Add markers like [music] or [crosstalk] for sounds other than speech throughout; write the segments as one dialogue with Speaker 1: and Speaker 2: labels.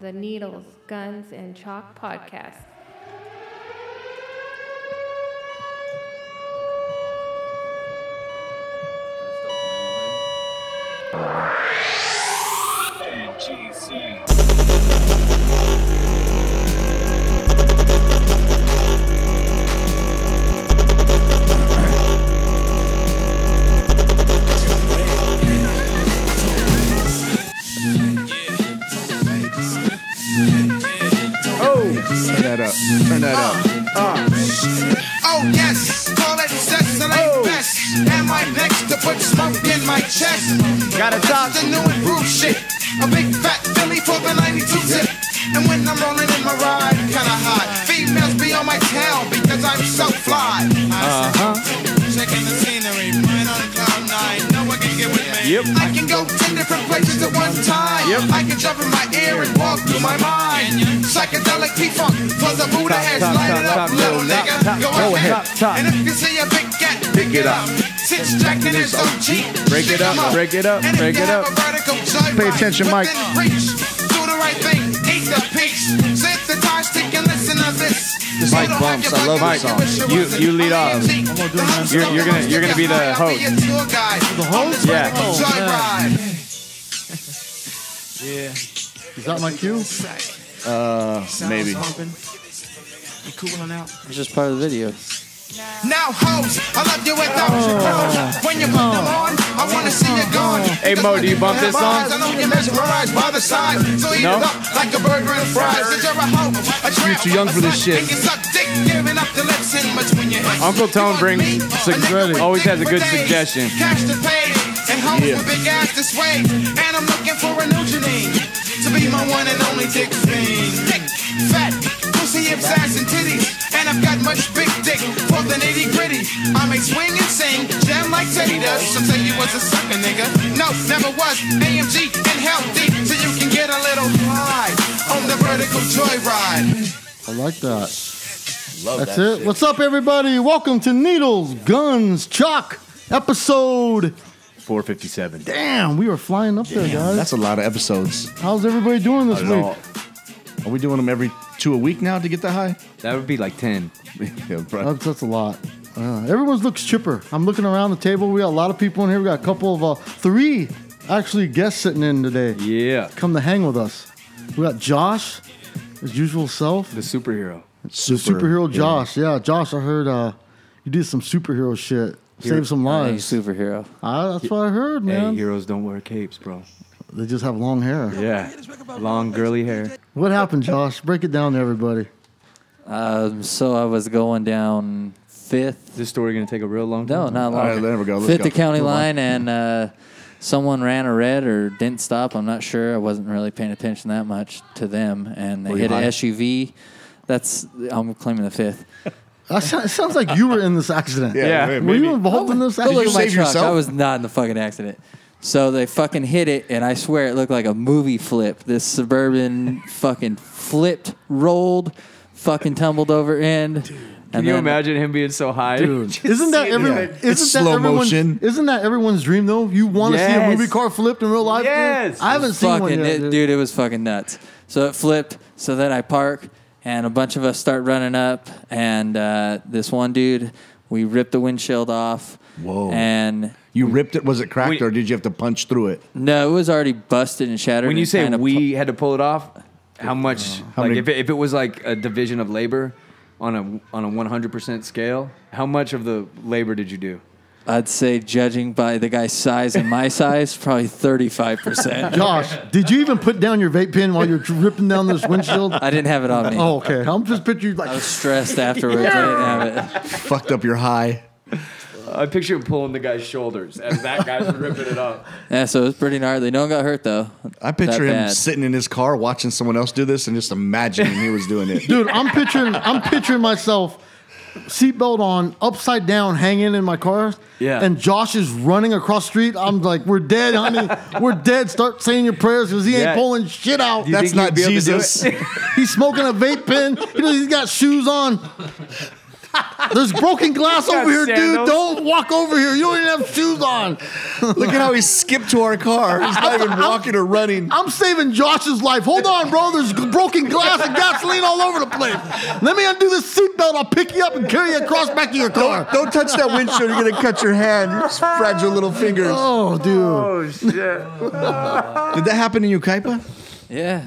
Speaker 1: the Needles, Guns, and Chalk podcast.
Speaker 2: Turn that up. Turn that up.
Speaker 3: Oh yes, call it sex, it ain't best. Am I next to put smoke in my chest? Gotta talk the new improved shit. A big fat Billy for the 92 zip. And when I'm rolling in my ride, kinda hot. Females be on my tail because I'm so fly.
Speaker 4: Uh-huh.
Speaker 3: Uh huh. Checking the scenery, mine on cloud nine. No one can get with me.
Speaker 2: Yep.
Speaker 3: I can go ten different places at one time.
Speaker 2: Yep.
Speaker 3: I can jump in my ear and walk through my mind. Psychedelic P-funk for the Buddha
Speaker 2: Top,
Speaker 3: heads.
Speaker 2: top,
Speaker 3: Light it
Speaker 2: top, top,
Speaker 3: up, little
Speaker 2: yo,
Speaker 3: nigga.
Speaker 2: top, top,
Speaker 3: Go
Speaker 2: go
Speaker 3: ahead.
Speaker 2: ahead, top.
Speaker 3: And if you see a big cat, pick it up. Six Jack and his OG.
Speaker 2: Break
Speaker 3: Stick
Speaker 2: it up,
Speaker 3: 'em
Speaker 2: break it up,
Speaker 3: And if
Speaker 2: break
Speaker 3: you
Speaker 2: it
Speaker 3: have
Speaker 2: up.
Speaker 3: a vertical joyride,
Speaker 2: Pay attention,
Speaker 3: within
Speaker 2: Mike.
Speaker 3: reach, Do the right thing, eat the peach. Synthesize, stick and listen to this.
Speaker 4: This Mike bumps. I love this song.
Speaker 2: You- you lead off. You're- you're gonna- you're gonna be the host.
Speaker 3: The host?
Speaker 2: Yeah.
Speaker 3: Joyride.
Speaker 4: Is that my cue?
Speaker 5: Uh,
Speaker 2: Maybe.
Speaker 3: Oh, You cooling out?
Speaker 4: It's just part of the video.
Speaker 3: Now, hoes, I love you without your
Speaker 2: Oh.
Speaker 3: clothes. When you put them on, I wanna see you gone.
Speaker 2: Hey, Mo, do you bump this song?
Speaker 3: I know you're mesmerized by the size, so eat
Speaker 2: No?
Speaker 3: it up like a burger and fries. 'Cause you're a hoe, a tramp,
Speaker 2: too young
Speaker 3: a
Speaker 2: for this
Speaker 3: slut,
Speaker 2: shit.
Speaker 3: and you suck dick, giving up the lips in between your hips.
Speaker 2: Uncle Tone
Speaker 3: You want
Speaker 2: brings
Speaker 3: me? A
Speaker 2: sug-
Speaker 3: nigga with
Speaker 2: always
Speaker 3: dick
Speaker 2: has a
Speaker 3: for
Speaker 2: good
Speaker 3: days.
Speaker 2: suggestion.
Speaker 3: Cash to pay, and hoes
Speaker 2: Yeah.
Speaker 3: with big ass this way. And I'm looking for a new Janine to be my one and only dick fiend. Thick, fat, pussy, hips, ass, and titties. And I've got much big dick for the nitty gritty. I may swing and sing, jam like Teddy does. Some say you was a sucker, nigga. No, never was. AMG and healthy, so you can get a little high on the vertical joyride.
Speaker 4: I like that. That's it. What's up, everybody? Welcome to Needles, Guns, Chalk episode.
Speaker 2: 457.
Speaker 4: Damn, we were flying up there, guys.
Speaker 2: That's a lot of episodes.
Speaker 4: How's everybody doing this
Speaker 2: Not at
Speaker 4: week?
Speaker 2: all. Are we doing them every two a week now to get that high?
Speaker 5: That would be like 10.
Speaker 2: [laughs] yeah, bro.
Speaker 4: That's, that's a lot. Uh, everyone's looks chipper. I'm looking around the table. We got a lot of people in here. We got a couple of uh, three actually guests sitting in today.
Speaker 5: Yeah.
Speaker 4: Come to hang with us. We got Josh, his usual self.
Speaker 5: The superhero.
Speaker 2: Super.
Speaker 4: Superhero Josh. Yeah, Josh, I heard uh, you did some superhero shit. Save some lives. [laughs]
Speaker 5: superhero.
Speaker 4: I, that's what I heard,
Speaker 5: Hey,
Speaker 4: man.
Speaker 5: heroes don't wear capes, bro.
Speaker 4: they just have long hair.
Speaker 5: Yeah. Long, girly hair.
Speaker 4: What happened, Josh? Break it down to everybody.
Speaker 6: Um, so I was going down fifth.
Speaker 5: This story going to take a real long time.
Speaker 6: No, not long.
Speaker 2: All right, there we go. Let's
Speaker 6: fifth
Speaker 2: go.
Speaker 6: to county
Speaker 2: Move on.
Speaker 6: line, and uh, someone ran a red or didn't stop. I'm not sure. I wasn't really paying attention that much to them, and they
Speaker 2: Were you
Speaker 6: hit an
Speaker 2: high?
Speaker 6: SUV. That's I'm claiming the fifth.
Speaker 4: That so- it sounds like you were in this accident.
Speaker 2: Yeah,
Speaker 5: Yeah.
Speaker 4: Were
Speaker 2: maybe.
Speaker 4: you involved in this
Speaker 6: Go look
Speaker 4: accident?
Speaker 6: at my
Speaker 2: save
Speaker 6: truck.
Speaker 2: yourself?
Speaker 6: I was not in the fucking accident. So they fucking hit it, and I swear it looked like a movie flip.
Speaker 4: [laughs]
Speaker 6: This suburban fucking flipped, rolled, fucking tumbled over end.
Speaker 5: Can you imagine him being so high? [laughs] Dude.
Speaker 4: Isn't that every?
Speaker 2: Yeah.
Speaker 4: Isn't
Speaker 2: It's
Speaker 4: that
Speaker 2: slow
Speaker 4: everyone's-
Speaker 2: motion.
Speaker 4: Isn't that everyone's dream though? You want to see a
Speaker 5: Yes.
Speaker 4: movie car flipped in real life? dude?
Speaker 5: Yes.
Speaker 4: I haven't seen one
Speaker 6: fucking
Speaker 4: yet,
Speaker 6: it,
Speaker 4: dude.
Speaker 6: dude. It was fucking nuts. So it flipped. So then I park, and a bunch of us start running up, and uh, this one dude, we ripped the windshield off.
Speaker 2: Whoa.
Speaker 6: And
Speaker 2: You ripped it. Was it cracked
Speaker 5: We-
Speaker 2: or did you have to punch through it?
Speaker 6: no, it was already busted and shattered.
Speaker 5: When you
Speaker 6: and
Speaker 5: say
Speaker 6: kinda Oh.
Speaker 5: we had to pull it off, how much, like,
Speaker 2: many-
Speaker 5: if it, if it was like a division of labor on a, on a 100% scale, how
Speaker 6: [laughs]
Speaker 5: much of the labor did you do?
Speaker 6: I'd say, judging by the guy's size and my size, probably
Speaker 4: [laughs]
Speaker 6: 35%.
Speaker 4: Josh, did you even put down your vape pen while you're ripping down this windshield?
Speaker 6: [laughs] I didn't have it on me.
Speaker 4: Oh, okay. I'm just picturing like
Speaker 6: I was stressed afterwards. I didn't have it.
Speaker 2: Fucked up your high.
Speaker 5: I picture him pulling the guy's shoulders as
Speaker 6: [laughs]
Speaker 5: that guy's ripping it up.
Speaker 6: Yeah, so it was pretty gnarly. No one got hurt, though.
Speaker 2: I picture
Speaker 6: That
Speaker 2: him
Speaker 6: bad.
Speaker 2: sitting in his car watching someone else do this and just imagining he was doing [laughs] it.
Speaker 4: dude i'm picturing i'm picturing myself seatbelt on upside down hanging in my car
Speaker 5: Yeah.
Speaker 4: and josh is running across the street i'm like we're dead honey we're dead start saying your prayers because he
Speaker 5: Yeah.
Speaker 4: ain't pulling shit out
Speaker 5: You
Speaker 2: That's
Speaker 5: think you'd
Speaker 2: not
Speaker 5: be able to do
Speaker 2: Jesus.
Speaker 4: he's smoking a vape pen you know, he's got shoes on There's broken glass
Speaker 5: got
Speaker 4: over here, dude.
Speaker 5: sandals.
Speaker 4: Don't walk over here. You don't even have shoes on.
Speaker 7: Look at how he skipped to our car. He's not even walking or running.
Speaker 4: I'm saving Josh's life. Hold on, bro. There's g- broken glass and gasoline all over the place. Let me undo this seatbelt. I'll pick you up and carry you across back to your car.
Speaker 7: Don't touch that windshield. You're gonna cut your hand. Your fragile little fingers.
Speaker 4: Oh, dude.
Speaker 5: Oh shit!
Speaker 7: Did that happen in Ukaipa?
Speaker 6: Yeah.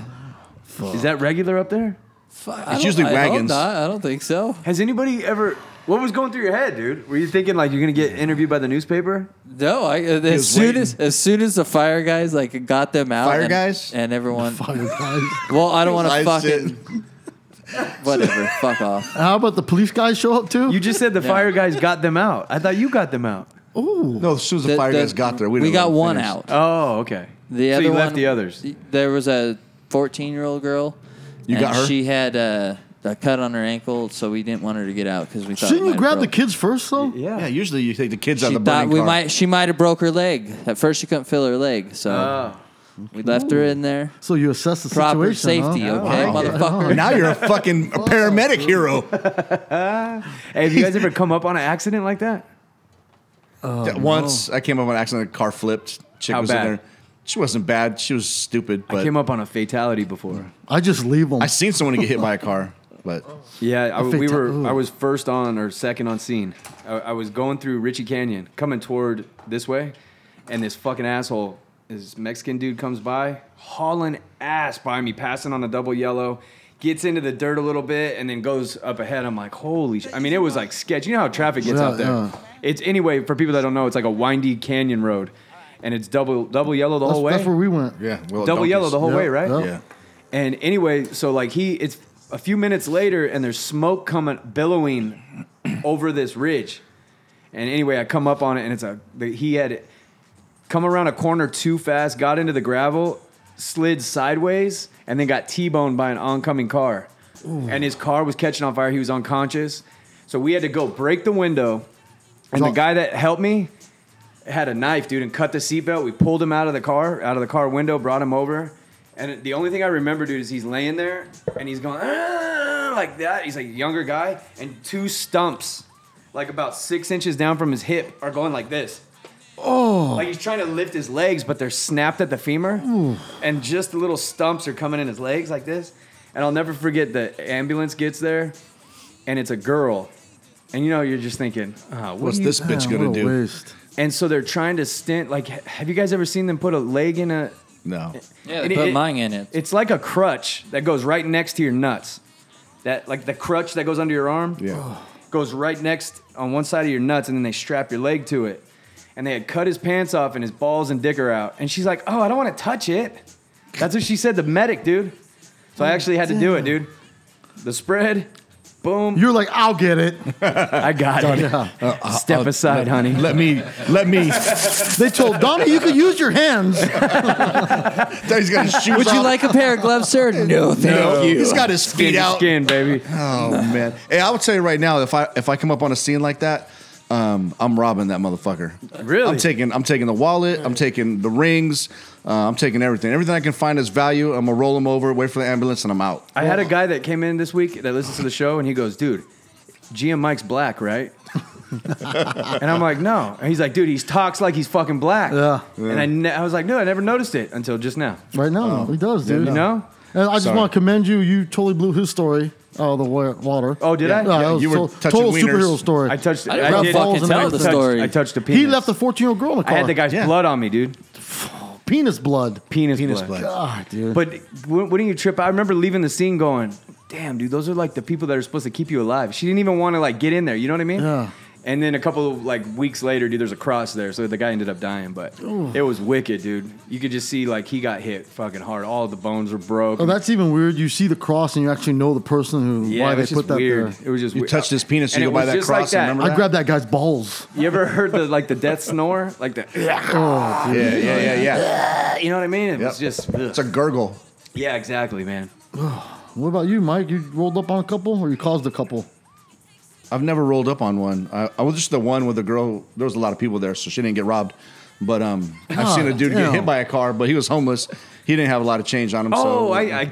Speaker 5: Is that regular up there?
Speaker 6: Fuck, I
Speaker 7: It's
Speaker 6: don't-
Speaker 7: usually
Speaker 6: I hope
Speaker 7: wagons.
Speaker 6: not. I don't think so.
Speaker 5: Has anybody ever? What was going through your head, dude? Were you thinking like you're gonna get interviewed by the newspaper?
Speaker 6: No, I, uh, as
Speaker 7: was
Speaker 6: soon
Speaker 7: waiting.
Speaker 6: as as soon as the fire guys like got them out,
Speaker 7: Fire
Speaker 6: and,
Speaker 7: guys?
Speaker 6: and
Speaker 4: [laughs]
Speaker 6: everyone.
Speaker 4: Guys,
Speaker 6: Well, I don't want to
Speaker 7: I
Speaker 6: fucking whatever. fuck off.
Speaker 4: How about the police guys show up too?
Speaker 5: You just said the fire guys got them out. I thought you got them out.
Speaker 7: No, as soon as the, fire
Speaker 6: The- the-
Speaker 7: guys got there, we,
Speaker 6: we
Speaker 7: didn't let
Speaker 6: got
Speaker 7: them
Speaker 6: one
Speaker 7: finish.
Speaker 6: out.
Speaker 5: Oh, okay.
Speaker 6: The
Speaker 5: so
Speaker 6: other
Speaker 5: you
Speaker 6: one,
Speaker 5: left the others.
Speaker 6: There was a 14 year old girl.
Speaker 7: You
Speaker 6: and
Speaker 7: got her?
Speaker 6: She had uh, a cut on her ankle, so we didn't want her to get out because we thought. it
Speaker 4: Shouldn't you
Speaker 6: might
Speaker 4: grab the
Speaker 6: broke-
Speaker 4: kids first though?
Speaker 5: Yeah.
Speaker 7: Yeah, usually you take the kids out
Speaker 6: She
Speaker 7: of the
Speaker 6: thought
Speaker 7: burning
Speaker 6: we
Speaker 7: car.
Speaker 6: might. She might have broke her leg. At first, she couldn't feel her leg, so
Speaker 5: Oh.
Speaker 6: we left her in there.
Speaker 4: So you assess the
Speaker 6: Proper
Speaker 4: situation.
Speaker 6: safety,
Speaker 4: huh?
Speaker 6: okay,
Speaker 5: like it.
Speaker 6: motherfucker.
Speaker 7: Now you're
Speaker 6: [laughs]
Speaker 7: a fucking a paramedic
Speaker 4: Oh.
Speaker 7: hero.
Speaker 5: [laughs] Hey, have you guys ever come up on an accident like that?
Speaker 7: That Once I came up on an accident, a car flipped. Chick
Speaker 5: Oh, How
Speaker 7: was
Speaker 5: bad?
Speaker 7: in there. She wasn't bad. She was stupid, but
Speaker 5: I came up on a fatality before.
Speaker 4: I just leave them.
Speaker 7: I seen someone get hit by a car. But
Speaker 5: Yeah, I, we
Speaker 4: fata-
Speaker 5: were.
Speaker 4: ooh.
Speaker 5: I was first on or second on scene. I, I was going through Ritchie Canyon, coming toward this way, and this fucking asshole, this Mexican dude, comes by, hauling ass by me, passing on a double yellow, gets into the dirt a little bit, and then goes up ahead. I'm like, holy! Sh-. I mean, it was like sketch. You know how traffic gets
Speaker 4: Yeah,
Speaker 5: out there.
Speaker 4: yeah.
Speaker 5: It's anyway for people that don't know, it's like a windy canyon road, and it's double double yellow the
Speaker 4: that's,
Speaker 5: whole way.
Speaker 4: that's where we went.
Speaker 7: yeah, well,
Speaker 5: double
Speaker 7: donkeys.
Speaker 5: yellow the whole way,
Speaker 4: Yeah,
Speaker 5: right?
Speaker 4: yeah.
Speaker 7: Yeah.
Speaker 5: And anyway, so like he, it's a few minutes later, and there's smoke coming, billowing [clears throat] over this ridge. And anyway, I come up on it, and it's a the- he had come around a corner too fast, got into the gravel, slid sideways, and then got t-boned by an oncoming car. And his car was catching on fire. He was unconscious, so we had to go break the window. And the
Speaker 4: Drunk.
Speaker 5: guy that helped me had a knife, dude, and cut the seatbelt. We pulled him out of the car, out of the car window, brought him over. And the only thing I remember, dude, is he's laying there and he's going "Ah," like that. He's like a younger guy, and two stumps, like about six inches down from his hip, are going like this. Oh. Like he's trying to lift his legs, but they're snapped at the femur. And just the little stumps are coming in his legs like this. And I'll never forget the ambulance gets there and it's a girl. And you know, you're just thinking, ah, what
Speaker 7: What's
Speaker 5: do you
Speaker 7: this bitch
Speaker 4: Man,
Speaker 7: gonna
Speaker 4: what a
Speaker 7: do?
Speaker 4: waste.
Speaker 5: and so they're trying to stint. Like, h- have you guys ever seen them put a leg in a?
Speaker 7: No.
Speaker 6: Yeah,
Speaker 5: And
Speaker 6: they
Speaker 5: it-
Speaker 6: put
Speaker 5: it-
Speaker 6: mine in it.
Speaker 5: It's like a crutch that goes right next to your nuts. That like the crutch that goes under your arm
Speaker 7: Yeah.
Speaker 5: goes right next on one side of your nuts, and then they strap your leg to it. And they had cut his pants off, and his balls and dick are out. And she's like, "Oh, I don't want to touch it." That's what she said, the medic, dude. So I actually had to do it, dude. The spread, boom,
Speaker 4: You're like, I'll get it.
Speaker 5: [laughs] I got it. [laughs] Step aside, honey.
Speaker 7: uh, Let me. Let me.
Speaker 4: They told Donnie you could use your
Speaker 7: [laughs]
Speaker 4: hands.
Speaker 7: He's
Speaker 4: [laughs]
Speaker 7: got his shoes
Speaker 6: Would you
Speaker 7: off.
Speaker 6: like a pair of gloves,
Speaker 7: [laughs]
Speaker 6: sir? No, thank you.
Speaker 7: He's got his
Speaker 5: Skin
Speaker 7: feet
Speaker 5: to
Speaker 7: out.
Speaker 5: skin, baby.
Speaker 7: Oh man. Hey, I would tell you right now, if I if I come up on a scene like that, um, I'm robbing that motherfucker.
Speaker 5: Really?
Speaker 7: I'm taking I'm taking the wallet. I'm taking the rings. Uh, I'm taking everything. Everything I can find is value. I'm gonna roll them over. Wait for the ambulance, and I'm out.
Speaker 5: I had a guy that came in this week that listens to the show, and he goes, "Dude, GM Mike's black, right?" and I'm like, "No." And he's like, "Dude, he talks like he's fucking black."
Speaker 4: Yeah.
Speaker 5: And I, ne- I was like, "No, I never noticed it until just now."
Speaker 4: Right
Speaker 5: Oh.
Speaker 4: now, he does, dude.
Speaker 5: You know?
Speaker 4: And I just
Speaker 7: Sorry.
Speaker 4: want to commend you. You totally blew his story out of the wa- water.
Speaker 5: Oh, did I?
Speaker 4: No, that
Speaker 5: Yeah,
Speaker 4: was
Speaker 7: you were
Speaker 4: to-
Speaker 7: touching
Speaker 4: total
Speaker 7: wieners.
Speaker 4: superhero story.
Speaker 5: I touched.
Speaker 6: I didn't
Speaker 5: did-
Speaker 6: fucking
Speaker 5: I
Speaker 6: tell the
Speaker 5: touched-
Speaker 6: story.
Speaker 5: I touched a penis.
Speaker 4: he left a 14 year old girl in the
Speaker 5: I
Speaker 4: car.
Speaker 5: had the guy's
Speaker 7: Yeah.
Speaker 5: blood on me, dude.
Speaker 4: penis blood.
Speaker 5: Penis,
Speaker 7: Penis
Speaker 5: blood.
Speaker 7: blood.
Speaker 4: God, dude.
Speaker 5: But wou- wouldn't you trip? I remember leaving the scene going, "Damn, dude, those are like the people that are supposed to keep you alive." She didn't even want to like get in there. You know what I mean?
Speaker 4: Yeah.
Speaker 5: And then a couple of like weeks later, dude, there's a cross there, so the guy ended up dying. But it was wicked, dude. You could just see like he got hit fucking hard. All the bones were broke.
Speaker 4: oh, that's even weird. You see the cross and you actually know the person who
Speaker 5: yeah,
Speaker 4: why
Speaker 5: it
Speaker 4: they
Speaker 5: was
Speaker 4: put
Speaker 5: just
Speaker 4: that
Speaker 5: weird.
Speaker 4: there.
Speaker 5: It was just
Speaker 7: You
Speaker 5: weird.
Speaker 7: touched his penis,
Speaker 5: And
Speaker 7: you
Speaker 5: it
Speaker 7: go by
Speaker 5: was
Speaker 7: that
Speaker 5: just like
Speaker 7: cross. and
Speaker 5: that.
Speaker 7: remember
Speaker 4: I grabbed that guy's balls.
Speaker 5: You ever heard the like the death snore, like
Speaker 4: [laughs]
Speaker 5: the
Speaker 4: Oh, dude.
Speaker 7: Yeah, yeah, yeah, yeah.
Speaker 5: you know what I mean? It was
Speaker 7: Yep.
Speaker 5: just ugh.
Speaker 7: It's a gurgle.
Speaker 5: yeah, exactly, man.
Speaker 4: What about you, Mike? You rolled up on a couple or you caused a couple?
Speaker 7: I've never rolled up on one. I, I was just the one with the girl. There was a lot of people there, so she didn't get robbed. But um, I've seen a
Speaker 4: God
Speaker 7: dude
Speaker 4: Ah, damn.
Speaker 7: get hit by a car, but he was homeless. He didn't have a lot of change on him.
Speaker 5: Oh,
Speaker 7: so
Speaker 5: I, I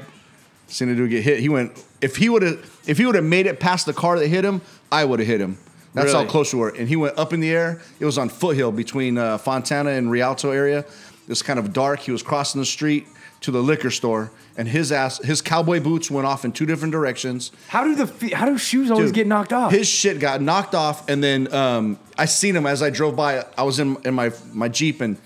Speaker 7: Seen a dude get hit. He went. If he would have, if he would have made it past the car that hit him, I would have hit him. That's how
Speaker 5: Really?
Speaker 7: close we were. And he went up in the air. It was on foothill between uh, Fontana and Rialto area. It was kind of dark. He was crossing the street to the liquor store, and his ass, his cowboy boots went off in two different directions.
Speaker 5: How do the fe- how do shoes always
Speaker 7: Dude,
Speaker 5: get knocked off?
Speaker 7: His shit got knocked off, and then um, I seen him as I drove by. I was in in my my jeep, and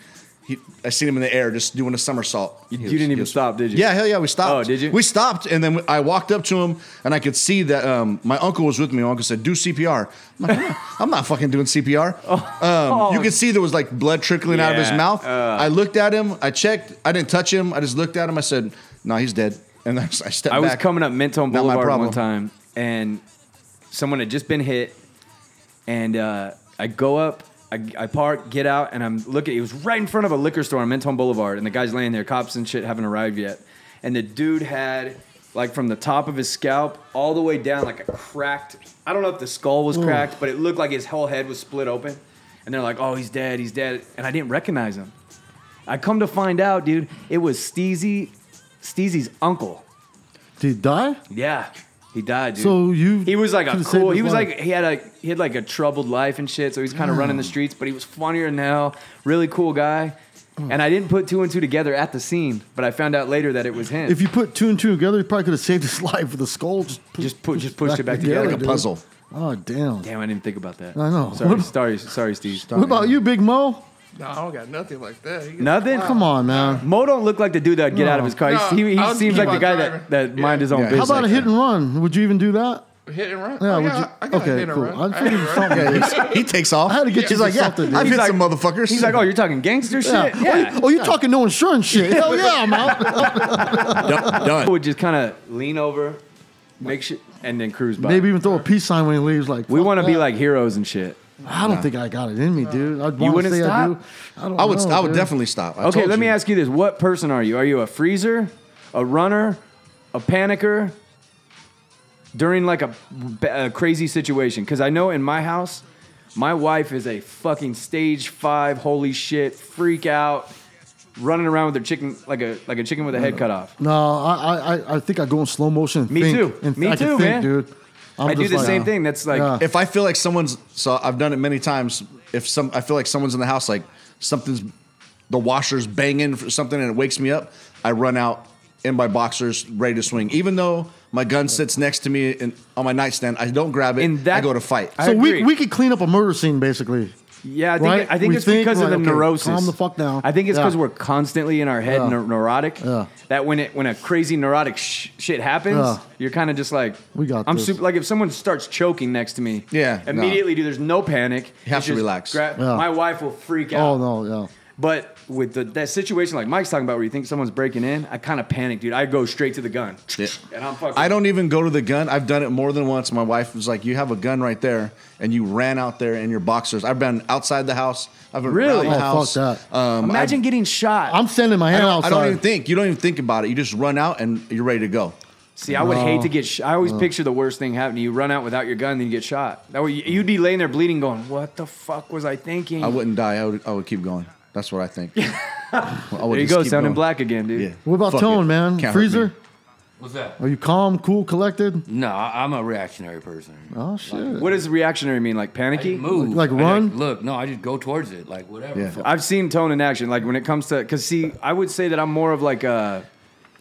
Speaker 7: he, I seen him in the air just doing a somersault.
Speaker 5: You- you
Speaker 7: He was-
Speaker 5: didn't
Speaker 7: he
Speaker 5: even
Speaker 7: was-
Speaker 5: stop, did you?
Speaker 7: Yeah, hell yeah, we stopped.
Speaker 5: Oh, did you?
Speaker 7: We stopped, and then I walked up to him, and I could see that um, my uncle was with me. My uncle said, "Do CPR." I'm like, "I'm not- "I'm not fucking
Speaker 5: [laughs]
Speaker 7: doing CPR." Um, you could see there was like blood trickling out of his
Speaker 5: Oh. Yeah,
Speaker 7: mouth.
Speaker 5: uh.
Speaker 7: I looked at him. I checked. I didn't touch him. I just looked at him. I said, "No, he's dead." And I, I stepped
Speaker 5: I was
Speaker 7: back.
Speaker 5: coming up Mentone
Speaker 7: Not my
Speaker 5: Boulevard
Speaker 7: problem.
Speaker 5: one time, and someone had just been hit, and uh, I go up, I, I park, get out, and I'm looking. It was right in front of a liquor store on Mentone Boulevard, and the guy's laying there. Cops and shit haven't arrived yet, and the dude had like from the top of his scalp all the way down, like a cracked. I don't know if the skull was cracked, but it looked like his whole head was split open. And they're like, "Oh, he's dead, he's dead," and I didn't recognize him. I come to find out, dude, it was Steezy, Steezy's uncle.
Speaker 4: Did he die?
Speaker 5: Yeah, he died, dude.
Speaker 4: So you
Speaker 5: he was like a
Speaker 4: could've saved
Speaker 5: cool.
Speaker 4: his
Speaker 5: He was
Speaker 4: life.
Speaker 5: like he had a he had like a troubled life and shit. So he's kind of running the streets, but he was funnier than hell. Really cool guy.
Speaker 4: Hmm.
Speaker 5: And I didn't put two and two together at the scene, but I found out later that it was him.
Speaker 4: If you put two and two together, you probably could have saved his [laughs] life with a skull. Just, pu-
Speaker 5: Just pu- just pushed it back together like a
Speaker 4: dude.
Speaker 7: puzzle.
Speaker 4: Oh damn!
Speaker 5: Damn, I didn't think about that.
Speaker 4: I know. [laughs]
Speaker 5: Sorry,
Speaker 4: What-
Speaker 5: sorry, sorry, Steve.
Speaker 4: What about you, Big Mo?
Speaker 8: No, I don't got nothing like that. You got-
Speaker 5: Nothing.
Speaker 4: Come on, man.
Speaker 5: Mo don't look like the dude that'd get out of his car. He-
Speaker 8: No,
Speaker 5: he he
Speaker 8: I'll
Speaker 5: seems
Speaker 8: keep
Speaker 5: like the
Speaker 8: on
Speaker 5: guy
Speaker 8: driving.
Speaker 5: that, that mind his own
Speaker 7: Yeah. How
Speaker 4: How
Speaker 5: business.
Speaker 4: about
Speaker 5: [laughs]
Speaker 4: a hit and run? Would you even do that?
Speaker 8: Hit and run.
Speaker 4: Yeah,
Speaker 8: oh,
Speaker 4: would
Speaker 8: yeah,
Speaker 4: you-
Speaker 8: I got
Speaker 4: okay,
Speaker 8: hit and
Speaker 4: cool.
Speaker 8: run.
Speaker 4: I'm
Speaker 8: I hit and
Speaker 4: thinking
Speaker 8: run.
Speaker 4: something.
Speaker 8: [laughs]
Speaker 7: he takes off.
Speaker 4: I had to get you
Speaker 7: He's
Speaker 4: for
Speaker 7: like, yeah,
Speaker 4: something, dude."
Speaker 7: I've hit
Speaker 5: He's
Speaker 7: some
Speaker 5: like-
Speaker 7: motherfuckers.
Speaker 5: He's like, oh, you're talking gangster shit.
Speaker 4: Yeah.
Speaker 5: yeah.
Speaker 4: Oh, you talking no insurance shit? Hell yeah, I'm
Speaker 5: [laughs]
Speaker 4: out.
Speaker 5: I
Speaker 7: done.
Speaker 5: would just kind of lean over, make sure, and then cruise by.
Speaker 4: Maybe even throw a peace sign when he leaves. Like
Speaker 5: we
Speaker 4: fuck
Speaker 5: want to be
Speaker 4: that.
Speaker 5: like heroes and shit.
Speaker 4: I don't think I got it in me, dude. I'd want
Speaker 5: You
Speaker 4: to
Speaker 5: wouldn't
Speaker 4: say I do.
Speaker 5: stop?
Speaker 4: I, don't
Speaker 7: I would,
Speaker 4: know,
Speaker 7: I would
Speaker 4: dude.
Speaker 7: definitely stop. I
Speaker 5: Okay,
Speaker 7: told
Speaker 5: let me
Speaker 7: you.
Speaker 5: ask you this: What person are you? Are you a freezer, a runner, a panicker during like a, b- a crazy situation? Because I know in my house, my wife is a fucking stage five, holy shit, freak out, running around with her chicken like a like a chicken with a
Speaker 7: Mm.
Speaker 5: head cut off.
Speaker 4: No, I, I- I, I think I go in slow motion. And
Speaker 5: Me
Speaker 4: think,
Speaker 5: too.
Speaker 4: And
Speaker 5: Me
Speaker 4: I can
Speaker 5: too,
Speaker 4: think,
Speaker 5: man.
Speaker 4: dude. I'm
Speaker 5: I do
Speaker 4: just
Speaker 5: the
Speaker 4: like,
Speaker 5: same
Speaker 4: uh,
Speaker 5: thing. That's like
Speaker 4: yeah.
Speaker 7: If I feel like someone's, so I've done it many times. If some, I feel like someone's in the house, like something's, the washer's banging for something, and it wakes me up. I run out in my boxers, ready to swing. Even though my gun sits next to me and on my nightstand, I don't grab it.
Speaker 5: In that-
Speaker 7: I go to fight.
Speaker 5: I
Speaker 4: So we,
Speaker 5: agree.
Speaker 4: we could clean up a murder scene, basically.
Speaker 5: Yeah, I think
Speaker 4: Right?
Speaker 5: I think
Speaker 4: We
Speaker 5: it's
Speaker 4: think,
Speaker 5: because
Speaker 4: like,
Speaker 5: of the
Speaker 4: okay,
Speaker 5: neurosis.
Speaker 4: calm the fuck down.
Speaker 5: I think it's
Speaker 4: Yeah.
Speaker 5: because we're constantly in our head
Speaker 4: Yeah.
Speaker 5: neur- neurotic.
Speaker 4: Yeah.
Speaker 5: That when it when a crazy neurotic sh- shit happens,
Speaker 4: Yeah.
Speaker 5: you're kind of just like
Speaker 4: We got
Speaker 5: I'm
Speaker 4: this.
Speaker 5: super. Like if someone starts choking next to me,
Speaker 7: Yeah, no.
Speaker 5: immediately, dude. There's no panic.
Speaker 7: You have
Speaker 5: It's
Speaker 7: to
Speaker 5: just
Speaker 7: relax.
Speaker 4: Yeah.
Speaker 5: My wife will freak out.
Speaker 4: Oh no, yeah.
Speaker 5: But with the, that situation, like Mike's talking about, where you think someone's breaking in, I kind of panic, dude. I go straight to the gun,
Speaker 7: Yeah.
Speaker 5: and I'm fucking.
Speaker 7: I don't even go to the gun. I've done it more than once. My wife was like, "You have a gun right there," and you ran out there in your boxers. I've been outside the house. I've been
Speaker 5: Really?
Speaker 7: around the
Speaker 4: Oh, fuck
Speaker 7: house.
Speaker 4: that.
Speaker 7: Um, I've-
Speaker 5: Imagine getting shot.
Speaker 4: I'm sending my
Speaker 7: I
Speaker 4: hand
Speaker 7: don't, I
Speaker 4: outside.
Speaker 7: don't even think. You don't even think about it. You just run out and you're ready to go.
Speaker 5: See, I would hate to get. Sh- I always picture the worst thing happening. You run out without your gun, then you get shot. That way, you- you'd be laying there bleeding, going, "What the fuck was I thinking?"
Speaker 7: I wouldn't die. I would, I would keep going. That's what
Speaker 5: [laughs]
Speaker 7: I think. I would
Speaker 5: there you
Speaker 7: just
Speaker 5: go,
Speaker 7: keep
Speaker 5: sounding
Speaker 7: going.
Speaker 5: black again, dude.
Speaker 7: Yeah.
Speaker 4: What about
Speaker 7: Fuck
Speaker 4: Tone,
Speaker 7: it.
Speaker 4: man?
Speaker 7: Can't hurt me.
Speaker 4: Freezer?
Speaker 9: What's that?
Speaker 4: Are you calm, cool, collected?
Speaker 9: No, I- I'm a reactionary person.
Speaker 4: Oh shit.
Speaker 5: What does reactionary mean? Like
Speaker 9: I
Speaker 5: panicky?
Speaker 9: move.
Speaker 4: Like
Speaker 9: I
Speaker 4: run?
Speaker 9: just- look, no, I just go towards it. Like whatever.
Speaker 7: Yeah.
Speaker 9: Fuck.
Speaker 5: I've seen tone in action. Like when it comes to, because see, I would say that I'm more of like a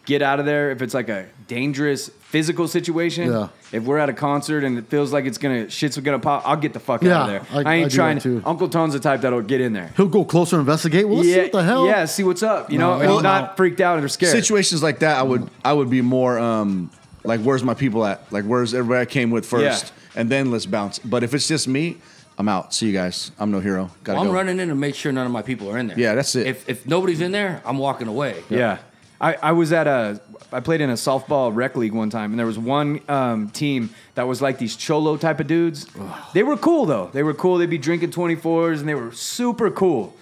Speaker 5: get out of there if it's like a dangerous physical situation.
Speaker 4: Yeah.
Speaker 5: If we're at a concert and it feels like it's gonna shit's gonna pop, I'll get the fuck out
Speaker 4: Yeah,
Speaker 5: of there.
Speaker 4: I-
Speaker 5: I,
Speaker 4: I
Speaker 5: ain't
Speaker 4: do
Speaker 5: trying.
Speaker 4: that too.
Speaker 5: Uncle Tone's the type that'll get in there.
Speaker 4: He'll go closer, investigate. Well, let's see what the hell.
Speaker 5: Yeah, see what's up. You know,
Speaker 4: No,
Speaker 5: and
Speaker 4: well,
Speaker 5: not
Speaker 4: no.
Speaker 5: freaked out or scared.
Speaker 7: Situations like that, I would I would be more um like where's my people at? Like where's everybody I came with first, and then let's bounce. But if it's just me, I'm out. See you guys. I'm no hero. Gotta
Speaker 9: Well, I'm
Speaker 7: go.
Speaker 9: running in to make sure none of my people are in there.
Speaker 7: Yeah, that's it.
Speaker 9: If, if nobody's in there, I'm walking away.
Speaker 5: Yeah. I, I was at a I played in a softball rec league one time, and there was one um, team that was like these cholo type of dudes. They were cool though. They were cool. They'd be drinking twenty fours, and they were super cool.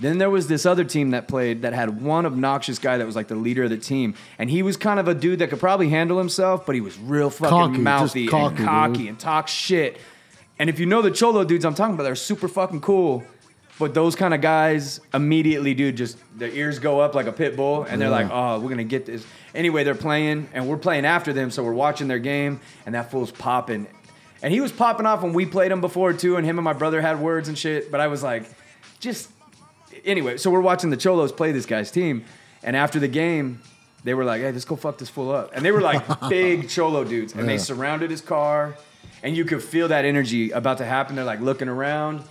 Speaker 5: Then there was this other team that played that had one obnoxious guy that was like the leader of the team, and he was kind of a dude that could probably handle himself, but he was real fucking
Speaker 4: Cocky, just
Speaker 5: mouthy
Speaker 4: cocky,
Speaker 5: and
Speaker 4: dude.
Speaker 5: cocky and talk shit. And if you know the cholo dudes I'm talking about, they're super fucking cool. But those kind of guys immediately, dude, just their ears go up like a pit bull, and they're like, "Oh, we're gonna get this." Anyway, they're playing, and we're playing after them, so we're watching their game, and that fool's popping, and he was popping off when we played him before too, and him and my brother had words and shit. But I was like, just anyway. So we're watching the Cholos play this guy's team, and after the game, they were like, "Hey, let's go fuck this fool up," and they were like big Cholo dudes, and they surrounded his car, and you could feel that energy about to happen. They're like looking around.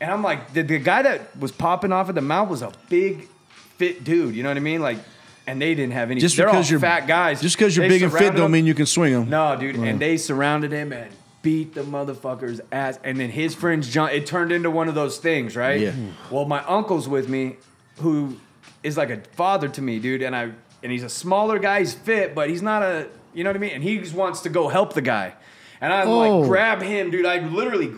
Speaker 5: And I'm like, the, the guy that was popping off at the mouth was a big, fit dude. You know what I mean? Like, and they didn't have any.
Speaker 7: Just
Speaker 5: they're
Speaker 7: because
Speaker 5: all
Speaker 7: you're
Speaker 5: fat guys.
Speaker 7: Just because you're
Speaker 5: They
Speaker 7: big and fit
Speaker 5: surrounded
Speaker 7: don't
Speaker 5: him.
Speaker 7: mean you can swing them.
Speaker 5: No, dude. And they surrounded him and beat the motherfucker's ass. And then his friends jumped. It turned into one of those things, right?
Speaker 7: Yeah.
Speaker 5: Well, my uncle's with me, who is like a father to me, dude. And I and he's a smaller guy. He's fit, but he's not a. You know what I mean? And he just wants to go help the guy. And I
Speaker 4: Oh.
Speaker 5: like grab him, dude. I literally,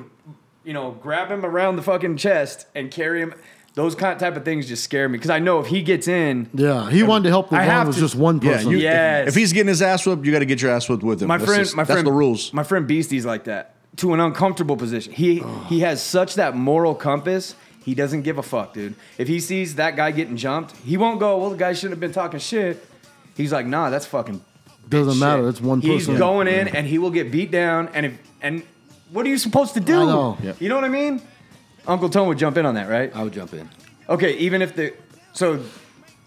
Speaker 5: you know, grab him around the fucking chest and carry him. Those kind type of things just scare me because I know if he gets in,
Speaker 4: Yeah, he wanted to help the
Speaker 5: I
Speaker 4: one
Speaker 5: have
Speaker 4: was
Speaker 5: to-
Speaker 4: just one
Speaker 7: Yeah,
Speaker 4: person.
Speaker 7: you,
Speaker 5: Yes.
Speaker 7: If he's getting his ass whipped, you got to get your ass whipped with him.
Speaker 5: My
Speaker 7: That's
Speaker 5: friend,
Speaker 7: just-
Speaker 5: my friend,
Speaker 7: that's the rules.
Speaker 5: My friend Beastie's like that to an uncomfortable position. He he has such that moral compass. He doesn't give a fuck, dude. If he sees that guy getting jumped, he won't go. Well, the guy shouldn't have been talking shit. He's like, nah, that's fucking.
Speaker 4: Doesn't
Speaker 5: shit."
Speaker 4: matter. It's one person.
Speaker 5: He's going in, and he will get beat down. And if and what are you supposed to do?
Speaker 4: I know.
Speaker 7: Yep.
Speaker 5: You know what I mean? Uncle Tom would jump in on that, right?
Speaker 9: I would jump in.
Speaker 5: Okay, even if the so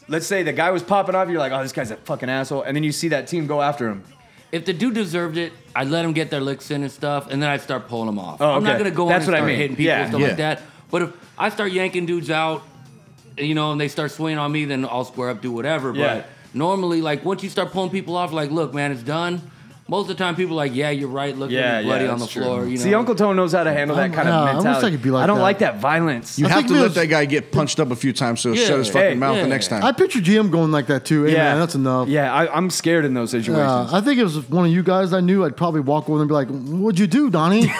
Speaker 5: let's say the guy was popping off, you're like, oh, this guy's a fucking asshole, and then you see that team go after him.
Speaker 9: If the dude deserved it, I'd let him get their licks in and stuff, and then I'd start pulling them off.
Speaker 5: Oh,
Speaker 9: I'm not
Speaker 5: okay.
Speaker 9: gonna go
Speaker 5: That's
Speaker 9: in and
Speaker 5: what I
Speaker 9: start
Speaker 5: mean.
Speaker 9: hitting people
Speaker 5: Yeah.
Speaker 9: and stuff
Speaker 7: Yeah.
Speaker 9: like that. But if I start yanking dudes out, you know, and they start swinging on me, then I'll square up, do whatever.
Speaker 5: Yeah.
Speaker 9: But normally, like once you start pulling people off, like, look, man, it's done. Most of the time, people are like, yeah, you're right. Look,
Speaker 5: Yeah,
Speaker 9: yeah, bloody
Speaker 5: yeah,
Speaker 9: on the
Speaker 5: that's true.
Speaker 9: floor. You know,
Speaker 5: See, Uncle Tone knows how to handle that
Speaker 4: I'm-
Speaker 5: kind
Speaker 4: yeah, I
Speaker 5: of
Speaker 4: wish Oh I
Speaker 5: mentality.
Speaker 4: could be like
Speaker 5: don't
Speaker 4: that.
Speaker 5: like that violence.
Speaker 7: You
Speaker 4: I
Speaker 7: have
Speaker 4: think
Speaker 7: to
Speaker 4: we
Speaker 7: let
Speaker 4: was-
Speaker 7: that guy get punched up a few times so he'll
Speaker 9: Yeah.
Speaker 7: shut his
Speaker 9: Hey,
Speaker 7: fucking mouth the
Speaker 9: yeah.
Speaker 7: next time.
Speaker 4: I picture GM going like that too. Hey, yeah, man, that's enough.
Speaker 5: Yeah, I, I'm scared in those situations.
Speaker 4: Yeah, I think it was one of you guys I knew. I'd probably walk over and be like, "What'd you do, Donnie?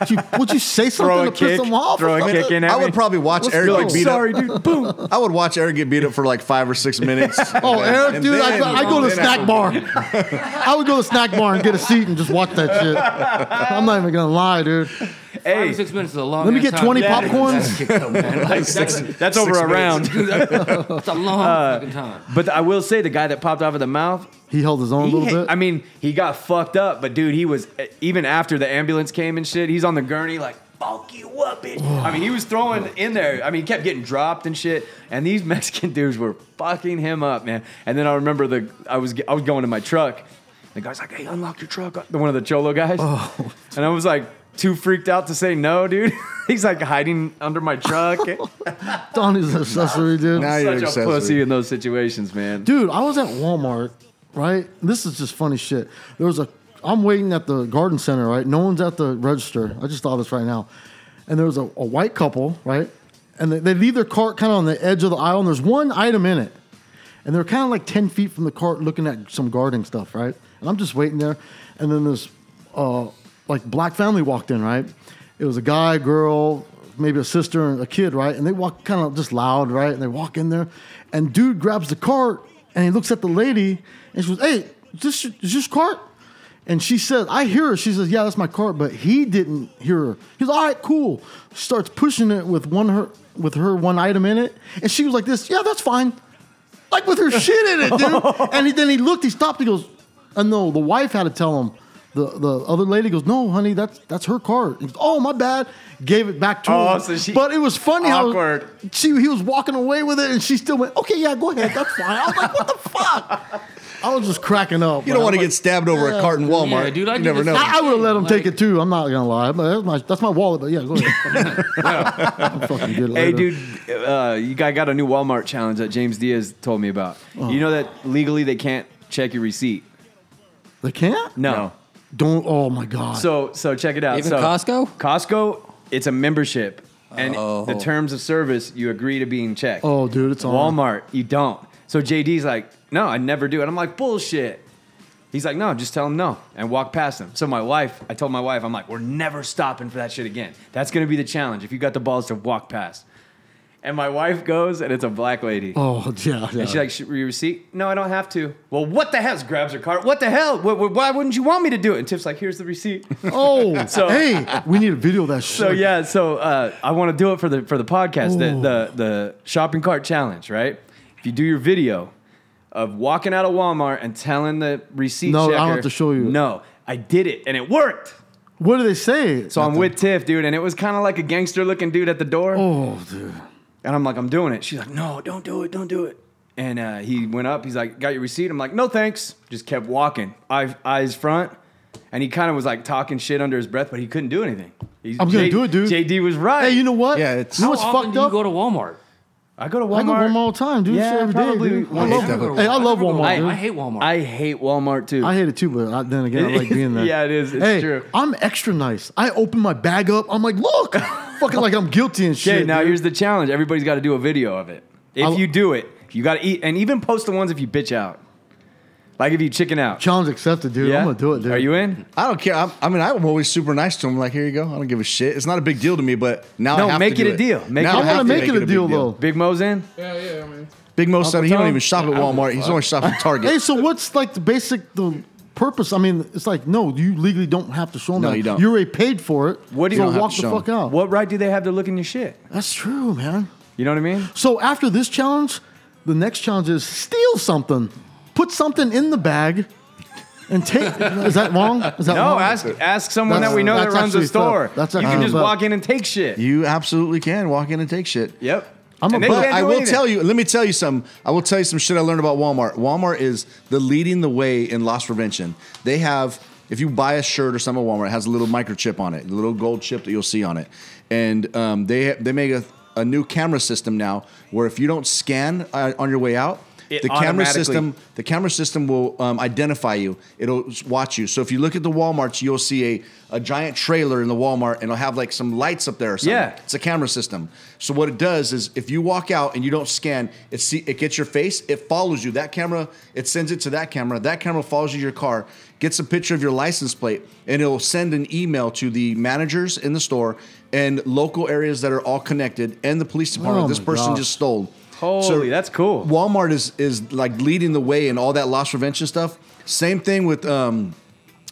Speaker 4: would, you, would you say something
Speaker 5: [laughs] throw a
Speaker 4: to
Speaker 5: kick,
Speaker 4: piss him off?
Speaker 5: throw a kick in at
Speaker 7: I
Speaker 5: me.
Speaker 7: would probably watch
Speaker 4: Let's
Speaker 7: Eric
Speaker 5: You're
Speaker 4: go.
Speaker 7: get
Speaker 5: like,
Speaker 7: beat
Speaker 5: Oh, sorry,
Speaker 7: up.
Speaker 5: dude. Boom.
Speaker 7: [laughs] I would watch Eric get beat up for like five or six minutes.
Speaker 4: [laughs] Oh, Eric,
Speaker 7: And
Speaker 4: dude, I,
Speaker 7: then-
Speaker 4: I go to the
Speaker 7: then
Speaker 4: snack bar. [laughs] I would go to the snack bar and get a seat and just watch that shit. I'm not even gonna lie, dude.
Speaker 9: five or
Speaker 5: Hey,
Speaker 9: six minutes is a long.
Speaker 4: Let me
Speaker 9: ass
Speaker 4: get
Speaker 9: time.
Speaker 4: 20
Speaker 9: Yeah.
Speaker 4: popcorns.
Speaker 9: Kick them, man. Like, that's,
Speaker 5: that's over a round.
Speaker 4: [laughs]
Speaker 5: [laughs]
Speaker 9: that's a long
Speaker 5: Uh,
Speaker 9: fucking time.
Speaker 5: But I will say the guy that popped off of the mouth,
Speaker 4: He held his own
Speaker 5: he
Speaker 4: a little
Speaker 5: ha-
Speaker 4: bit.
Speaker 5: I mean, he got fucked up, but dude, he was eh, even after the ambulance came and shit, he's on the gurney like fuck you
Speaker 4: [sighs]
Speaker 5: up, bitch. I mean, he was throwing in there. I mean, he kept getting dropped and shit. And these [laughs] Mexican dudes were fucking him up, man. And then I remember the I was I was going to my truck. The guy's like, "Hey, unlock your truck." The one of the cholo guys.
Speaker 4: Oh.
Speaker 5: And I was like too freaked out to say no, dude. [laughs] he's like hiding under
Speaker 4: [laughs]
Speaker 5: my truck.
Speaker 4: Donnie's an accessory, dude.
Speaker 7: Now you're
Speaker 5: Such a
Speaker 7: accessory.
Speaker 5: pussy in those situations, man.
Speaker 4: Dude, I was at Walmart, right? This is just funny shit. There was a, I'm waiting at the garden center, right? No one's at the register. I just thought of this right now. And there was a, a white couple, right? And they, they leave their cart kind of on the edge of the aisle, and there's one item in it. And they're kind of like 10 feet from the cart looking at some gardening stuff, right? And I'm just waiting there. And then this, uh, like, black family walked in, right? It was a guy, girl, maybe a sister, and a kid, right? And they walk kind of just loud, right? And they walk in there. And dude grabs the cart and he looks at the lady and she goes, Hey, is this, is this cart? And she says, I hear her. She says, Yeah, that's my cart. But he didn't hear her. He's all right, cool. Starts pushing it with one her with her one item in it. And she was like this, yeah, that's fine like
Speaker 5: [laughs]
Speaker 4: with her shit in it, dude. And he, then he looked, he stopped, he goes, and no, the wife had to tell him. The, the other lady goes, no, honey, that's that's her card. He goes, oh, my bad. Gave it back to
Speaker 5: Oh,
Speaker 4: him.
Speaker 5: so she-
Speaker 4: but it was funny
Speaker 5: Awkward.
Speaker 4: how she he was walking away with it, and she still went, okay, yeah, go ahead, that's fine. I was like, what the fuck? I was just cracking up.
Speaker 7: You don't
Speaker 4: man.
Speaker 7: want to
Speaker 4: I'm
Speaker 7: get stabbed over a cart in Walmart.
Speaker 9: Yeah, dude, I
Speaker 7: you
Speaker 9: do
Speaker 7: never
Speaker 9: the
Speaker 7: know.
Speaker 9: same-
Speaker 4: like, I, would have let him take
Speaker 9: Like-
Speaker 4: it too. I'm not gonna lie, but that's my that's my wallet. But yeah, go
Speaker 7: [laughs]
Speaker 4: ahead. [laughs] I'm fucking good.
Speaker 5: Hey,
Speaker 4: later.
Speaker 5: dude, uh, you guy got a new Walmart challenge that James Diaz told me about.
Speaker 4: Oh.
Speaker 5: You know that legally they can't check your receipt.
Speaker 4: they can't.
Speaker 5: No.
Speaker 4: Don't. Oh my god.
Speaker 5: So so check it out.
Speaker 6: Even
Speaker 5: so,
Speaker 6: Costco?
Speaker 5: Costco, it's a membership, and
Speaker 6: Oh.
Speaker 5: the terms of service you agree to being checked.
Speaker 4: Oh, dude, it's on.
Speaker 5: Walmart, you don't. So JD's like, no, I never do. And I'm like, bullshit. He's like, no, just tell him no and walk past him. So my wife, I told my wife, I'm like, we're never stopping for that shit again. That's gonna be the challenge if you got the balls to walk past. And my wife goes, and it's a black lady.
Speaker 4: Oh [laughs] yeah, yeah.
Speaker 5: And she's like, "Should we receipt? No, I don't have to. Well, what the hell? Grabs her card. What the hell? Wh- wh- Why wouldn't you want me to do it? And Tiff's like, here's the receipt.
Speaker 4: oh,
Speaker 5: [laughs]
Speaker 4: [laughs]
Speaker 5: So-
Speaker 4: hey, we need a video of that shit.
Speaker 5: so yeah, so uh, I want to do it for the for the podcast, the, the the shopping cart challenge, right? If you do your video of walking out of Walmart and telling the receipt,
Speaker 4: No, I
Speaker 5: checker,
Speaker 4: don't have to show you.
Speaker 5: No, I did it, and it worked.
Speaker 4: What do they say?
Speaker 5: So I'm with Tiff, dude, and it was kind of like a gangster looking dude at the door.
Speaker 4: Oh, dude.
Speaker 5: And I'm like, I'm doing it. She's like, no, don't do it, don't do it. And uh, he went up. He's like, got your receipt? I'm like, no, thanks. Just kept walking, eye, eyes front. And he kind of was like talking shit under his breath, but he couldn't do anything. He's,
Speaker 4: I'm gonna do it, dude.
Speaker 5: JD was
Speaker 4: Hey,
Speaker 5: right.
Speaker 4: you know what?
Speaker 7: Yeah, it's-
Speaker 4: you know
Speaker 9: How
Speaker 4: what's
Speaker 9: often
Speaker 4: fucked
Speaker 9: do you
Speaker 4: up.
Speaker 9: go to Walmart?
Speaker 5: I go to Walmart.
Speaker 4: I go to Walmart all the time, dude.
Speaker 5: Yeah,
Speaker 4: Shit, every day,
Speaker 5: probably
Speaker 4: dude.
Speaker 5: once
Speaker 4: I
Speaker 5: a
Speaker 4: love,
Speaker 9: month.
Speaker 4: hey, I love
Speaker 9: I never go-
Speaker 4: Walmart,
Speaker 9: I-
Speaker 4: dude.
Speaker 9: I hate Walmart.
Speaker 5: I hate Walmart too.
Speaker 4: I hate it too, but I, then again, I like being there.
Speaker 5: [laughs] Yeah, it is. It's
Speaker 4: hey,
Speaker 5: true.
Speaker 4: I'm extra nice. I open my bag up. I'm like, look, [laughs] fucking like I'm guilty and shit.
Speaker 5: okay, now
Speaker 4: dude.
Speaker 5: here's the challenge. Everybody's got to do a video of it. If
Speaker 4: I'll-
Speaker 5: you do it, you got to eat, and even post the ones if you bitch out. Like if you chicken out.
Speaker 4: challenge accepted, dude.
Speaker 5: Yeah?
Speaker 4: I'm gonna do it, dude.
Speaker 5: Are you in?
Speaker 7: I don't care. I'm, I mean, I'm always super nice to him. Like, here you go. I don't give a shit. It's not a big deal to me, but now
Speaker 5: No,
Speaker 7: I have
Speaker 5: make
Speaker 7: to
Speaker 5: it
Speaker 7: do
Speaker 5: a deal. Make
Speaker 7: Now
Speaker 4: I
Speaker 5: it-
Speaker 7: I have
Speaker 4: want to
Speaker 7: to
Speaker 4: make, it
Speaker 7: big
Speaker 4: a deal
Speaker 7: deal.
Speaker 4: though.
Speaker 5: Big Mo's in.
Speaker 8: Yeah, yeah, I mean.
Speaker 7: Big Mo said he
Speaker 5: Tom?
Speaker 7: don't even shop at Walmart. He's only shopping at Target.
Speaker 4: Hey, [laughs] so what's like the basic the purpose? I mean, it's like no, you legally don't have to show them.
Speaker 7: No,
Speaker 4: that.
Speaker 7: you don't.
Speaker 4: You already paid for it.
Speaker 5: What do
Speaker 4: so
Speaker 5: you- You don't have
Speaker 4: walk
Speaker 7: to
Speaker 4: the
Speaker 7: show 'em.
Speaker 4: fuck out?
Speaker 5: What right do they have to look in your shit?
Speaker 4: That's true, man.
Speaker 5: You know what I mean?
Speaker 4: So after this challenge, the next challenge is steal something, put something in the bag, and take. [laughs] is that wrong? Is that
Speaker 5: No,
Speaker 4: wrong?
Speaker 5: ask ask someone
Speaker 4: That's-
Speaker 5: that we know that
Speaker 4: that's
Speaker 5: runs a
Speaker 4: actually
Speaker 5: store.
Speaker 4: tough. That's
Speaker 5: you can
Speaker 4: actually
Speaker 5: just
Speaker 4: tough.
Speaker 5: walk in and take shit.
Speaker 7: You absolutely can walk in and take shit.
Speaker 5: Yep.
Speaker 4: I'm a
Speaker 5: And they
Speaker 4: butt.
Speaker 7: But
Speaker 5: can't
Speaker 7: I
Speaker 5: do
Speaker 7: will
Speaker 5: anything.
Speaker 7: tell you, let me tell you something. I will tell you some shit I learned about Walmart. Walmart is the leading the way in loss prevention. They have, if you buy a shirt or something at Walmart, it has a little microchip on it, a little gold chip that you'll see on it. And um, they they make a, a new camera system now where if you don't scan uh, on your way out,
Speaker 5: It
Speaker 7: the camera
Speaker 5: automatically-
Speaker 7: system the camera system will um, identify you. It'll s- watch you. So if you look at the WalMarts, you'll see a, a giant trailer in the Walmart, and it'll have like some lights up there or something.
Speaker 5: Yeah.
Speaker 7: It's a camera system. So what it does is if you walk out and you don't scan, it see it gets your face, it follows you. That camera, it sends it to that camera. That camera follows you to your car, gets a picture of your license plate, and it'll send an email to the managers in the store and local areas that are all connected and the police department.
Speaker 4: Oh
Speaker 7: this
Speaker 4: my
Speaker 7: person
Speaker 4: gosh.
Speaker 7: just stole.
Speaker 5: Holy,
Speaker 7: So-
Speaker 5: that's cool.
Speaker 7: Walmart is is like leading the way in all that loss prevention stuff. Same thing with um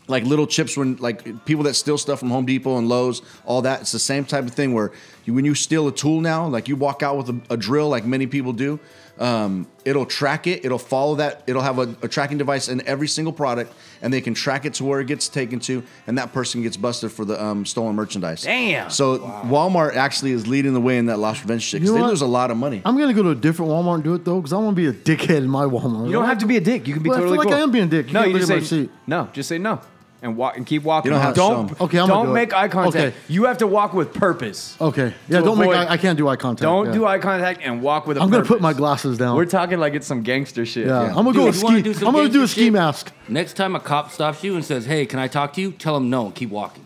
Speaker 7: like little chips when like people that steal stuff from Home Depot and Lowe's, all that. It's the same type of thing where you, when you steal a tool now, like you walk out with a, a drill, like many people do. Um, it'll track it. It'll follow that. It'll have a, a tracking device in every single product, and they can track it to where it gets taken to, and that person gets busted for the um, stolen merchandise.
Speaker 5: Damn.
Speaker 7: So Walmart actually is leading the way in that loss prevention shit. 'cause
Speaker 4: You know
Speaker 7: they
Speaker 4: what?
Speaker 7: lose a lot of money.
Speaker 4: I'm gonna go to a different Walmart and do it though, because I want to be a dickhead in my Walmart.
Speaker 5: You don't have to be a dick. You can be
Speaker 4: Well, I feel
Speaker 5: totally
Speaker 4: like
Speaker 5: cool.
Speaker 4: I am being a dick. You
Speaker 5: no,
Speaker 4: can't
Speaker 5: you
Speaker 4: look
Speaker 5: just
Speaker 4: at
Speaker 5: say
Speaker 4: my seat.
Speaker 5: no. Just say no, and walk and keep walking.
Speaker 7: You don't have to
Speaker 5: don't
Speaker 7: show 'em.
Speaker 4: Okay, I'm gonna
Speaker 5: don't
Speaker 4: do it.
Speaker 5: make eye contact.
Speaker 4: Okay.
Speaker 5: You have to walk with purpose.
Speaker 4: Okay. Yeah.
Speaker 5: To
Speaker 4: Don't make.
Speaker 5: avoid-
Speaker 4: Eye, I can't do eye contact.
Speaker 5: Don't
Speaker 4: yeah.
Speaker 5: do eye contact and walk with. i
Speaker 4: I'm gonna put my glasses down.
Speaker 5: We're talking like it's some gangster shit.
Speaker 4: yeah. I'm gonna
Speaker 9: Dude,
Speaker 4: go
Speaker 9: if
Speaker 4: with
Speaker 9: you wanna
Speaker 4: ski.
Speaker 9: do some
Speaker 4: I'm gonna do a
Speaker 9: gangster
Speaker 4: ski
Speaker 9: shit-
Speaker 4: mask.
Speaker 9: Next time a cop stops you and says, "Hey, can I talk to you?" Tell him no and keep walking,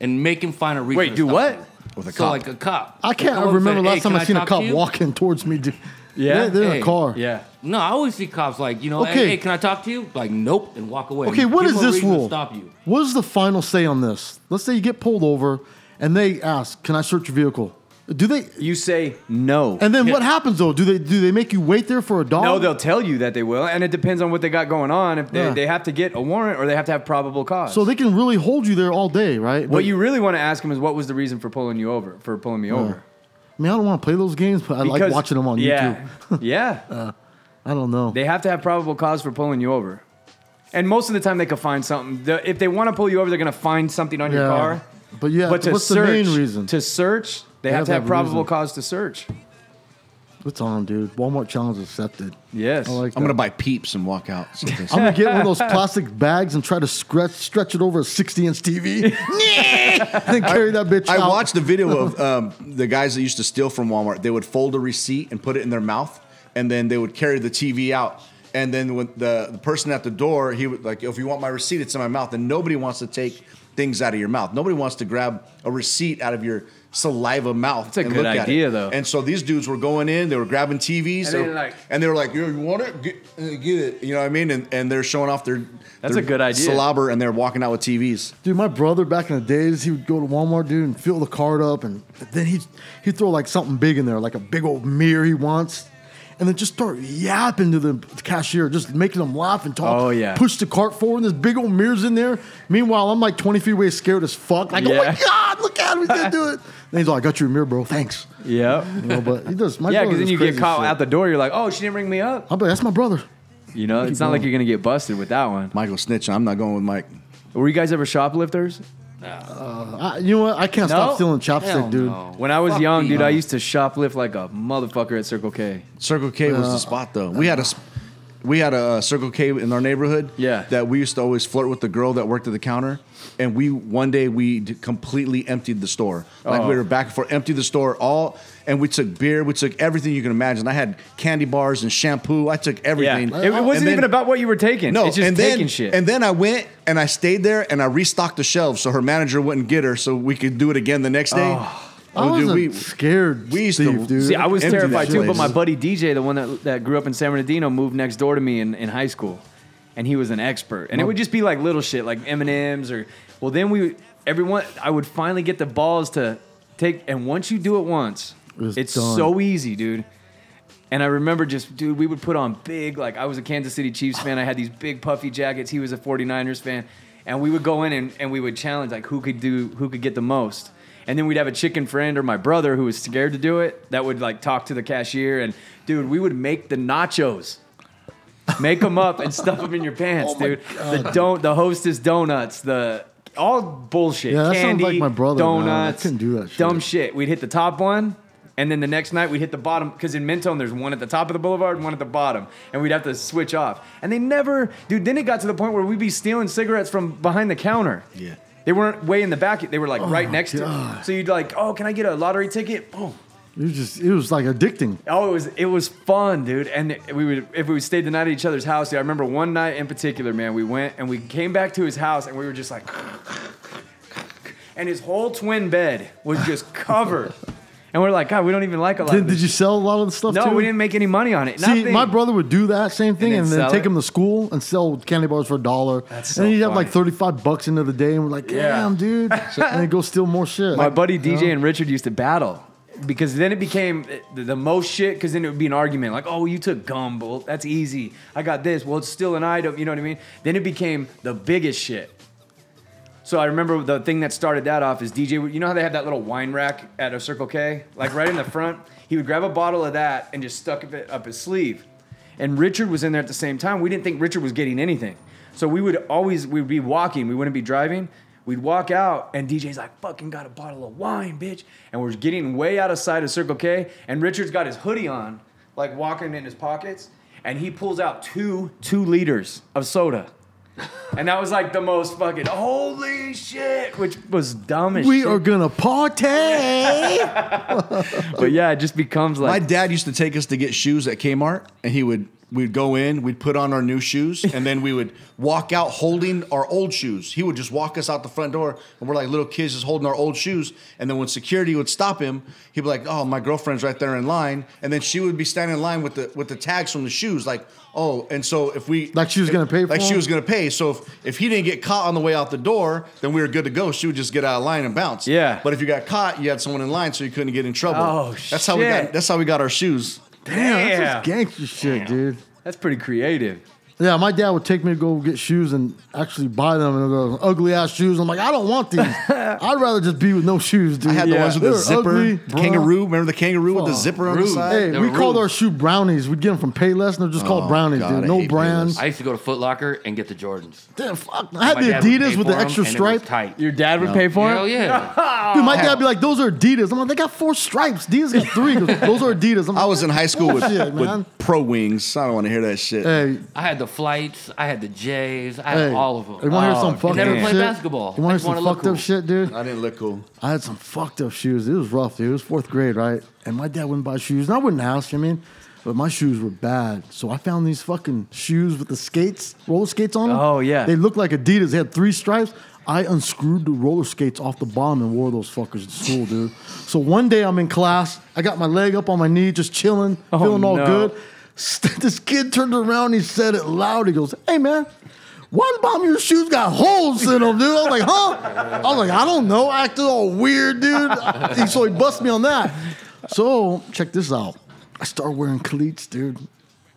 Speaker 9: and make him find a reason.
Speaker 5: Wait,
Speaker 9: to
Speaker 5: do
Speaker 9: stop
Speaker 5: what?
Speaker 9: you.
Speaker 7: With a
Speaker 9: so
Speaker 7: cop.
Speaker 9: like a cop.
Speaker 4: I can't
Speaker 9: Come up and
Speaker 4: remember
Speaker 9: say,
Speaker 4: last
Speaker 9: "Hey,
Speaker 4: time
Speaker 9: can
Speaker 4: I seen a
Speaker 9: talk
Speaker 4: cop
Speaker 9: to you?"
Speaker 4: walking towards me. Dude.
Speaker 5: Yeah?
Speaker 4: They're, they're in
Speaker 9: Hey.
Speaker 4: a car.
Speaker 5: Yeah.
Speaker 9: No, I always see cops like you know,
Speaker 4: Okay.
Speaker 9: hey, hey, can I talk to you? Like, nope, and walk away.
Speaker 4: Okay, what
Speaker 9: Give
Speaker 4: is
Speaker 9: him a
Speaker 4: this
Speaker 9: reason to
Speaker 4: rule?
Speaker 9: Stop you.
Speaker 4: What is the final say on this? Let's say you get pulled over and they ask, "Can I search your vehicle?" Do they?
Speaker 5: You say no.
Speaker 4: And then what happens though? Do they do they make you wait there for a dog?
Speaker 5: no, they'll tell you that they will, and it depends on what they got going on. If they,
Speaker 4: Yeah.
Speaker 5: they have to get a warrant or they have to have probable cause.
Speaker 4: so they can really hold you there all day, right?
Speaker 5: what you really want to ask them is what was the reason for pulling you over, for pulling me over.
Speaker 4: I mean, I don't want to play those games, but I like
Speaker 5: Because-
Speaker 4: watching them on
Speaker 5: yeah,
Speaker 4: YouTube. [laughs] Uh,
Speaker 5: yeah,
Speaker 4: I don't know.
Speaker 5: they have to have probable cause for pulling you over, and most of the time they can find something. The- if they want to pull you over, they're going to find something on your
Speaker 4: Yeah.
Speaker 5: car.
Speaker 4: But yeah,
Speaker 5: but to
Speaker 4: what's
Speaker 5: search,
Speaker 4: the main reason?
Speaker 5: To search, they, have, to have, probable
Speaker 4: reason.
Speaker 5: cause to search.
Speaker 4: What's on, dude? Walmart challenge accepted.
Speaker 5: Yes.
Speaker 4: I like.
Speaker 7: I'm
Speaker 4: that.
Speaker 7: gonna buy peeps and walk out. someplace.
Speaker 4: I'm gonna get one of [laughs]
Speaker 5: [laughs]
Speaker 4: those plastic bags and try to stretch stretch it over a 60 inch
Speaker 5: [laughs]
Speaker 4: TV. [laughs] and carry that bitch
Speaker 7: I
Speaker 4: out.
Speaker 7: watched the video of um, the guys that used to steal from Walmart. They would fold a receipt and put it in their mouth, and then they would carry the TV out. And then when the, the person at the door, he would like, if you want my receipt, it's in my mouth. And nobody wants to take things out of your mouth. Nobody wants to grab a receipt out of your saliva mouth. That's
Speaker 5: a good idea, though.
Speaker 7: And so these dudes were going in, they were grabbing
Speaker 5: And
Speaker 7: TVs, they
Speaker 5: then,
Speaker 7: were-
Speaker 5: like-
Speaker 7: and they were like, "You want it? Get, uh, get it." You know what I mean? And, and they're showing off their
Speaker 5: That's
Speaker 7: their
Speaker 5: a good idea.
Speaker 7: Slobber, and they're walking out with TVs.
Speaker 4: Dude, my brother back in the days, he would go to Walmart, dude, and fill the cart up, and then he he throw like something big in there, like a big old mirror he wants, and then just start yapping to the cashier, just making them laugh and talk.
Speaker 5: Oh, yeah.
Speaker 4: push the cart forward, and this big old mirror's in there. Meanwhile, I'm like 20 feet away, scared as fuck. Like, oh my
Speaker 5: Yeah.
Speaker 4: god, look at him, he's gonna
Speaker 5: [laughs]
Speaker 4: do it. And he's like, "I got your mirror, bro. Thanks."
Speaker 5: Yeah.
Speaker 4: You know, but he does. My
Speaker 5: Yeah,
Speaker 4: brother
Speaker 5: because then
Speaker 4: does
Speaker 5: you get
Speaker 4: crazy
Speaker 5: caught
Speaker 4: shit.
Speaker 5: out the door. You're like, oh, she didn't ring me up.
Speaker 4: I'm like, "That's my brother."
Speaker 5: You know, it's not like you're gonna get busted with that one.
Speaker 7: Michael snitching. I'm not going with Mike.
Speaker 5: Were you guys ever shoplifters?
Speaker 4: Uh, I, you know what? I can't stop
Speaker 5: No?
Speaker 4: stealing chopstick,
Speaker 9: Hell
Speaker 4: dude.
Speaker 9: no.
Speaker 5: When I was
Speaker 9: Fuck
Speaker 5: young,
Speaker 9: me.
Speaker 5: dude, I used to shoplift like a motherfucker at Circle K.
Speaker 7: Circle K was
Speaker 4: Uh,
Speaker 7: the spot though. We had a s- we had a uh, Circle K in our neighborhood.
Speaker 5: Yeah.
Speaker 7: that we used to always flirt with the girl that worked at the counter, and we one day we d- completely emptied the store. Like we
Speaker 5: Oh.
Speaker 7: were back and forth, emptied the store all, and we took beer, we took everything you can imagine. I had candy bars and shampoo. I took
Speaker 5: Yeah,
Speaker 7: everything.
Speaker 5: it,
Speaker 4: Uh,
Speaker 5: it wasn't
Speaker 7: And then-
Speaker 5: even about what you were taking.
Speaker 7: No,
Speaker 5: it's just
Speaker 7: and
Speaker 5: taking
Speaker 7: then,
Speaker 5: shit.
Speaker 7: And then I went and I stayed there and I restocked the shelves so her manager wouldn't get her, so we could do it again the next day.
Speaker 4: I
Speaker 7: Oh,
Speaker 4: wasn't
Speaker 7: dude, we-
Speaker 4: scared.
Speaker 7: we used to-
Speaker 4: thief, dude.
Speaker 5: See, I was
Speaker 7: Empty that
Speaker 5: terrified too, but
Speaker 7: place.
Speaker 5: my buddy DJ, the one that, that grew up in San Bernardino, moved next door to me in, in high school, and he was an expert. And it would just be like little shit, like M and M's, or well, then we everyone I would finally get the balls to take. And once you do it once,
Speaker 4: was
Speaker 5: it's
Speaker 4: done.
Speaker 5: so easy, dude. And I remember just, dude, we would put on big, like, I was a Kansas City Chiefs fan. I had these big puffy jackets. He was a 49ers fan. And we would go in and, and we would challenge, like, who could do, who could get the most. And then we'd have a chicken friend or my brother who was scared to do it that would, like, talk to the cashier. And, dude, we would make the nachos. Make them up and stuff them in your pants, dude. The don't, the hostess donuts, the all bullshit.
Speaker 4: Yeah, that sounds
Speaker 5: Candy,
Speaker 4: like my brother now. I
Speaker 5: Donuts,
Speaker 4: couldn't do that shit.
Speaker 5: dumb shit. We'd hit the top one, and then the next night we'd hit the bottom because in Mentone there's one at the top of the boulevard and one at the bottom, and we'd have to switch off. And they never, dude. Then it got to the point where we'd be stealing cigarettes from behind the counter.
Speaker 7: Yeah.
Speaker 5: They weren't way in the back. They were like right
Speaker 4: Oh my
Speaker 5: next to.
Speaker 4: God.
Speaker 5: So you'd like, oh, can I get a lottery ticket? Boom.
Speaker 4: It was just it was like addicting.
Speaker 5: Oh, it was it was fun, dude. And we would if we stayed the night at each other's house. Dude, I remember one night in particular, man. We went and we came back to his house, and we were just like, [laughs] and his whole twin bed was
Speaker 4: [laughs]
Speaker 5: just covered. And we're like, God, we don't even like a lot.
Speaker 4: Did,
Speaker 5: of this.
Speaker 4: did you sell a lot of the stuff?
Speaker 5: No,
Speaker 4: too?
Speaker 5: we didn't make any money on it.
Speaker 4: See,
Speaker 5: Nothing.
Speaker 4: my brother would do that same thing,
Speaker 5: then
Speaker 4: and then,
Speaker 5: sell
Speaker 4: take
Speaker 5: it?
Speaker 4: him to school and sell candy bars for a dollar.
Speaker 5: That's
Speaker 4: and
Speaker 5: so
Speaker 4: he'd have like
Speaker 5: funny.
Speaker 4: thirty-five bucks into the day, and we're like,
Speaker 5: Yeah.
Speaker 4: "Damn,
Speaker 5: [laughs]
Speaker 4: dude!" and then go steal more shit.
Speaker 5: my buddy DJ and Richard used to battle because then it became the, the most shit. Because then it would be an argument like, "Oh, you took gum, well, that's easy. I got this. Well, it's still an item. You know what I mean?" Then it became the biggest shit. So I remember the thing that started that off is DJ. would- You know how they have that little wine rack at a Circle K, like right in the front. He would grab a bottle of that and just stuck it up his sleeve. And Richard was in there at the same time. We didn't think Richard was getting anything, so we would always we'd be walking. We wouldn't be driving. We'd walk out, and DJ's like, "Fucking got a bottle of wine, bitch!" And we're getting way out of sight of Circle K, and Richard's got his hoodie on, like walking in his pockets, and he pulls out two two liters of soda. And that was like the most fucking holy shit, which was dumb as
Speaker 4: we
Speaker 5: shit.
Speaker 4: are gonna party.
Speaker 5: [laughs] but yeah, it just becomes
Speaker 7: My
Speaker 5: like
Speaker 7: dad used to take us to get shoes at Kmart, and he would we'd go in, we'd put on our new shoes, and then we would walk out holding our old shoes. He would just walk us out the front door, and we're like little kids just holding our old shoes. And then when security would stop him, he'd be like, "Oh, my girlfriend's right there in line," and then she would be standing in line with the with the tags from the shoes, like. Oh, and so if we
Speaker 4: Like she was gonna pay for
Speaker 7: like she
Speaker 4: them?
Speaker 7: was gonna pay. So if, if he didn't get caught on the way out the door, then we were good to go. She would just get out of line and bounce.
Speaker 5: Yeah.
Speaker 7: But if you got caught, you had someone in line, so you couldn't get in trouble.
Speaker 5: Oh,
Speaker 7: that's how we got.
Speaker 5: shit.
Speaker 7: That's how we got our shoes.
Speaker 5: damn,
Speaker 4: That's gangster shit, dude.
Speaker 5: that's pretty creative.
Speaker 4: Yeah, my dad would take me to go get shoes and actually buy them, and those ugly ass shoes. I'm like, I don't
Speaker 5: [laughs]
Speaker 4: want these. I'd rather just be with no shoes, dude.
Speaker 7: I had the
Speaker 5: Yeah.
Speaker 7: ones with the
Speaker 4: They're
Speaker 7: zipper,
Speaker 4: ugly, bruh.
Speaker 7: kangaroo. Remember the kangaroo with the
Speaker 4: Fuck.
Speaker 7: zipper on the
Speaker 9: Rude.
Speaker 7: side?
Speaker 4: Hey,
Speaker 9: They
Speaker 4: we
Speaker 9: were
Speaker 4: called
Speaker 9: rude.
Speaker 4: our shoe brownies. We'd get them from Payless, and they're just called
Speaker 7: Oh,
Speaker 4: brownies,
Speaker 7: God,
Speaker 4: dude.
Speaker 7: I
Speaker 4: No
Speaker 7: hate
Speaker 4: brands.
Speaker 7: Payless.
Speaker 9: I used to go to Foot Locker and get the Jordans.
Speaker 4: Damn, fuck. I had
Speaker 9: My
Speaker 4: the
Speaker 9: dad would pay
Speaker 4: Adidas with
Speaker 9: for
Speaker 4: the
Speaker 9: 'em,
Speaker 4: extra
Speaker 9: and it
Speaker 4: stripe.
Speaker 9: was tight.
Speaker 5: Your dad would pay for
Speaker 9: Hell
Speaker 5: it. [laughs]
Speaker 4: [laughs]
Speaker 9: yeah.
Speaker 4: Dude, my dad be like, those are Adidas. I'm like, they got four stripes. Adidas got three. He goes, those are Adidas. I'm like,
Speaker 7: I was in high school with,
Speaker 4: Bullshit, man.
Speaker 7: with pro wings. I don't want to hear that shit.
Speaker 4: hey,
Speaker 9: I had the flights. I had the J's. I had
Speaker 4: hey.
Speaker 9: all of them.
Speaker 4: You want to hear
Speaker 6: Oh,
Speaker 4: some fucked
Speaker 9: never
Speaker 4: up
Speaker 9: played
Speaker 4: shit?
Speaker 9: basketball.
Speaker 4: You want to
Speaker 9: I just
Speaker 4: hear some
Speaker 9: wanna look
Speaker 4: fucked up
Speaker 9: cool.
Speaker 4: shit, dude?
Speaker 7: I didn't look cool.
Speaker 4: I had some fucked up shoes. It was rough, dude. It was fourth grade, right? And my dad wouldn't buy shoes, and I wouldn't ask. You know what I mean, But my shoes were bad, so I found these fucking shoes with the skates, roller skates on them.
Speaker 5: Oh, yeah.
Speaker 4: they looked like Adidas. They had three stripes. I unscrewed the roller skates off the bottom and wore those fuckers to school, dude. So one day I'm in class, I got my leg up on my knee, just chilling,
Speaker 5: Oh,
Speaker 4: feeling all
Speaker 5: no.
Speaker 4: good. [laughs] This kid turned around, he said it loud. He goes, "Hey man, one bomb your shoes got holes in them, dude." I was like, "Huh?" I was like, "I don't know." I acted all weird, dude. He- so he bust me on that. So check this out. I started wearing cleats, dude.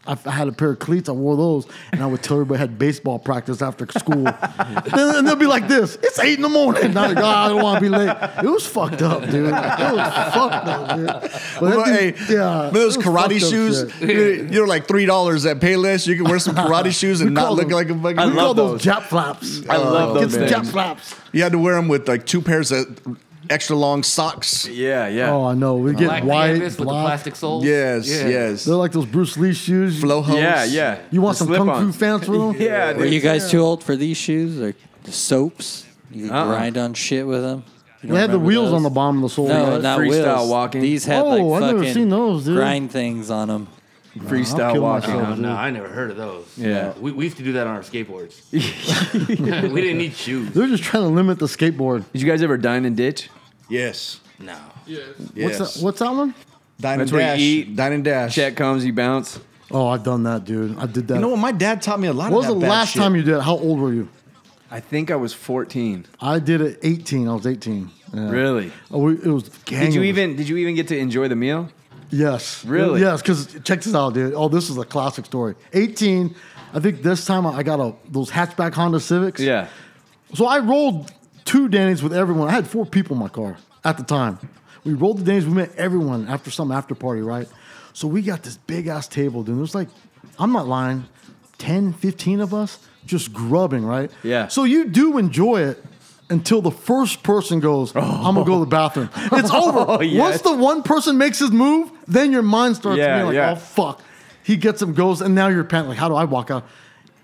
Speaker 4: I I had a pair of cleats. I wore those, and I would tell everybody I had baseball practice after school. [laughs] Then- and they'll be like, "This, it's eight in the morning." And I'm like, "Oh, I don't want to be late." It was fucked up, dude. It was fucked up, dude. But that
Speaker 7: But, hey,
Speaker 4: dude- yeah,
Speaker 7: but those
Speaker 4: it was fucked
Speaker 7: karate
Speaker 4: up
Speaker 7: shoes,
Speaker 4: shit.
Speaker 5: [laughs]
Speaker 7: you're, you're like three dollars at Payless. You can
Speaker 4: [laughs]
Speaker 7: wear some karate shoes and
Speaker 4: We
Speaker 7: not
Speaker 4: call
Speaker 7: look
Speaker 4: them-
Speaker 7: like a
Speaker 4: We
Speaker 7: fucking. Oh,
Speaker 5: love
Speaker 4: call those
Speaker 5: those.
Speaker 4: jap flaps.
Speaker 5: I love
Speaker 4: Get
Speaker 5: those
Speaker 4: some jap
Speaker 5: things.
Speaker 4: flaps.
Speaker 7: You had to wear them with like two pairs of extra long socks.
Speaker 5: Yeah, yeah.
Speaker 4: Oh, I know. We get
Speaker 9: Black
Speaker 4: white,
Speaker 9: canvas with the
Speaker 4: black.
Speaker 9: plastic soles.
Speaker 7: Yes,
Speaker 9: Yeah.
Speaker 7: yes.
Speaker 4: They're like those Bruce Lee shoes.
Speaker 7: Flow hose.
Speaker 5: yeah, yeah.
Speaker 4: You want
Speaker 5: The
Speaker 4: some kung fu
Speaker 5: slip-ons.
Speaker 4: fans with them?
Speaker 5: [laughs] Yeah,
Speaker 6: Were
Speaker 5: dude.
Speaker 6: you guys too old for these shoes or the soaps? You could
Speaker 5: Uh-uh.
Speaker 6: grind on shit with them. You
Speaker 4: They had the
Speaker 6: remember
Speaker 4: wheels
Speaker 6: those?
Speaker 4: on the bottom of the sole.
Speaker 6: No,
Speaker 4: right?
Speaker 6: not
Speaker 5: Freestyle
Speaker 6: wheels.
Speaker 5: walking.
Speaker 6: These had
Speaker 4: Oh,
Speaker 6: like
Speaker 4: I've
Speaker 6: fucking
Speaker 4: never seen those, dude.
Speaker 6: grind things on them.
Speaker 4: I'll
Speaker 5: freestyle
Speaker 4: kill
Speaker 5: walking.
Speaker 4: myself.
Speaker 9: No, no, I never heard of those.
Speaker 5: Yeah.
Speaker 9: we, we used to do that on our
Speaker 5: [laughs]
Speaker 9: skateboards. [laughs] we didn't need shoes.
Speaker 4: They're just trying to limit the skateboard.
Speaker 5: Did you guys ever dine and ditch?
Speaker 7: Yes.
Speaker 9: No,
Speaker 7: Yes.
Speaker 4: What's that? What's that one?
Speaker 7: Dine
Speaker 5: That's
Speaker 7: and
Speaker 5: where you
Speaker 7: dash.
Speaker 5: eat,
Speaker 7: Dine and dash.
Speaker 5: Check comes, you bounce.
Speaker 4: Oh, I've done that, dude. I did that.
Speaker 7: You know what? My dad taught me a lot
Speaker 4: what was
Speaker 7: of
Speaker 4: the
Speaker 7: that bad
Speaker 4: last
Speaker 7: shit.
Speaker 4: time you did it? How old were you?
Speaker 5: I think I was 14.
Speaker 4: I did it 18. I was 18. Yeah.
Speaker 5: Really?
Speaker 4: Oh, we, it was gang.
Speaker 5: Did you
Speaker 4: of us.
Speaker 5: even did you even get to enjoy the meal?
Speaker 4: Yes.
Speaker 5: Really?
Speaker 4: Yes, because check this out, dude. Oh, this is a classic story. 18, I think this time I got a those hatchback Honda Civics.
Speaker 5: Yeah.
Speaker 4: So I rolled two Danny's with everyone. I had four people in my car at the time. We rolled the Danny's. We met everyone after some after party, right? So we got this big ass table, dude. There's like, I'm not lying, 10, 15 of us just grubbing, right?
Speaker 5: Yeah.
Speaker 4: So you do enjoy it until the first person goes,
Speaker 5: Oh.
Speaker 4: I'm gonna go to the bathroom.
Speaker 5: [laughs]
Speaker 4: It's over. Once
Speaker 5: yes.
Speaker 4: the one person makes his move, then your mind starts
Speaker 5: Yeah,
Speaker 4: being like,
Speaker 5: yeah.
Speaker 4: oh fuck. He gets him, goes, and now you're panicking. Like, how do I walk out?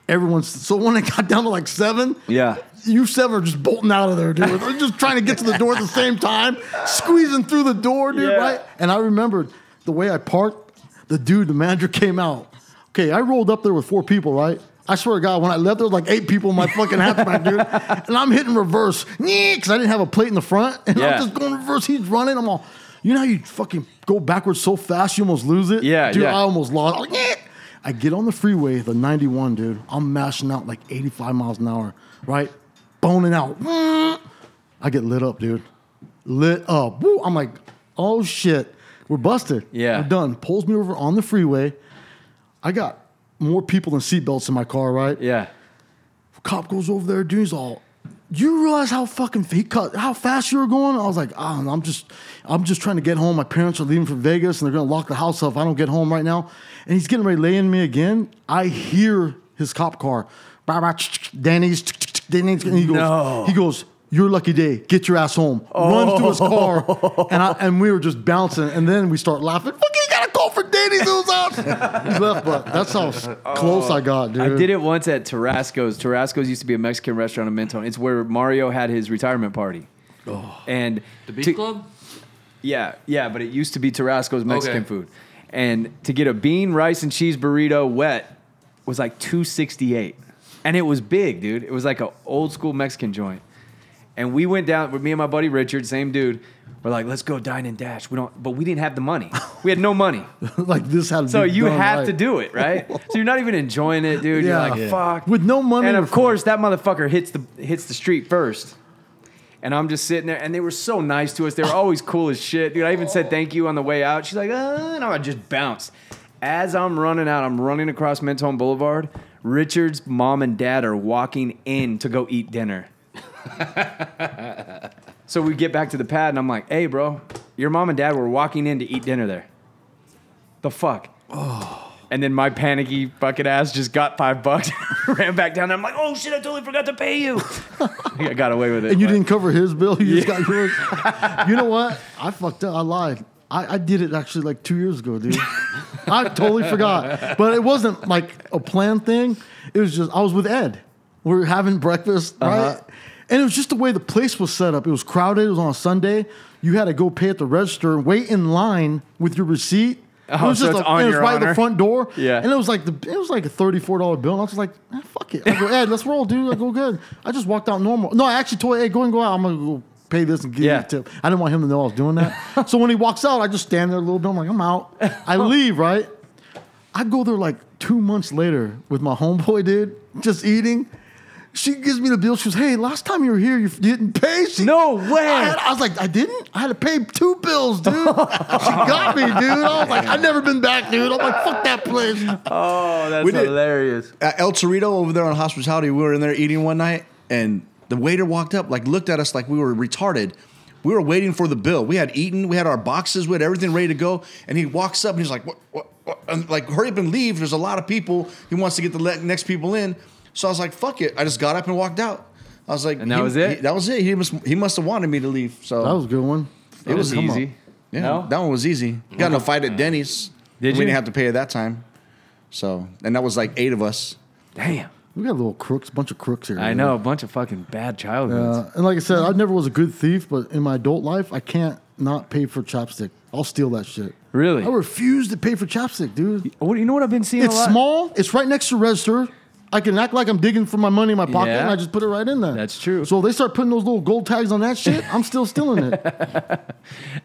Speaker 4: Everyone's so when it got down to like seven, [laughs]
Speaker 5: Yeah.
Speaker 4: you seven are just bolting out of there, dude. They're just trying to get to the door at the same time, squeezing through the door, dude.
Speaker 5: Yeah.
Speaker 4: Right? And I remembered the way I parked. The dude, the manager came out. Okay, I rolled up there with four people, right? I swear to God, when I left, there was like eight people in my fucking hatchback, dude. And I'm hitting reverse, because I didn't have a plate in the front, and
Speaker 5: Yeah.
Speaker 4: I'm just going reverse. He's running. I'm all, you know how you fucking go backwards so fast, you almost lose it.
Speaker 5: Yeah,
Speaker 4: dude.
Speaker 5: yeah.
Speaker 4: I almost lost. I'm like, "Yeah." I get on the freeway, the 91, dude. I'm mashing out like 85 miles an hour, right? Boning out. I get lit up, dude. Lit up. Woo. I'm like, oh shit, we're busted.
Speaker 5: Yeah.
Speaker 4: we're done. Pulls me over on the freeway. I got more people than seatbelts in my car, right?
Speaker 5: Yeah.
Speaker 4: cop goes over there, dude's all, you realize how fucking he cut, how fast you were going? I was like, I don't know, I'm just, I'm just trying to get home. My parents are leaving for Vegas, and they're gonna lock the house up. if I don't get home right now, and he's getting ready to lay in me again. I hear his cop car, bah, bah, ch- ch- Danny's, ch- ch- ch- Danny's, and he goes,
Speaker 5: No.
Speaker 4: he goes. Your lucky day. Get your ass home. Runs to his car, and I, and we were just bouncing, and then we start laughing. Fucking got a call for Danny's who's out. he left, but that's how s- close I got, dude.
Speaker 5: I did it once at Tarasco's. Tarasco's used to be a Mexican restaurant in Mentone. It's where Mario had his retirement party. And
Speaker 9: the beach
Speaker 5: to-
Speaker 9: club.
Speaker 5: Yeah, yeah, but it used to be Tarasco's Mexican
Speaker 9: Okay.
Speaker 5: food. And to get a bean, rice, and cheese burrito wet was like two sixty eight. And it was big, dude. It was like an old school Mexican joint. And we went down with me and my buddy Richard, same dude. We're like, let's go dine and dash. We don't, but we didn't have the money. We had
Speaker 4: [laughs]
Speaker 5: no money,
Speaker 4: [laughs] like this had to
Speaker 5: so
Speaker 4: be
Speaker 5: you
Speaker 4: done
Speaker 5: have
Speaker 4: right.
Speaker 5: to do
Speaker 4: [laughs]
Speaker 5: it, right? so you're not even enjoying it, dude.
Speaker 4: Yeah.
Speaker 5: You're like,
Speaker 4: Yeah.
Speaker 5: fuck,
Speaker 4: With no money
Speaker 5: And
Speaker 4: or
Speaker 5: of course, that motherfucker hits the hits the street first. And I'm just sitting there, and they were so nice to us. They were always cool as shit, dude. I even said thank you on the way out. She's like, ah, and I just bounced. As I'm running out, I'm running across Mentone Boulevard. Richard's mom and dad are walking in to go eat dinner. so we get back to the pad, and I'm like, hey, bro, your mom and dad were walking in to eat dinner there. The fuck?
Speaker 4: Oh.
Speaker 5: And then my panicky fucking ass just got five bucks, [laughs] ran back down. I'm like, oh shit, I totally forgot to pay you. [laughs] I got away with it.
Speaker 4: And you
Speaker 5: but-
Speaker 4: didn't cover his bill. [laughs] You just got yours.
Speaker 5: [laughs]
Speaker 4: you know what? I fucked up. I lied. I, I did it actually like two years ago, dude. I totally forgot. But it wasn't like a planned thing. It was just, I was with Ed. We were having breakfast,
Speaker 5: Uh-huh.
Speaker 4: right? And it was just the way the place was set up. It was crowded. It was on a Sunday. You had to go pay at the register, wait in line with your receipt
Speaker 5: Oh,
Speaker 4: it was
Speaker 5: so
Speaker 4: just
Speaker 5: it's
Speaker 4: a,
Speaker 5: on
Speaker 4: it was
Speaker 5: your
Speaker 4: right at
Speaker 5: honor?
Speaker 4: the front door.
Speaker 5: Yeah.
Speaker 4: And it was like the it was like a thirty four dollar bill. And I was like, "Ah, fuck it. I go, Ed, let's roll, dude. I go good. I just walked out normal. No, I actually told Ed, go and go out. I'm gonna go pay this and give
Speaker 5: Yeah.
Speaker 4: you a tip. I didn't want him to know I was doing
Speaker 5: [laughs]
Speaker 4: that. so when he walks out, I just stand there a little bit. I'm like, I'm out. I leave, right? I go there like two months later with my homeboy, dude, just eating. She gives me the bill. She goes, "Hey, last time you were here, you didn't pay." She,
Speaker 5: No way.
Speaker 4: I, had- I was like, "I didn't. I had to pay two bills, dude." she got me, dude. I was like, "I've never been back, dude." I'm like, "Fuck that place."
Speaker 5: Oh, that's
Speaker 7: We did-
Speaker 5: hilarious.
Speaker 7: at El Torito over there on hospitality, we were in there eating one night, and the waiter walked up, like looked at us like we were retarded. We were waiting for the bill. We had eaten, we had our boxes, we had everything ready to go, and he walks up and he's like, "What? What? what?" And like, hurry up and leave. There's a lot of people. He wants to get the le- next people in." So I was like, "Fuck it!" I just got up and walked out. I was like,
Speaker 5: And that
Speaker 7: he-
Speaker 5: was it?
Speaker 7: he- that was it. He must he must have wanted me to leave. So
Speaker 4: That was a good one.
Speaker 5: It was
Speaker 4: come on.
Speaker 5: easy.
Speaker 7: yeah,
Speaker 5: No?
Speaker 7: that one was easy. Got in a fight at Denny's.
Speaker 5: Did
Speaker 7: we
Speaker 5: you?
Speaker 7: didn't have to pay it that time. So and that was like eight of us.
Speaker 5: Damn.
Speaker 4: We got a little crooks, bunch of crooks here.
Speaker 5: I
Speaker 4: dude.
Speaker 5: know a bunch of fucking bad childhoods.
Speaker 4: Uh, and like I said, I never was a good thief, but in my adult life, I can't not pay for chapstick. I'll steal that shit.
Speaker 5: Really?
Speaker 4: I refuse to pay for chapstick, dude.
Speaker 5: What you know what I've been seeing a
Speaker 4: It's
Speaker 5: lot?
Speaker 4: small. It's right next to register. I can act like I'm digging for my money in my pocket,
Speaker 5: Yeah.
Speaker 4: and I just put it right in there.
Speaker 5: That's true.
Speaker 4: So they start putting those little gold tags on that shit. I'm still stealing
Speaker 5: [laughs]
Speaker 4: it.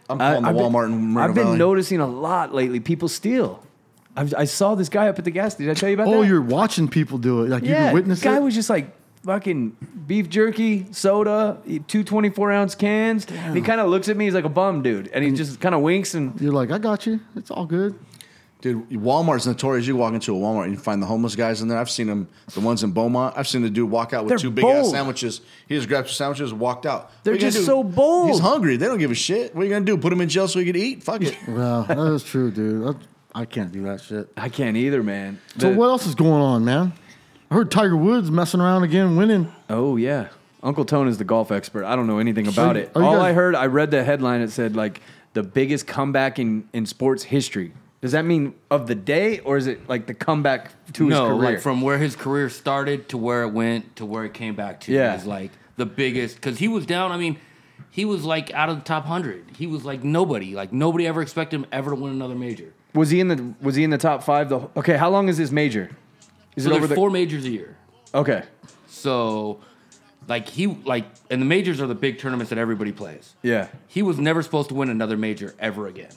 Speaker 7: I'm calling the Walmart
Speaker 5: been,
Speaker 7: in Moreno
Speaker 5: I've been
Speaker 7: Valley.
Speaker 5: noticing a lot lately. People steal. I, I saw this guy up at the gas. Did I tell you about
Speaker 4: oh,
Speaker 5: that?
Speaker 4: you're watching people do it. Like you
Speaker 5: yeah.
Speaker 4: can witness
Speaker 5: guy
Speaker 4: it.
Speaker 5: was just like fucking beef jerky, soda, two 24 ounce cans. And he kind of looks at me. He's like a bum dude, and he just kind of winks and
Speaker 4: you're like, I got you. It's all good.
Speaker 7: Dude, Walmart's notorious. You walk into a Walmart and you find the homeless guys in there. I've seen them, the ones in Beaumont. I've seen the dude walk out with
Speaker 5: They're
Speaker 7: two big ass
Speaker 5: bold.
Speaker 7: sandwiches. He just grabbed two sandwiches, walked out.
Speaker 5: They're
Speaker 7: What you gonna
Speaker 5: just
Speaker 7: do?
Speaker 5: so bold.
Speaker 7: He's hungry. They don't give a shit. What are you gonna do? Put him in jail so he could eat? Fuck it.
Speaker 4: Wow, that is true, dude. I, I can't do that shit.
Speaker 5: [laughs] I can't either, man.
Speaker 4: So
Speaker 5: The-
Speaker 4: what else is going on, man? I heard Tiger Woods messing around again, winning.
Speaker 5: Oh yeah. Uncle Tone is the golf expert. I don't know anything about
Speaker 4: you-
Speaker 5: it.
Speaker 9: oh,
Speaker 4: are you
Speaker 5: All
Speaker 4: guys-
Speaker 5: I heard, I read the headline. It said like the biggest comeback in, in sports history. Does that mean of the day, or is it like the comeback to
Speaker 9: no,
Speaker 5: his career?
Speaker 9: like from where his career started to where it went to where it came back to.
Speaker 5: Yeah.
Speaker 9: is like the biggest because he was down. I mean, he was like out of the top hundred. He was like nobody. Like nobody ever expected him ever to win another major.
Speaker 5: was he in the was he in the top five? The okay, how long is his major? Is
Speaker 9: So
Speaker 5: it
Speaker 9: there's
Speaker 5: over the
Speaker 9: four majors a year.
Speaker 5: okay?
Speaker 9: So, like he like and the majors are the big tournaments that everybody plays.
Speaker 5: Yeah.
Speaker 9: He was never supposed to win another major ever again.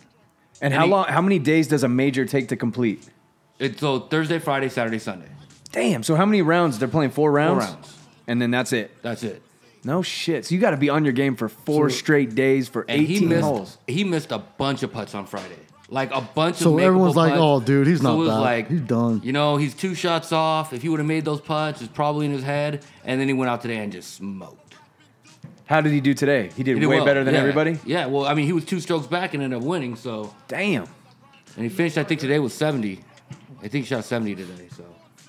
Speaker 5: And how
Speaker 9: he-
Speaker 5: long? How many days does a major take to complete?
Speaker 9: It's so Thursday, Friday, Saturday, Sunday.
Speaker 5: Damn. So how many rounds? They're playing four rounds.
Speaker 9: rounds.
Speaker 5: And then that's it.
Speaker 9: That's it.
Speaker 5: No shit. So you got to be on your game for four straight days for
Speaker 9: And he
Speaker 5: eighteen
Speaker 9: missed
Speaker 5: holes.
Speaker 9: he missed a bunch of putts on Friday. Like a bunch
Speaker 4: So
Speaker 9: of makeable
Speaker 4: everyone's like,
Speaker 9: putts.
Speaker 4: "Oh, dude, he's
Speaker 9: So
Speaker 4: not
Speaker 9: it was
Speaker 4: bad. He's done."
Speaker 9: You know, he's two shots off. If he would have made those putts, it's probably in his head. And then he went out today and just smoked.
Speaker 5: How did he do today? He did,
Speaker 9: He did
Speaker 5: way
Speaker 9: well.
Speaker 5: better than
Speaker 9: Yeah.
Speaker 5: everybody.
Speaker 9: Yeah, well, I mean, he was two strokes back and ended up winning. So,
Speaker 5: Damn.
Speaker 9: and he finished, I think, today with 70. I think he shot 70 today. So,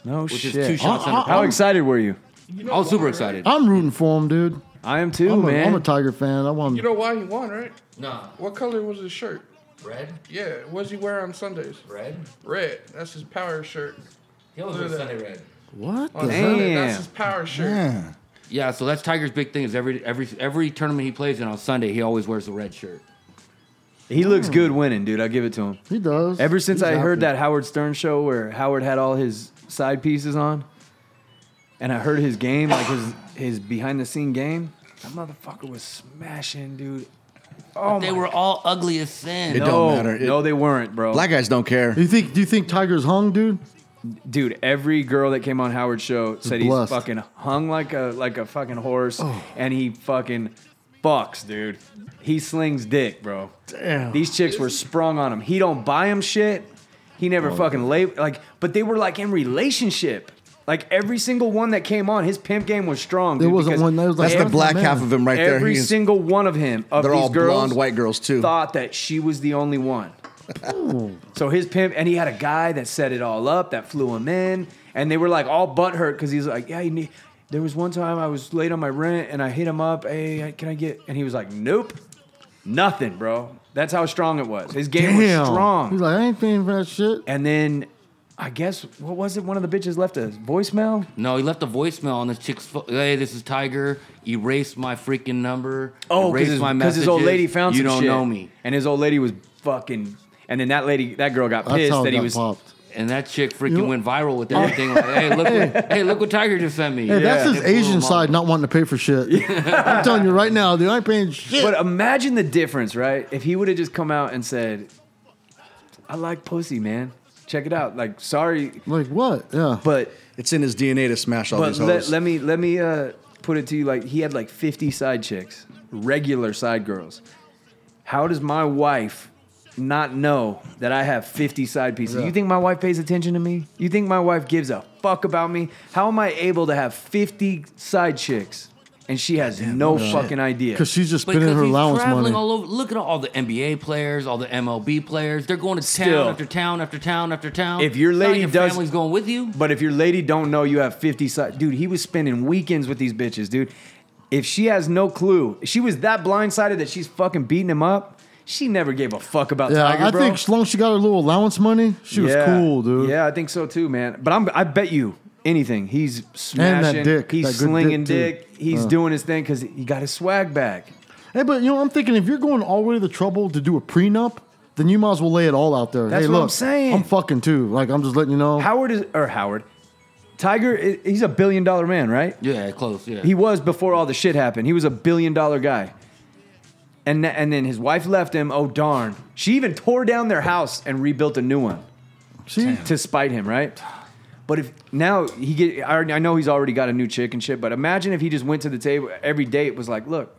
Speaker 5: No
Speaker 9: which
Speaker 5: shit.
Speaker 9: is two shots under
Speaker 5: How
Speaker 9: par.
Speaker 5: excited were you?
Speaker 9: I was super excited.
Speaker 4: I'm rooting for him, dude.
Speaker 5: I am too,
Speaker 4: I'm, a,
Speaker 5: man.
Speaker 4: I'm a Tiger fan. I want.
Speaker 8: You know why he won, right?
Speaker 9: Nah,
Speaker 8: What color was his shirt?
Speaker 9: red,
Speaker 8: Yeah, what does he wear on Sundays?
Speaker 9: red.
Speaker 8: Red. That's his power shirt.
Speaker 9: He always
Speaker 8: Look
Speaker 9: wears
Speaker 8: at that.
Speaker 9: Sunday red.
Speaker 4: what?
Speaker 8: On
Speaker 4: The,
Speaker 8: Sunday, that's
Speaker 5: Damn.
Speaker 8: his power shirt.
Speaker 9: Yeah, so that's Tiger's big thing is every every every tournament he plays in on Sunday he always wears the red shirt.
Speaker 5: he looks good winning, dude. I give it to him.
Speaker 4: he does.
Speaker 5: Ever since
Speaker 4: He's
Speaker 5: I heard
Speaker 4: happy.
Speaker 5: that Howard Stern show where Howard had all his side pieces on, and I heard his game, like his his behind the scene game, that motherfucker was smashing, dude. Oh
Speaker 9: they
Speaker 5: my
Speaker 9: were all ugly as sin.
Speaker 7: It
Speaker 5: no,
Speaker 7: don't matter. It-
Speaker 5: no, they weren't, bro.
Speaker 7: Black guys don't care.
Speaker 4: Do you think? Do you think Tiger's hung, dude?
Speaker 5: dude, every girl that came on Howard's show
Speaker 4: blessed.
Speaker 5: said
Speaker 4: Oh.
Speaker 5: he's fucking hung like a like a fucking horse, and he fucking fucks, dude. He slings dick, bro. Damn. These chicks were sprung on him. He don't buy him shit. He never
Speaker 4: Oh.
Speaker 5: fucking lab- like, but they were like in relationship. Like every single one that came on, his pimp game was strong.
Speaker 4: There
Speaker 5: dude,
Speaker 4: wasn't
Speaker 5: because
Speaker 4: one. That was like
Speaker 7: That's the
Speaker 4: every
Speaker 7: black
Speaker 4: man.
Speaker 7: half of him right there.
Speaker 5: every
Speaker 7: He is-
Speaker 5: single one of him of
Speaker 7: They're
Speaker 5: these
Speaker 7: all
Speaker 5: girls
Speaker 7: blonde white girls, too.
Speaker 5: thought that she was the only one
Speaker 4: Oh.
Speaker 5: so his pimp and he had a guy that set it all up that flew him in and they were like all butthurt because he's like yeah you need there was one time i was late on my rent and i hit him up hey can i get and he was like nope nothing bro that's how strong it was his
Speaker 4: Damn.
Speaker 5: game was strong
Speaker 4: He's like, I ain't paying for that shit.
Speaker 5: and then i guess what was it one of the bitches left a voicemail
Speaker 9: No, he left a voicemail on this chick's phone. Hey, this is Tiger. Erase my freaking number.
Speaker 5: Oh,
Speaker 9: Erase
Speaker 5: because his,
Speaker 9: my
Speaker 5: 'cause his old
Speaker 9: messages.
Speaker 5: lady found
Speaker 9: You
Speaker 5: some
Speaker 9: don't
Speaker 5: shit.
Speaker 9: know me.
Speaker 5: and his old lady was fucking. And then that lady, that girl got
Speaker 4: That's
Speaker 5: pissed
Speaker 4: how it
Speaker 5: that he
Speaker 4: got
Speaker 5: was.
Speaker 4: popped.
Speaker 9: And that chick freaking
Speaker 4: You know-
Speaker 9: went viral with
Speaker 5: [laughs]
Speaker 9: that thing. Like, hey, look, what, hey, look what Tiger just sent me.
Speaker 4: Hey, that's his
Speaker 9: They blew him
Speaker 4: Asian
Speaker 9: up.
Speaker 4: side not wanting to pay for shit.
Speaker 9: [laughs]
Speaker 4: I'm telling you right now, dude, I ain't paying shit.
Speaker 5: But imagine the difference, right? If he would have just come out and said, "I like pussy, man. Check it out." Like, sorry,
Speaker 4: Like what? Yeah.
Speaker 5: but
Speaker 7: It's in his DNA to smash all
Speaker 5: but
Speaker 7: these
Speaker 5: let,
Speaker 7: hoes.
Speaker 5: let me [laughs] let me uh, put it to you like he had like 50 side chicks, regular side girls. How does my wife not know that I have 50 side pieces? You think my wife pays attention to me? You think my wife gives a fuck about me? How am I able to have 50 side chicks and she has no fucking idea?
Speaker 4: Because Oh, she's just
Speaker 9: But 'cause
Speaker 4: spending her
Speaker 9: he's
Speaker 4: allowance
Speaker 9: traveling
Speaker 4: money.
Speaker 9: all over. Look at all the NBA players, all the MLB players. They're going to
Speaker 5: Still.
Speaker 9: town after town after town after town.
Speaker 5: If your
Speaker 9: It's not
Speaker 5: lady
Speaker 9: like
Speaker 5: does-
Speaker 9: family's going with you.
Speaker 5: But if your lady don't know you have 50 side dude, he was spending weekends with these bitches, dude. If she has no clue, if she was that blindsided that she's fucking beating him up. She never gave a fuck about
Speaker 4: yeah,
Speaker 5: Tiger,
Speaker 4: I
Speaker 5: bro.
Speaker 4: think as long as she got her little allowance money, she was
Speaker 5: Yeah.
Speaker 4: cool, dude.
Speaker 5: Yeah, I think so too, man. But I'm, I bet you anything, he's smashing,
Speaker 4: dick,
Speaker 5: he's
Speaker 4: that good dick,
Speaker 5: slinging
Speaker 4: too.
Speaker 5: dick, he's
Speaker 4: Uh.
Speaker 5: doing his thing because he got his swag back.
Speaker 4: Hey, but you know, I'm thinking if you're going all the way to the trouble to do a prenup, then you might as well lay it all out there.
Speaker 5: That's
Speaker 4: hey,
Speaker 5: what I'm
Speaker 4: look,
Speaker 5: saying.
Speaker 4: I'm fucking too. Like I'm just letting you know.
Speaker 5: Howard is or Howard, Tiger, i- he's a billion dollar man, right?
Speaker 9: Yeah, close. Yeah.
Speaker 5: He was before all the shit happened. He was a billion dollar guy. And, th- and then his wife left him. Oh, darn. She even tore down their house and rebuilt a new one
Speaker 4: See?
Speaker 5: to spite him, right? But if now he get, I, already- I know he's already got a new chick and shit, but imagine if he just went to the table every day. It was like, look,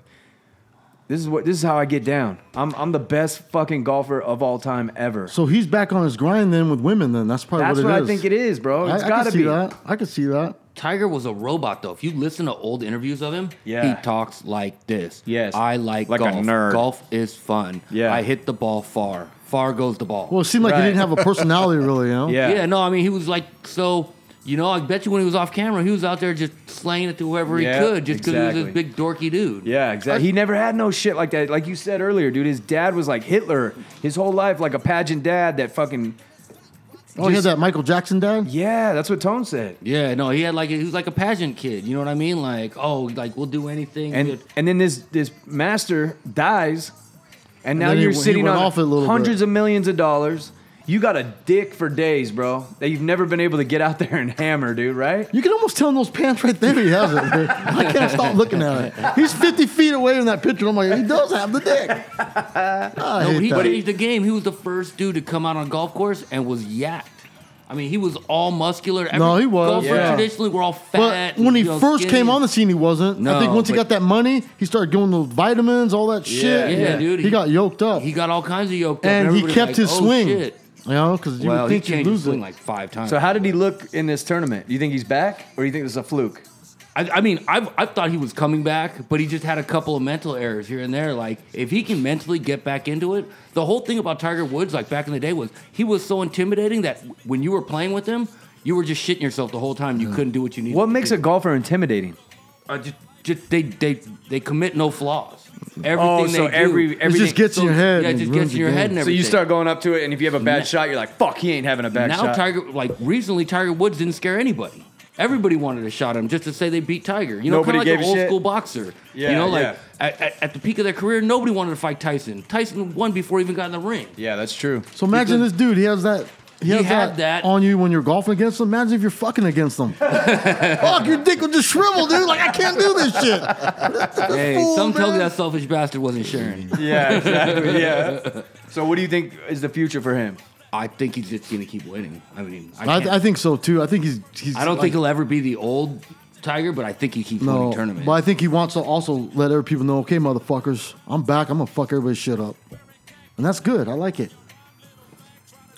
Speaker 5: this is what this is how I get down. I'm I'm the best fucking golfer of all time ever.
Speaker 4: So he's back on his grind then with women. Then that's probably
Speaker 5: That's
Speaker 4: what it
Speaker 5: what I
Speaker 4: is.
Speaker 5: think it is, bro.
Speaker 4: I,
Speaker 5: It's
Speaker 4: I
Speaker 5: got to
Speaker 4: can see
Speaker 5: be.
Speaker 4: that. I can see that.
Speaker 9: Tiger was a robot though. If you listen to old interviews of him,
Speaker 5: Yeah.
Speaker 9: he talks like this.
Speaker 5: Yes.
Speaker 9: I like,
Speaker 5: Like a
Speaker 9: golf.
Speaker 5: nerd.
Speaker 9: Golf is fun.
Speaker 5: Yeah.
Speaker 9: I hit the ball far. Far goes the ball.
Speaker 4: Well, it seemed like
Speaker 5: Right.
Speaker 4: he didn't have a personality, really. You know?
Speaker 5: [laughs] Yeah.
Speaker 9: yeah. no, I mean he was like so. You know, I bet you when he was off camera, he was out there just slaying it to whoever
Speaker 5: Yeah,
Speaker 9: he could, just because he was
Speaker 5: exactly.
Speaker 9: this big dorky dude.
Speaker 5: Yeah, exactly. He never had no shit like that. Like you said earlier, dude, his dad was like Hitler his whole life, like a pageant dad that fucking.
Speaker 4: Oh, he had
Speaker 5: just-
Speaker 4: that Michael Jackson dad.
Speaker 5: Yeah, that's what Tone said.
Speaker 9: Yeah, no, he had like he was like a pageant kid. You know what I mean? Like, oh, like we'll do anything.
Speaker 5: and
Speaker 9: good.
Speaker 5: and then this this master dies, and now
Speaker 4: then he
Speaker 5: you're
Speaker 4: w- he
Speaker 5: sitting
Speaker 4: went
Speaker 5: on
Speaker 4: off it a little
Speaker 5: hundreds of millions of dollars. You got a dick for days, bro, that you've never been able to get out [laughs] there and hammer, dude. Right?
Speaker 4: You can almost tell in those pants right there he has it. dude. I can't stop looking at it. He's 50 feet away in that picture. I'm like, he does have the dick. I
Speaker 9: No,
Speaker 4: hate
Speaker 9: but Uh, he
Speaker 4: that.
Speaker 9: changed the game. He was the first dude to come out on a golf course and was yacked. I mean, he was all muscular. Every
Speaker 4: No, he was,
Speaker 9: Golfers
Speaker 5: yeah.
Speaker 9: traditionally were all fat.
Speaker 4: But when he
Speaker 9: you know,
Speaker 4: first
Speaker 9: skinny.
Speaker 4: came on the scene, he wasn't. I think
Speaker 9: No,
Speaker 4: once he
Speaker 9: but-
Speaker 4: got that money, he started doing the vitamins, all that shit.
Speaker 9: yeah, dude,
Speaker 4: He,
Speaker 9: he-
Speaker 4: got yoked up.
Speaker 9: he got all kinds of yoked up,
Speaker 4: and he
Speaker 9: everybody was
Speaker 4: kept
Speaker 9: like,
Speaker 4: his
Speaker 9: "Oh,
Speaker 4: swing.
Speaker 9: shit."
Speaker 4: You know, because you
Speaker 9: Well,
Speaker 4: would
Speaker 9: he
Speaker 4: think you'd
Speaker 9: changed his
Speaker 4: lose
Speaker 9: swing
Speaker 4: it.
Speaker 9: like five times.
Speaker 5: So how did he look in this tournament? Do you think he's back, or do you think this is a fluke?
Speaker 9: I, I mean, I've, I've thought he was coming back, but he just had a couple of mental errors here and there. Like, if he can mentally get back into it, the whole thing about Tiger Woods, like back in the day, was he was so intimidating that when you were playing with him, you were just shitting yourself the whole time. You couldn't do what you needed.
Speaker 5: Mm-hmm. What
Speaker 9: to
Speaker 5: makes
Speaker 9: do.
Speaker 5: a golfer intimidating?
Speaker 9: Uh, just, just they they they commit no flaws. Everything
Speaker 5: Oh,
Speaker 9: they
Speaker 5: so
Speaker 9: do,
Speaker 5: every-
Speaker 9: So-
Speaker 4: It
Speaker 5: everything-
Speaker 4: just gets in your head.
Speaker 9: Yeah, it
Speaker 4: and
Speaker 9: just
Speaker 4: ruins
Speaker 9: gets in your head
Speaker 4: game.
Speaker 9: and
Speaker 5: So
Speaker 9: everything.
Speaker 5: you start going up to it, and if you have a bad
Speaker 9: Now-
Speaker 5: shot, you're like, "Fuck, he ain't having a bad
Speaker 9: now
Speaker 5: shot."
Speaker 9: Tiger like recently Tiger Woods didn't scare anybody. Everybody wanted a shot at him just to say they beat Tiger. You know, kind
Speaker 5: Nobody
Speaker 9: of like an
Speaker 5: gave a
Speaker 9: old
Speaker 5: shit.
Speaker 9: school boxer.
Speaker 5: Yeah,
Speaker 9: you know, like
Speaker 5: yeah.
Speaker 9: at, at, at the peak of their career, nobody wanted to fight Tyson. Tyson won before he even got in the ring.
Speaker 5: yeah, that's true.
Speaker 4: So imagine this dude. He has that. He,
Speaker 9: He
Speaker 4: has
Speaker 9: had
Speaker 4: that,
Speaker 9: that.
Speaker 4: on you when you're golfing against him. Imagine if you're fucking against him. [laughs] Fuck, your dick will just shrivel, dude. Like I can't do this
Speaker 9: [laughs]
Speaker 4: shit.
Speaker 9: Hey,
Speaker 4: Fool,
Speaker 9: some tell
Speaker 4: man.
Speaker 9: you that selfish bastard wasn't sharing.
Speaker 5: [laughs] Yeah,
Speaker 9: [laughs]
Speaker 5: exactly. yeah. So what do you think is the future for him?
Speaker 9: I think he's just gonna keep winning. I mean, I,
Speaker 4: I,
Speaker 9: can't-
Speaker 4: I think so too. I think he's. he's
Speaker 9: I don't
Speaker 4: like-
Speaker 9: think he'll ever be the old Tiger, but I think he keeps winning
Speaker 4: no,
Speaker 9: tournaments.
Speaker 4: but I think he wants to also let other people know, okay, motherfuckers, I'm back. I'm gonna fuck everybody's shit up, and that's good. I like it.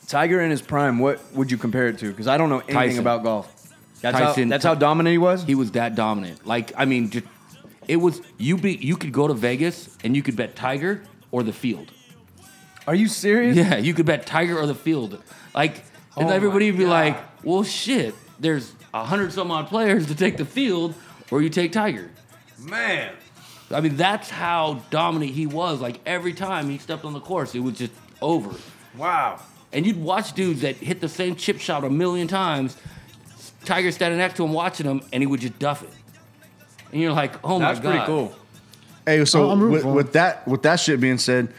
Speaker 5: Tiger in his prime, what would you compare it to? Because I don't know anything
Speaker 9: Tyson.
Speaker 5: about golf. That's
Speaker 9: Tyson.
Speaker 5: how that's how dominant he was.
Speaker 9: he was that dominant. Like I mean, ju- it was you be you could go to Vegas and you could bet Tiger or the field.
Speaker 5: Are you serious? Oh
Speaker 9: Yeah, you could bet Tiger or the field. Like and
Speaker 5: my
Speaker 9: everybody would be
Speaker 5: God.
Speaker 9: like, "Well, shit, there's a hundred some odd players to take the field, or you take Tiger."
Speaker 5: Man.
Speaker 9: I mean, that's how dominant he was. Like every time he stepped on the course, it was just over.
Speaker 5: Wow.
Speaker 9: And you'd watch dudes that hit the same chip shot a million times. Tiger standing next to him, watching him, and he would just duff it. And you're like, "Oh
Speaker 5: That's
Speaker 9: my god,
Speaker 5: pretty cool.
Speaker 7: Hey, so
Speaker 4: Oh, I'm rooting
Speaker 7: with,
Speaker 4: for him.
Speaker 7: with that with that shit being said,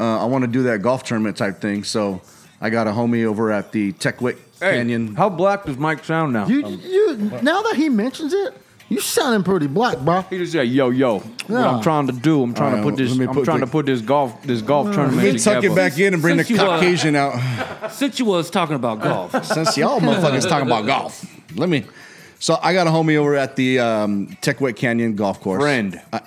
Speaker 7: Uh, I want to do that golf tournament type thing. So I got a homie over at the Techwick Canyon.
Speaker 5: How black does Mike sound now? Um,
Speaker 4: You,
Speaker 7: Um,
Speaker 4: you. Now that he mentions it, you sounding pretty black, bro.
Speaker 5: He just said, "Yo, yo, what
Speaker 4: Yeah.
Speaker 5: I'm trying to do, I'm trying
Speaker 7: All
Speaker 5: to
Speaker 7: right,
Speaker 5: put this,
Speaker 7: let me
Speaker 5: I'm
Speaker 7: put-
Speaker 5: trying to put this golf, this golf tournament
Speaker 7: tuck
Speaker 5: together."
Speaker 7: it back in and bring the
Speaker 9: Since you, uh,
Speaker 7: Caucasian
Speaker 9: [laughs]
Speaker 7: out.
Speaker 9: Since you was talking about golf,
Speaker 7: [laughs] Since y'all motherfuckers talking
Speaker 5: [laughs]
Speaker 7: about golf, let me. So I got a homie over at the um, Techwick Canyon Golf Course.
Speaker 5: Friend.
Speaker 7: I-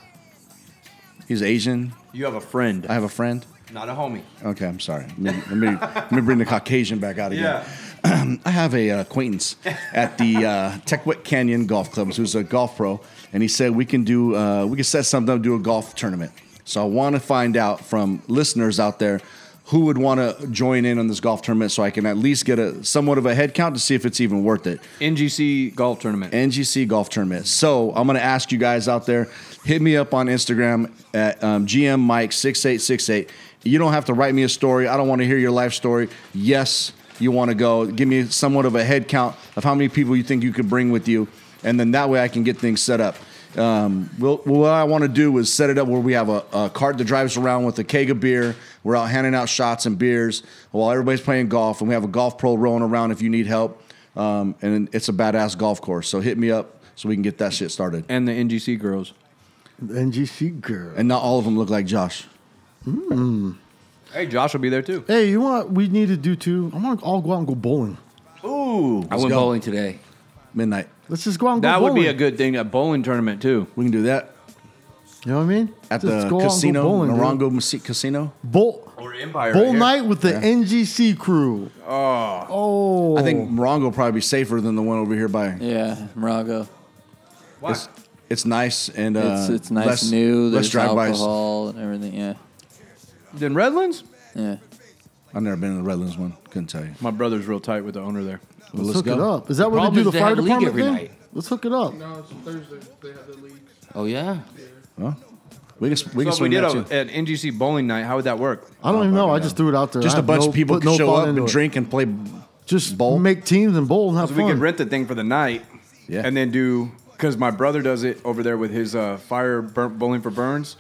Speaker 7: he's Asian.
Speaker 5: You have a friend,
Speaker 7: I have a friend.
Speaker 5: not a homie.
Speaker 7: Okay, I'm sorry. Let me, let me, let me bring the Caucasian back out again.
Speaker 5: Yeah.
Speaker 7: [clears throat] I have a uh, acquaintance at the uh, Techwick Canyon Golf Clubs who's a golf pro, and he said we can do uh, we can set something up, do a golf tournament. So I want to find out from listeners out there who would want to join in on this golf tournament, so I can at least get a somewhat of a head count to see if it's even worth it.
Speaker 5: NGC golf tournament.
Speaker 7: NGC golf tournament. So I'm going to ask you guys out there, hit me up on Instagram at um, GM Mike six eight six eight. You don't have to write me a story. I don't want to hear your life story. Yes, you want to go. Give me somewhat of a head count of how many people you think you could bring with you, and then that way I can get things set up. Um, we'll, what I want to do is set it up where we have a, a cart that drives around with a keg of beer. We're out handing out shots and beers while everybody's playing golf, and we have a golf pro rolling around if you need help. Um, and it's a badass golf course. So hit me up so we can get that shit started.
Speaker 5: and the NGC girls.
Speaker 4: NGC girl.
Speaker 7: And not all of them look like Josh.
Speaker 5: Hey, Josh will be there too.
Speaker 4: Hey, you want? We need to do too. I want to all go out and go bowling.
Speaker 9: I went
Speaker 7: go.
Speaker 9: bowling today.
Speaker 7: Midnight.
Speaker 4: Let's just go out and
Speaker 5: That
Speaker 4: go bowling.
Speaker 5: would be a good thing. A bowling tournament too.
Speaker 7: We can do that
Speaker 4: You know what I mean?
Speaker 7: at
Speaker 4: Just
Speaker 7: the
Speaker 4: go out and go
Speaker 7: casino,
Speaker 4: bowling, dude.
Speaker 7: Morongo Masi- Casino.
Speaker 4: Bowl,
Speaker 5: Or Empire.
Speaker 4: bowl night with the NGC crew.
Speaker 5: Oh,
Speaker 4: Oh,
Speaker 7: I think Morongo will probably be safer than the one over here by.
Speaker 6: Yeah, Morago.
Speaker 5: why?
Speaker 7: It's, it's nice and uh,
Speaker 6: It's it's nice
Speaker 7: less-
Speaker 6: new.
Speaker 7: less
Speaker 6: There's
Speaker 7: drive-bys.
Speaker 6: alcohol and everything. Yeah,
Speaker 5: Then Redlands.
Speaker 6: yeah.
Speaker 7: I've never been to the Redlands one. Couldn't tell you.
Speaker 5: My brother's real tight with the owner there.
Speaker 7: Well,
Speaker 4: Let's hook it up. Is that where they
Speaker 9: problem
Speaker 4: do
Speaker 9: is
Speaker 4: the
Speaker 9: they
Speaker 4: fire
Speaker 9: have league
Speaker 4: department
Speaker 9: every
Speaker 4: thing?
Speaker 9: night.
Speaker 4: Let's hook it up.
Speaker 8: No, it's Thursday. They have the
Speaker 4: [laughs]
Speaker 8: league.
Speaker 9: Oh yeah,
Speaker 7: Well, we can we
Speaker 5: So
Speaker 7: can
Speaker 5: if we
Speaker 7: swing
Speaker 5: did
Speaker 7: that
Speaker 5: a,
Speaker 7: too.
Speaker 5: an NGC bowling night, how would that work?
Speaker 4: I don't even know. I just threw it out there. I
Speaker 7: Just a
Speaker 4: have
Speaker 7: bunch
Speaker 4: no-
Speaker 7: of people
Speaker 4: put
Speaker 7: can
Speaker 4: no
Speaker 7: show
Speaker 4: thought
Speaker 7: up
Speaker 4: into
Speaker 7: and
Speaker 4: it.
Speaker 7: drink and play.
Speaker 4: Just
Speaker 7: bowl.
Speaker 4: make teams and bowl and have
Speaker 5: So
Speaker 4: fun.
Speaker 5: we could rent the thing for the night,
Speaker 7: Yeah.
Speaker 5: and then do because my brother does it over there with his uh, fire bur- bowling for burns.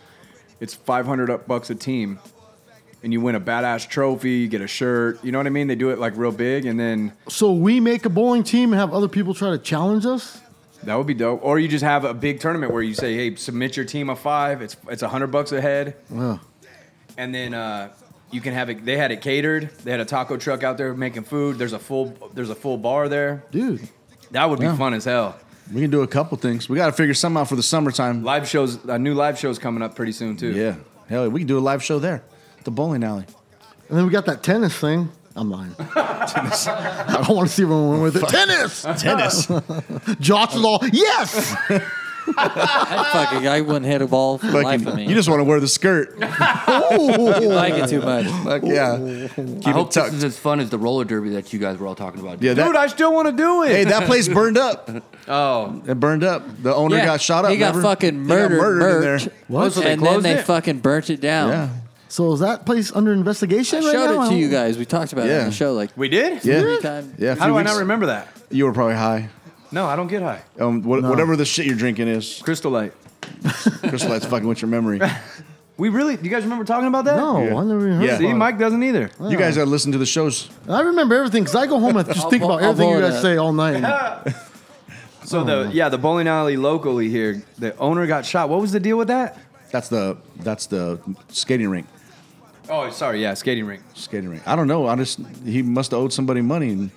Speaker 5: It's five hundred up bucks a team, and you win a badass trophy. You get a shirt. You know what I mean? They do it like real big, and then
Speaker 4: so we make a bowling team and have other people try to challenge us.
Speaker 5: that would be dope. Or you just have a big tournament where you say, "Hey, submit your team of five. It's it's hundred bucks a head."
Speaker 4: Yeah.
Speaker 5: and then uh, you can have it. They had it catered. They had a taco truck out there making food. There's a full there's a full bar there.
Speaker 4: Dude,
Speaker 5: That would be
Speaker 7: Yeah.
Speaker 5: fun as hell.
Speaker 7: We can do a couple things. We got to figure something out for the summertime.
Speaker 5: Live shows, a new live show's coming up pretty soon too.
Speaker 7: Yeah, hell, yeah. we can do a live show there, at the bowling alley.
Speaker 4: and then we got that tennis thing. I'm lying. [laughs] I don't want to see everyone win with it. Tennis.
Speaker 7: Tennis.
Speaker 4: [laughs] Josh is all
Speaker 6: [laughs]
Speaker 4: yes.
Speaker 6: I fucking I wouldn't hit a ball for the life of me. [laughs]
Speaker 7: you just want to wear the skirt.
Speaker 6: I like it too much.
Speaker 7: [laughs] Fuck yeah. Keep
Speaker 9: I hope this
Speaker 7: it tucked.
Speaker 9: is as fun as the roller derby that you guys were all talking about.
Speaker 7: yeah, that,
Speaker 5: Dude, I still want to do it. [laughs]
Speaker 7: hey, that place
Speaker 9: [laughs]
Speaker 7: burned up.
Speaker 5: oh,
Speaker 7: It burned up. The owner
Speaker 6: Yeah,
Speaker 7: got shot up.
Speaker 6: He got
Speaker 7: remember?
Speaker 6: fucking
Speaker 7: He
Speaker 6: murdered,
Speaker 7: in
Speaker 6: burnt,
Speaker 7: there.
Speaker 5: What? So they
Speaker 6: and then
Speaker 5: closed
Speaker 6: they
Speaker 5: it?
Speaker 6: fucking burnt it down.
Speaker 7: Yeah.
Speaker 4: So is that place under investigation
Speaker 6: I
Speaker 4: right
Speaker 6: showed
Speaker 4: now?
Speaker 6: it to you guys. We talked about it
Speaker 7: Yeah.
Speaker 6: on the show. Like,
Speaker 5: we did.
Speaker 7: Yeah.
Speaker 6: Every time.
Speaker 7: Yeah. a
Speaker 5: How
Speaker 7: few
Speaker 5: do I
Speaker 7: weeks-
Speaker 5: not remember that?
Speaker 7: You were probably high.
Speaker 5: No, I don't get high.
Speaker 7: Um, wha- Whatever the shit you're drinking is,
Speaker 5: Crystal Light.
Speaker 7: Crystal Light's fucking with
Speaker 4: [laughs]
Speaker 7: your memory.
Speaker 5: We really? Do you guys remember talking about that?
Speaker 4: No, I never even heard
Speaker 7: Yeah.
Speaker 4: yeah.
Speaker 5: See, Mike doesn't either.
Speaker 7: You guys gotta listen to the shows.
Speaker 4: I remember everything because I go home and just
Speaker 6: I'll
Speaker 4: think
Speaker 6: bo-
Speaker 4: about
Speaker 6: I'll
Speaker 4: everything you
Speaker 6: borrow
Speaker 4: guys
Speaker 6: that.
Speaker 4: say all
Speaker 7: [laughs]
Speaker 4: night. Oh,
Speaker 5: So the yeah, the bowling alley locally here, the owner got shot. What was the deal with that?
Speaker 7: That's the that's the skating rink.
Speaker 5: Oh, sorry, yeah, skating rink.
Speaker 7: Skating rink. I don't know. I just he must have owed somebody money. And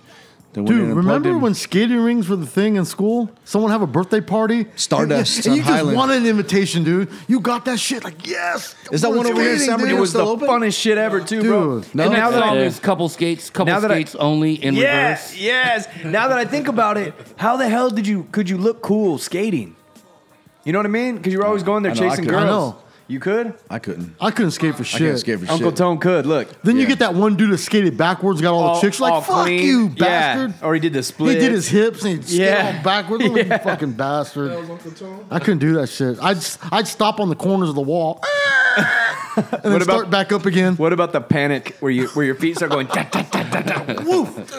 Speaker 7: they went in
Speaker 4: Dude,
Speaker 7: and plugged
Speaker 4: remember
Speaker 7: him.
Speaker 4: when skating rings were the thing in school? Someone have a birthday party?
Speaker 7: Stardust
Speaker 4: And
Speaker 7: on
Speaker 4: you just
Speaker 7: Highland.
Speaker 4: wanted an invitation, dude. You got that shit. Like, yes.
Speaker 7: Is that
Speaker 4: We're
Speaker 7: one over here in
Speaker 4: skating,
Speaker 7: San
Speaker 4: dude.
Speaker 5: It
Speaker 7: Bernardino?
Speaker 5: was the
Speaker 7: still open?
Speaker 5: funnest shit ever, too, bro.
Speaker 4: Dude,
Speaker 7: no,
Speaker 5: and now
Speaker 9: Now
Speaker 5: that I,
Speaker 9: there's couple skates, couple
Speaker 5: Now that I-
Speaker 9: skates only in
Speaker 5: Yes,
Speaker 9: reverse.
Speaker 5: yes. Now that I think about it, how the hell did you could you look cool skating? You know what I mean? Because you were always going there
Speaker 7: I know, I
Speaker 5: chasing
Speaker 7: could.
Speaker 5: girls.
Speaker 7: I
Speaker 4: know.
Speaker 5: You could.
Speaker 7: I couldn't.
Speaker 4: I couldn't skate for
Speaker 7: I
Speaker 4: shit.
Speaker 7: can't skate for
Speaker 5: Uncle
Speaker 7: shit.
Speaker 5: Tone could look.
Speaker 4: Then you
Speaker 7: Yeah.
Speaker 4: get that one dude that skated backwards, got all,
Speaker 5: All-
Speaker 4: the chicks
Speaker 5: all
Speaker 4: like, fuck
Speaker 5: clean.
Speaker 4: you,
Speaker 5: Yeah.
Speaker 4: bastard.
Speaker 5: Or he did the
Speaker 4: He
Speaker 5: split.
Speaker 4: did his hips and he'd skate
Speaker 5: [laughs] Yeah.
Speaker 4: all backwards. Look at you fucking
Speaker 8: That
Speaker 4: bastard.
Speaker 8: was Uncle Tom.
Speaker 4: I couldn't do that shit. I'd, I'd stop on the corners of the wall [laughs] and then
Speaker 5: What about-
Speaker 4: start back up again.
Speaker 5: What about the panic where you where your feet start going? [laughs] "Tack, tack, tack, tack, tack." [laughs]
Speaker 4: Woof.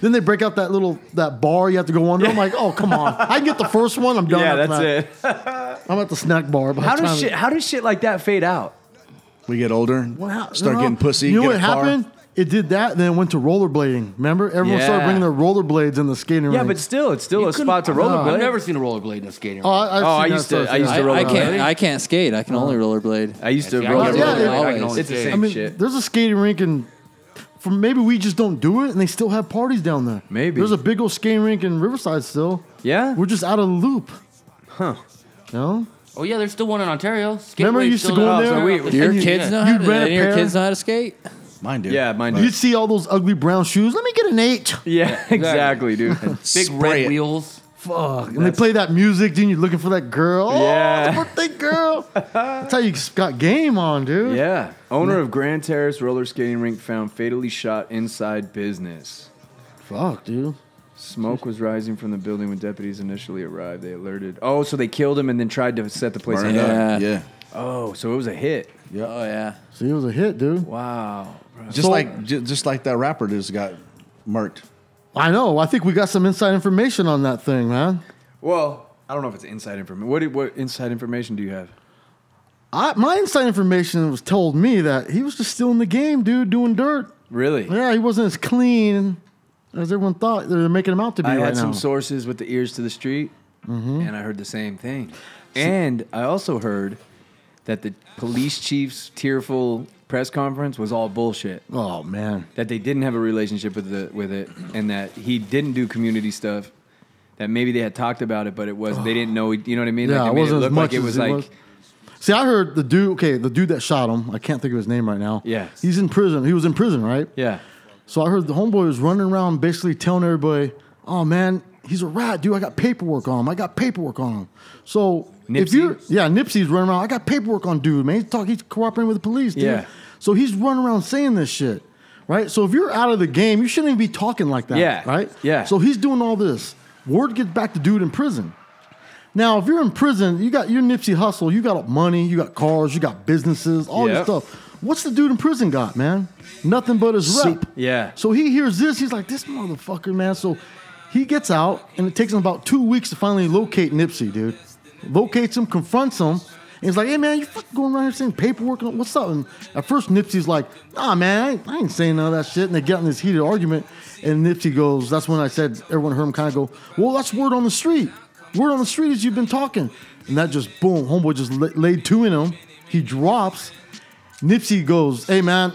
Speaker 4: Then they break out that little that bar you have to go under. I'm like, oh come on, I can get the first one. I'm done.
Speaker 5: yeah,
Speaker 4: after
Speaker 5: that's
Speaker 4: that.
Speaker 5: it.
Speaker 4: I'm at the snack bar. by
Speaker 5: How
Speaker 4: the
Speaker 5: does
Speaker 4: time-
Speaker 5: shit? How does shit like that fade out?
Speaker 7: We get older,
Speaker 4: What hap-
Speaker 7: start
Speaker 4: no,
Speaker 7: getting pussy.
Speaker 4: You know
Speaker 7: get
Speaker 4: what
Speaker 7: a car.
Speaker 4: happened? It did that, then it went to rollerblading. Remember, everyone started
Speaker 5: Yeah.
Speaker 4: bringing their rollerblades in the skating
Speaker 5: Yeah,
Speaker 4: rink.
Speaker 5: but still, it's still a
Speaker 9: couldn't- Uh-huh.
Speaker 5: spot to rollerblade.
Speaker 9: I've never seen a rollerblade in a skating
Speaker 4: oh,
Speaker 9: rink.
Speaker 4: I, I've seen
Speaker 5: Oh, I
Speaker 4: that
Speaker 5: used to-
Speaker 4: stuff,
Speaker 5: I used
Speaker 4: yeah.
Speaker 5: to
Speaker 6: I,
Speaker 5: roll
Speaker 6: I can't.
Speaker 5: rollerblade.
Speaker 6: I can't skate. I can only rollerblade.
Speaker 5: I used to
Speaker 9: See, I
Speaker 5: roller.
Speaker 9: can
Speaker 4: Yeah,
Speaker 5: rollerblade.
Speaker 4: yeah.
Speaker 9: I can only
Speaker 5: it's the
Speaker 9: skate.
Speaker 5: same
Speaker 4: I mean,
Speaker 5: shit.
Speaker 4: there's a skating rink in. From maybe we just don't do it, and they still have parties down there.
Speaker 5: Maybe.
Speaker 4: there's a big old skating rink in Riverside still.
Speaker 5: Yeah?
Speaker 4: we're just out of the loop. Huh? No.
Speaker 9: Oh yeah, there's still one in Ontario. Skate
Speaker 4: Remember you
Speaker 9: Wave's
Speaker 4: used to
Speaker 9: still
Speaker 4: go in
Speaker 5: there?
Speaker 4: there.
Speaker 5: Oh, so we-
Speaker 6: Do your
Speaker 4: and you-
Speaker 6: kids know?
Speaker 4: you'd
Speaker 6: How to,
Speaker 4: rent a
Speaker 6: any of your
Speaker 4: pair.
Speaker 6: kids know how to skate?
Speaker 7: Mine did.
Speaker 5: Yeah,
Speaker 9: [laughs]
Speaker 5: mine
Speaker 4: You'd
Speaker 5: did.
Speaker 4: see all those ugly brown shoes. Let me get an H.
Speaker 5: [laughs] Yeah, exactly, dude.
Speaker 9: Big
Speaker 7: [laughs] Spray
Speaker 9: red
Speaker 7: it.
Speaker 9: wheels.
Speaker 4: Fuck. And they play that music, dude. and You're looking for that girl. Oh,
Speaker 5: Yeah.
Speaker 4: the birthday
Speaker 5: [laughs]
Speaker 4: girl. That's how you got game on, dude.
Speaker 5: yeah. Owner of Grand Terrace roller skating rink found fatally shot inside business.
Speaker 4: Fuck, dude.
Speaker 5: Smoke was rising from the building when deputies initially arrived. They alerted. Oh, so they killed him and then tried to set the place on
Speaker 7: Burned
Speaker 5: fire.
Speaker 6: Yeah.
Speaker 7: up. yeah.
Speaker 5: Oh, so it was a hit.
Speaker 6: Oh yeah.
Speaker 4: See, it was a hit, dude.
Speaker 5: Wow.
Speaker 7: Just like ju- just like that rapper just got murked.
Speaker 4: I know. I think we got some inside information on that thing, man.
Speaker 5: Well, I don't know if it's inside information. What, do- what inside information do you have?
Speaker 4: I, my inside information was told me that he was just still in the game, dude, doing dirt.
Speaker 5: Really?
Speaker 4: Yeah, he wasn't as clean as everyone thought they're making him out to be
Speaker 5: I
Speaker 4: right
Speaker 5: had
Speaker 4: now.
Speaker 5: some sources with the ears to the street, and I heard the same thing. and I also heard that the police chief's tearful press conference was all bullshit.
Speaker 4: oh man,
Speaker 5: That they didn't have a relationship with the with it, and that he didn't do community stuff. That maybe they had talked about it, but it was they didn't know. You know what I mean?
Speaker 4: Oh. yeah,
Speaker 5: they
Speaker 4: it
Speaker 5: made
Speaker 4: wasn't as
Speaker 5: look
Speaker 4: much
Speaker 5: like
Speaker 4: as
Speaker 5: it was
Speaker 4: it
Speaker 5: like
Speaker 4: was. See, I heard the dude. Okay, the dude that shot him. I can't think of his name right now.
Speaker 5: Yeah.
Speaker 4: he's in prison. He was in prison, right?
Speaker 5: yeah.
Speaker 4: So I heard the homeboy was running around basically telling everybody, "Oh man, he's a rat, dude. I got paperwork on him. I got paperwork on him." So if
Speaker 5: Nipsey?
Speaker 4: you yeah, Nipsey's running around. I got paperwork on dude, man. He's talking. He's cooperating with the police, dude.
Speaker 5: Yeah.
Speaker 4: So he's running around saying this shit, right? So if you're out of the game, you shouldn't even be talking like that,
Speaker 5: Yeah.
Speaker 4: right?
Speaker 5: Yeah.
Speaker 4: So he's doing all this. Word gets back to dude in prison. Now, if you're in prison, you got your Nipsey hustle, you got money, you got cars, you got businesses, all
Speaker 5: Yep.
Speaker 4: this stuff. What's the dude in prison got, man? Nothing but his rep.
Speaker 5: Yeah.
Speaker 4: So he hears this, he's like, this motherfucker, man. So he gets out, and it takes him about two weeks to finally locate Nipsey, dude. Locates him, confronts him, and he's like, hey, man, you fucking going around here saying paperwork? and What's up? And at first, Nipsey's like, nah, man, I ain't, I ain't saying none of that shit. And they get in this heated argument, and Nipsey goes, that's when I said, everyone heard him kind of go, well, that's word on the street. Word on the street is you've been talking. And that just, boom, homeboy just la- laid two in him. He drops, Nipsey goes, "Hey man,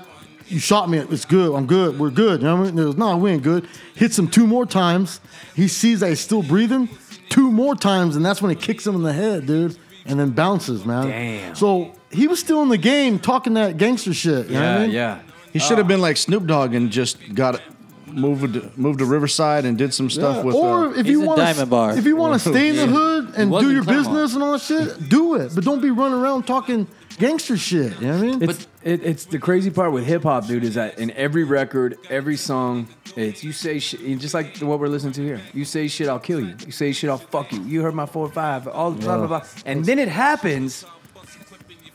Speaker 4: you shot me. It's good. I'm good. We're good." You know what I mean? He goes, "No, we ain't good." Hits him two more times. He sees that he's still breathing. Two more times, and that's when it kicks him in the head, dude, and then bounces, man.
Speaker 5: Damn.
Speaker 4: So he was still in the game, talking that gangster shit. You know what
Speaker 5: Yeah,
Speaker 4: I mean?
Speaker 5: yeah.
Speaker 7: He should have been like Snoop Dogg and just got moved moved to Riverside and did some stuff
Speaker 4: Yeah.
Speaker 7: with.
Speaker 4: or
Speaker 7: uh,
Speaker 4: if
Speaker 6: He's
Speaker 4: you
Speaker 6: a
Speaker 4: want
Speaker 6: diamond bar.
Speaker 4: if you want to stay in
Speaker 5: [laughs]
Speaker 4: the hood and
Speaker 9: was
Speaker 4: do
Speaker 9: in
Speaker 4: your
Speaker 9: Claremont.
Speaker 4: business and all that shit, do it. But don't be running around talking gangster shit. You know what I mean?
Speaker 5: It's, it, it's the crazy part with hip hop, dude, is that in every record, every song, it's you say shit, and just like what we're listening to here. You say shit, I'll kill you. You say shit, I'll fuck you. You heard my four five, all blah blah blah, and then it happens,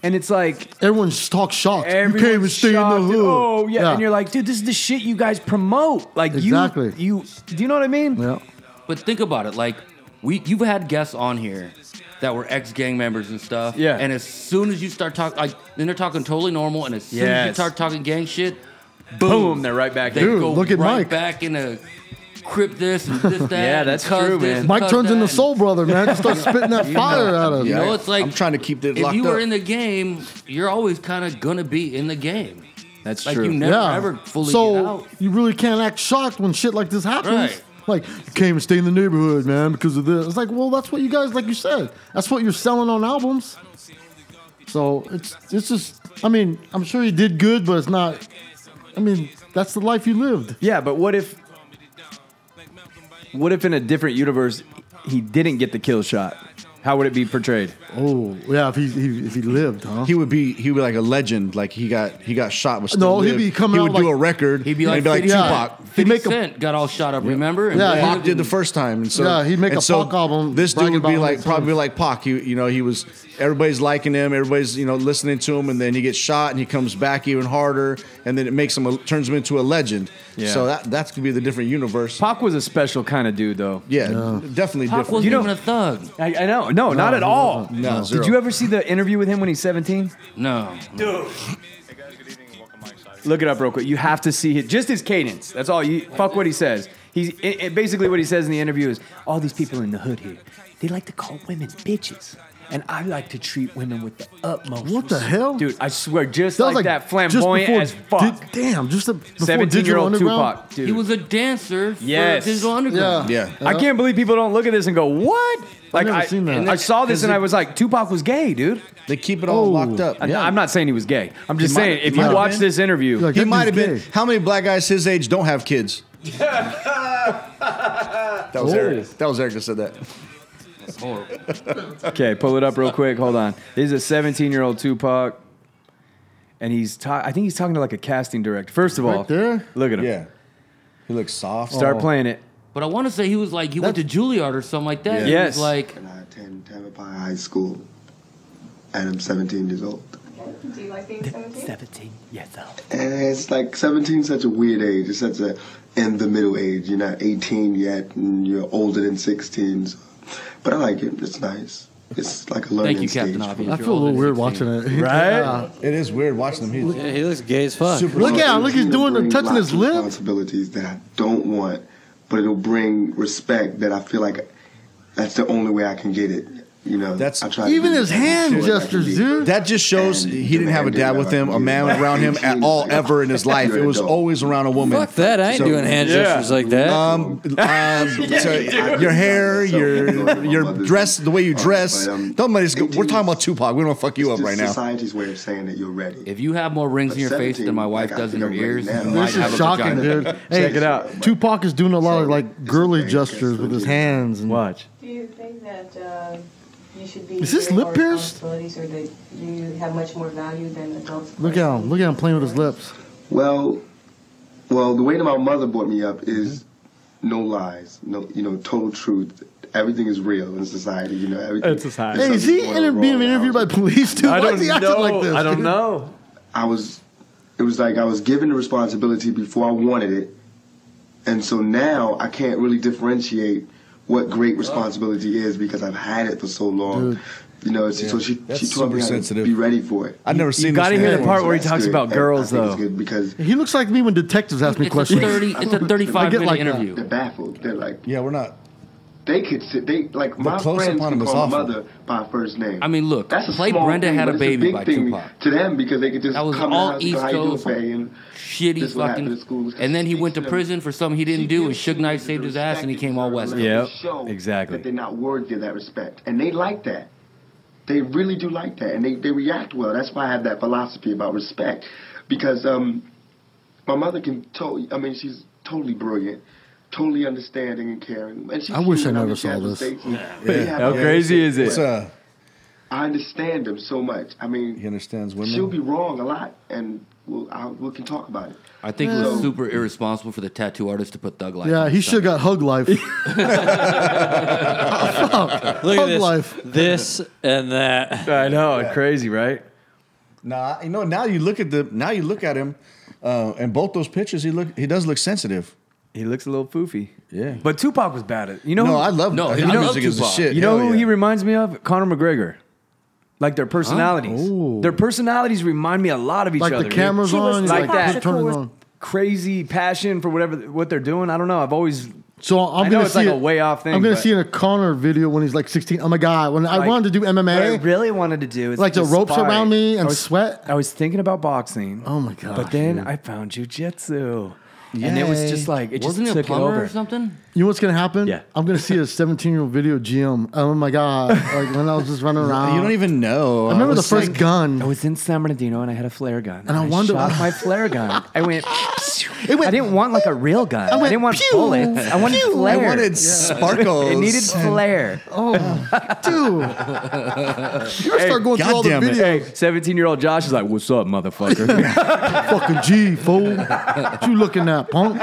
Speaker 5: and it's like
Speaker 4: Everyone's just talk shocked.
Speaker 5: everyone's
Speaker 4: you can't even stay in
Speaker 5: shocked,
Speaker 4: the
Speaker 5: and,
Speaker 4: hood.
Speaker 5: Oh yeah. and you're like, dude, this is the shit you guys promote. Like
Speaker 4: Exactly.
Speaker 5: you, you, do you know what I mean?
Speaker 4: yeah.
Speaker 9: But think about it, like we you've had guests on here that were ex gang members and stuff.
Speaker 5: Yeah.
Speaker 9: And as soon as you start talking, like then they're talking totally normal, and as soon as you
Speaker 5: Yes.
Speaker 9: start talking gang shit,
Speaker 5: Boom, they're right back.
Speaker 9: they
Speaker 5: there.
Speaker 4: Dude,
Speaker 9: go
Speaker 4: look at
Speaker 9: right
Speaker 4: Mike.
Speaker 9: back into crip this and
Speaker 5: [laughs]
Speaker 9: this that.
Speaker 5: Yeah,
Speaker 9: and
Speaker 5: that's
Speaker 9: cuss
Speaker 5: true,
Speaker 9: this
Speaker 5: man.
Speaker 9: and
Speaker 4: Mike
Speaker 9: cuss
Speaker 4: turns
Speaker 9: that
Speaker 4: into
Speaker 9: and-
Speaker 4: Soul Brother, man. Just
Speaker 9: [laughs]
Speaker 4: starts spitting that fire out of
Speaker 9: You
Speaker 4: him.
Speaker 9: know, it's like
Speaker 7: I'm trying to keep it
Speaker 9: If
Speaker 7: locked
Speaker 9: you were
Speaker 7: up.
Speaker 9: in the game, you're always kind of gonna be in the game.
Speaker 5: That's
Speaker 9: Like
Speaker 5: true.
Speaker 9: you never ever fully
Speaker 4: so
Speaker 9: get out.
Speaker 4: you really can't act shocked when shit like this happens.
Speaker 9: Right.
Speaker 4: Like, you can't even stay in the neighborhood, man, because of this. It's like, well, that's what you guys, like you said, that's what you're selling on albums. So it's it's just, I mean, I'm sure you did good, but it's not. I mean, that's the life you lived.
Speaker 5: Yeah, but what if what if in a different universe he didn't get the kill shot? How would it be portrayed?
Speaker 4: Oh, yeah. If he, he if he lived, huh?
Speaker 7: he would be he would be like a legend. Like he got he got shot with.
Speaker 4: No, he'd be coming
Speaker 7: He
Speaker 4: out
Speaker 7: would do
Speaker 4: like-
Speaker 7: a record.
Speaker 9: He'd be like
Speaker 7: and
Speaker 9: 50
Speaker 7: be like Tupac.
Speaker 4: He'd
Speaker 9: 50
Speaker 4: make a-
Speaker 9: Cent got all shot up, remember? And
Speaker 4: Yeah,
Speaker 9: then-
Speaker 7: Pac did the first time, and so
Speaker 4: Yeah, he'd make
Speaker 7: and
Speaker 4: a Pac album
Speaker 7: This dude
Speaker 4: bragging
Speaker 7: would be
Speaker 4: about
Speaker 7: like
Speaker 4: his
Speaker 7: probably
Speaker 4: songs.
Speaker 7: like Pac. He, you know, he was everybody's liking him, everybody's you know listening to him, and then he gets shot, and he comes back even harder, and then it makes him a, turns him into a legend.
Speaker 6: Yeah.
Speaker 7: So that that's gonna be the different universe.
Speaker 5: Pac was a special kind of dude, though.
Speaker 7: yeah, definitely
Speaker 9: Pac
Speaker 7: different.
Speaker 9: wasn't
Speaker 5: You know-
Speaker 9: even a thug.
Speaker 5: I, I know. No, not at all.
Speaker 7: No, zero.
Speaker 5: Did you ever see the interview with him when he's 17?
Speaker 9: No.
Speaker 5: Look it up real quick. You have to see it. Just his cadence. That's all. You fuck what he says. He's it, it- basically what he says in the interview is all these people in the hood here. They like to call women bitches, and I like to treat women with the utmost.
Speaker 4: What the hell?
Speaker 5: dude? I swear, just
Speaker 4: was
Speaker 5: like, that, flamboyant as
Speaker 4: just before
Speaker 5: fuck.
Speaker 4: di- damn, just the, before Digital
Speaker 5: Seventeen-year-old
Speaker 4: Underground.
Speaker 5: Tupac, dude.
Speaker 9: He was a dancer for
Speaker 5: Yes.
Speaker 9: Digital Underground.
Speaker 7: Yeah.
Speaker 5: I can't believe people don't look at this and go, "What?" Like
Speaker 4: never
Speaker 5: I,
Speaker 4: seen that.
Speaker 5: I saw this and I was like, "Tupac was gay, dude."
Speaker 7: They keep it all
Speaker 4: Oh.
Speaker 7: locked up.
Speaker 5: I-
Speaker 7: Yeah.
Speaker 5: I'm not saying he was gay. I'm just
Speaker 7: He might-
Speaker 5: saying
Speaker 7: he
Speaker 5: if
Speaker 7: might
Speaker 5: you
Speaker 7: have
Speaker 5: watch
Speaker 7: been.
Speaker 5: this interview,
Speaker 4: You're like,
Speaker 7: He
Speaker 4: that
Speaker 7: might have
Speaker 4: dude's
Speaker 7: been.
Speaker 4: gay.
Speaker 7: How many black guys his age don't have kids? that was
Speaker 4: Oh.
Speaker 7: Eric. That was Eric that said that.
Speaker 9: Horrible.
Speaker 5: Okay, pull it up real quick. Hold on. This is a 17 year old Tupac, and he's ta- I think he's talking to like a casting director. First of all,
Speaker 4: Right there? Oh.
Speaker 5: look at him.
Speaker 7: Yeah. He looks soft.
Speaker 5: Start playing it.
Speaker 9: But I want to say he was like he went to Juilliard or something like that. He
Speaker 7: Yeah.
Speaker 9: was
Speaker 5: Yes.
Speaker 9: like
Speaker 10: and I attend Tampa High School, and I'm 17 years old.
Speaker 11: Do you like being 17?
Speaker 5: 17 years old.
Speaker 10: And it's like 17 is such a weird age. It's such a in the middle age. You're not 18 yet, and you're older than 16. So. But I like it. It's nice. It's like a learning
Speaker 9: Thank you,
Speaker 10: stage.
Speaker 9: Captain Obvious.
Speaker 4: I
Speaker 9: You're
Speaker 4: feel a little
Speaker 9: older
Speaker 4: weird
Speaker 9: than
Speaker 4: watching
Speaker 9: 16.
Speaker 4: it.
Speaker 5: Right?
Speaker 4: Yeah.
Speaker 7: It is weird watching him. He's
Speaker 6: Yeah, he looks gay as fuck.
Speaker 7: super.
Speaker 4: Look at him. Look, he's
Speaker 10: It'll
Speaker 4: doing the
Speaker 10: bring
Speaker 4: touching
Speaker 10: lots
Speaker 4: his
Speaker 10: of
Speaker 4: lip.
Speaker 10: Responsibilities that I don't want, but it'll bring respect that I feel like that's the only way I can get it. You know,
Speaker 7: That's-
Speaker 10: I try to
Speaker 4: Even
Speaker 10: do
Speaker 4: his
Speaker 10: as much
Speaker 4: hand
Speaker 10: as I can
Speaker 4: gestures,
Speaker 10: be.
Speaker 4: dude.
Speaker 7: That just shows
Speaker 10: And
Speaker 7: he didn't
Speaker 10: the
Speaker 7: have a
Speaker 10: man
Speaker 7: dad
Speaker 10: did
Speaker 7: with
Speaker 10: that
Speaker 7: him,
Speaker 10: like
Speaker 7: a
Speaker 10: he
Speaker 7: man
Speaker 10: was
Speaker 7: around him at
Speaker 10: 18,
Speaker 7: all
Speaker 10: like,
Speaker 7: ever in his life.
Speaker 10: you're
Speaker 7: It
Speaker 10: an
Speaker 7: was
Speaker 10: adult.
Speaker 7: always around a woman.
Speaker 6: Fuck that. I ain't
Speaker 7: So-
Speaker 6: doing hand
Speaker 5: Yeah.
Speaker 6: gestures like that.
Speaker 5: [laughs]
Speaker 7: Um, um, so your hair, your your dress, the way you dress. Don't let us go. We're talking about Tupac. We don't wanna fuck you up
Speaker 10: Just
Speaker 7: right now.
Speaker 10: Society's way of saying that you're ready.
Speaker 9: If you have more rings in your face than
Speaker 10: 17,
Speaker 9: my wife
Speaker 10: like, I
Speaker 9: does in
Speaker 10: think
Speaker 9: her
Speaker 10: I'm ready
Speaker 9: ears,
Speaker 10: now.
Speaker 9: you
Speaker 10: This
Speaker 9: might
Speaker 4: This
Speaker 9: have
Speaker 4: is
Speaker 9: a
Speaker 4: shocking,
Speaker 9: vagina.
Speaker 4: dude.
Speaker 5: Check it out.
Speaker 4: Tupac is doing a lot of like girly
Speaker 10: okay,
Speaker 4: gestures
Speaker 10: guess
Speaker 4: with his
Speaker 10: we'll do it.
Speaker 4: hands. And
Speaker 5: Watch.
Speaker 11: Do you think that uh, you should be
Speaker 4: Is this
Speaker 11: given
Speaker 4: lip
Speaker 11: more
Speaker 4: pierced?
Speaker 11: responsibilities or that you have much more value than adults?
Speaker 4: Look at him. Look at him playing with his lips.
Speaker 10: Well, well, the way that my mother brought me up is
Speaker 4: Mm-hmm.
Speaker 10: no lies, no, you know, total truth. Everything is real in society, you know. Everything.
Speaker 5: It's society.
Speaker 10: there's
Speaker 4: Hey, is
Speaker 10: something
Speaker 4: he
Speaker 10: going
Speaker 4: inter- being
Speaker 10: wrong.
Speaker 4: interviewed by
Speaker 10: I was-
Speaker 4: police too?
Speaker 5: I
Speaker 4: Why
Speaker 5: don't
Speaker 4: is he acting
Speaker 5: know.
Speaker 4: like this?
Speaker 5: I don't
Speaker 4: dude?
Speaker 5: know.
Speaker 10: I was, it was like I was given the responsibility before I wanted it, and so now I can't really differentiate what great responsibility is because I've had it for so long.
Speaker 4: Dude.
Speaker 10: You know, it's, so she
Speaker 7: That's
Speaker 10: she taught
Speaker 7: super
Speaker 10: me how
Speaker 7: sensitive.
Speaker 10: to be ready for it.
Speaker 7: I've never seen.
Speaker 5: gotta
Speaker 7: this
Speaker 5: hear
Speaker 7: man.
Speaker 5: the part where he
Speaker 10: That's
Speaker 5: talks
Speaker 10: good.
Speaker 5: about
Speaker 10: I- I
Speaker 5: girls,
Speaker 10: think it's
Speaker 5: though.
Speaker 10: good because
Speaker 4: He looks like me when detectives ask me
Speaker 9: It's a
Speaker 4: questions.
Speaker 9: thirty.
Speaker 7: [laughs]
Speaker 9: It's a thirty-five
Speaker 4: [laughs]
Speaker 9: minute
Speaker 4: like that.
Speaker 9: interview.
Speaker 10: they're baffled. They're like,
Speaker 7: Yeah, we're not.
Speaker 10: they could sit. They like my
Speaker 7: close-up
Speaker 10: friends
Speaker 7: on him
Speaker 10: can
Speaker 7: is
Speaker 10: call my
Speaker 7: awful.
Speaker 10: mother by her first name.
Speaker 9: I mean, look,
Speaker 10: that's a
Speaker 9: Play
Speaker 10: small
Speaker 9: Brenda
Speaker 10: thing,
Speaker 9: Had a
Speaker 10: but it's
Speaker 9: Baby
Speaker 10: big
Speaker 9: by
Speaker 10: thing
Speaker 9: Tupac.
Speaker 10: To them, because they could just
Speaker 9: That was
Speaker 10: come
Speaker 9: all
Speaker 10: out,
Speaker 9: East
Speaker 10: how you doing,
Speaker 9: Coast.
Speaker 10: babe?" And
Speaker 9: Shitty
Speaker 10: This what happened in
Speaker 9: fucking.
Speaker 10: school.
Speaker 9: And then he went to prison for something he didn't do, and Suge Knight saved his ass, and he came all west.
Speaker 5: Yeah. Yep,
Speaker 10: Show
Speaker 5: exactly.
Speaker 10: That they're not worthy of that respect, and they like that. They really do like that, and they, they react well. That's why I have that philosophy about respect, because um, my mother can totally. I mean, she's totally brilliant, totally understanding and caring. And she's
Speaker 4: I wish I
Speaker 10: human,
Speaker 4: never
Speaker 10: mean, she
Speaker 4: saw
Speaker 10: has
Speaker 4: this.
Speaker 10: mistakes, and they have
Speaker 5: How
Speaker 10: their
Speaker 5: crazy is
Speaker 7: It's
Speaker 5: it?
Speaker 7: uh,
Speaker 10: I understand him so much. I mean,
Speaker 7: he understands
Speaker 10: she'll
Speaker 7: women.
Speaker 10: be wrong a lot, and we'll I, we can talk about it.
Speaker 9: I think it was super irresponsible for the tattoo artist to put Thug Life. on
Speaker 4: Yeah,
Speaker 9: his
Speaker 4: he should
Speaker 9: stomach.
Speaker 4: have got hug
Speaker 9: [laughs]
Speaker 4: life.
Speaker 6: [laughs] Look at
Speaker 4: Thug
Speaker 6: this.
Speaker 4: life.
Speaker 6: This and that.
Speaker 5: [laughs] I know. Crazy, right?
Speaker 7: Nah, you know now you look at the now you look at him, uh, and both those pictures he look he does look sensitive.
Speaker 5: He looks a little poofy.
Speaker 7: Yeah.
Speaker 5: But Tupac was bad at You know
Speaker 7: No,
Speaker 5: who-
Speaker 7: I love
Speaker 9: No,
Speaker 7: his
Speaker 9: I love
Speaker 7: music is the
Speaker 9: Tupac.
Speaker 7: shit.
Speaker 5: You know
Speaker 7: Hell
Speaker 5: who
Speaker 7: yeah.
Speaker 5: he reminds me of? Conor McGregor. Like their personalities. Their personalities remind me a lot of each
Speaker 4: Like
Speaker 5: other.
Speaker 4: the
Speaker 5: dude.
Speaker 4: cameras
Speaker 1: She was
Speaker 4: on,
Speaker 5: like that.
Speaker 4: Turn
Speaker 1: Shakur.
Speaker 4: it on.
Speaker 5: Crazy passion for whatever what they're doing. I don't know. I've always
Speaker 4: So I'm
Speaker 5: I know
Speaker 4: gonna
Speaker 5: it's
Speaker 4: see
Speaker 5: like
Speaker 4: it-
Speaker 5: a way off thing,
Speaker 4: I'm gonna
Speaker 5: but-
Speaker 4: see in a Connor video when he's like 16. Oh my god! When I
Speaker 5: Like,
Speaker 4: wanted to do
Speaker 5: What I
Speaker 4: MMA,
Speaker 5: really wanted to do is
Speaker 4: like the
Speaker 5: just
Speaker 4: ropes
Speaker 5: fight.
Speaker 4: around me
Speaker 5: I
Speaker 4: and
Speaker 5: was,
Speaker 4: sweat.
Speaker 5: I was thinking about boxing.
Speaker 4: Oh my gosh,
Speaker 5: But then
Speaker 4: dude.
Speaker 5: I found jujitsu,
Speaker 4: Oh,
Speaker 5: [laughs] and it was just like it just
Speaker 9: Wasn't it a
Speaker 5: took it
Speaker 9: plumber or
Speaker 5: over.
Speaker 9: something?
Speaker 4: You know what's gonna happen?
Speaker 5: Yeah.
Speaker 4: I'm gonna see a 17 year old video GM. Oh my
Speaker 5: [laughs]
Speaker 4: god! Like when I was just running around.
Speaker 7: You don't even know.
Speaker 4: I remember the first gun.
Speaker 5: I was in San Bernardino and I had a flare gun. And
Speaker 4: I wonder- [laughs]
Speaker 5: shot my flare gun. I went.
Speaker 4: It went-
Speaker 5: I didn't want like a real gun. I,
Speaker 4: went,
Speaker 5: didn't want
Speaker 4: "Pew,
Speaker 5: bullets. I wanted
Speaker 4: pew." I
Speaker 5: flare.
Speaker 7: I wanted
Speaker 5: [laughs]
Speaker 7: sparkles.
Speaker 5: It needed flair.
Speaker 12: Oh.
Speaker 4: dude. you ever start going through all the
Speaker 7: goddamn it.
Speaker 4: videos?
Speaker 5: Hey, 17 year old Josh is like, What's up,
Speaker 7: [laughs]
Speaker 5: motherfucker?
Speaker 4: Fucking G, fool. What you looking at, punk?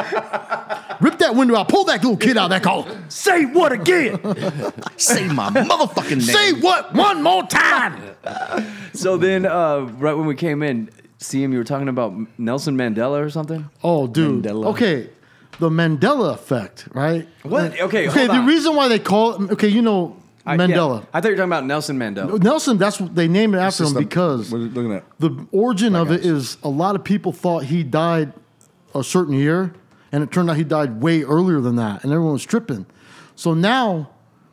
Speaker 4: Rip that window out. Pull that little kid out of that car.
Speaker 5: Say what again?
Speaker 7: Say my motherfucking name.
Speaker 4: Say what one more time.
Speaker 5: so then, uh, right when we came in, see him, you were talking about Nelson Mandela or something.
Speaker 4: Oh, dude. Okay. The Mandela effect, right?
Speaker 5: What? Okay,
Speaker 4: Okay.
Speaker 5: hold
Speaker 4: the
Speaker 5: on.
Speaker 4: reason why they call it, okay, you know
Speaker 5: I- yeah.
Speaker 4: Mandela.
Speaker 5: I thought you were talking about Nelson Mandela.
Speaker 4: Nelson, that's what they named it after him
Speaker 5: just the-
Speaker 4: because the origin of it is a lot of people thought he died a certain year, and it turned out he died way earlier than that, and everyone was tripping. So now,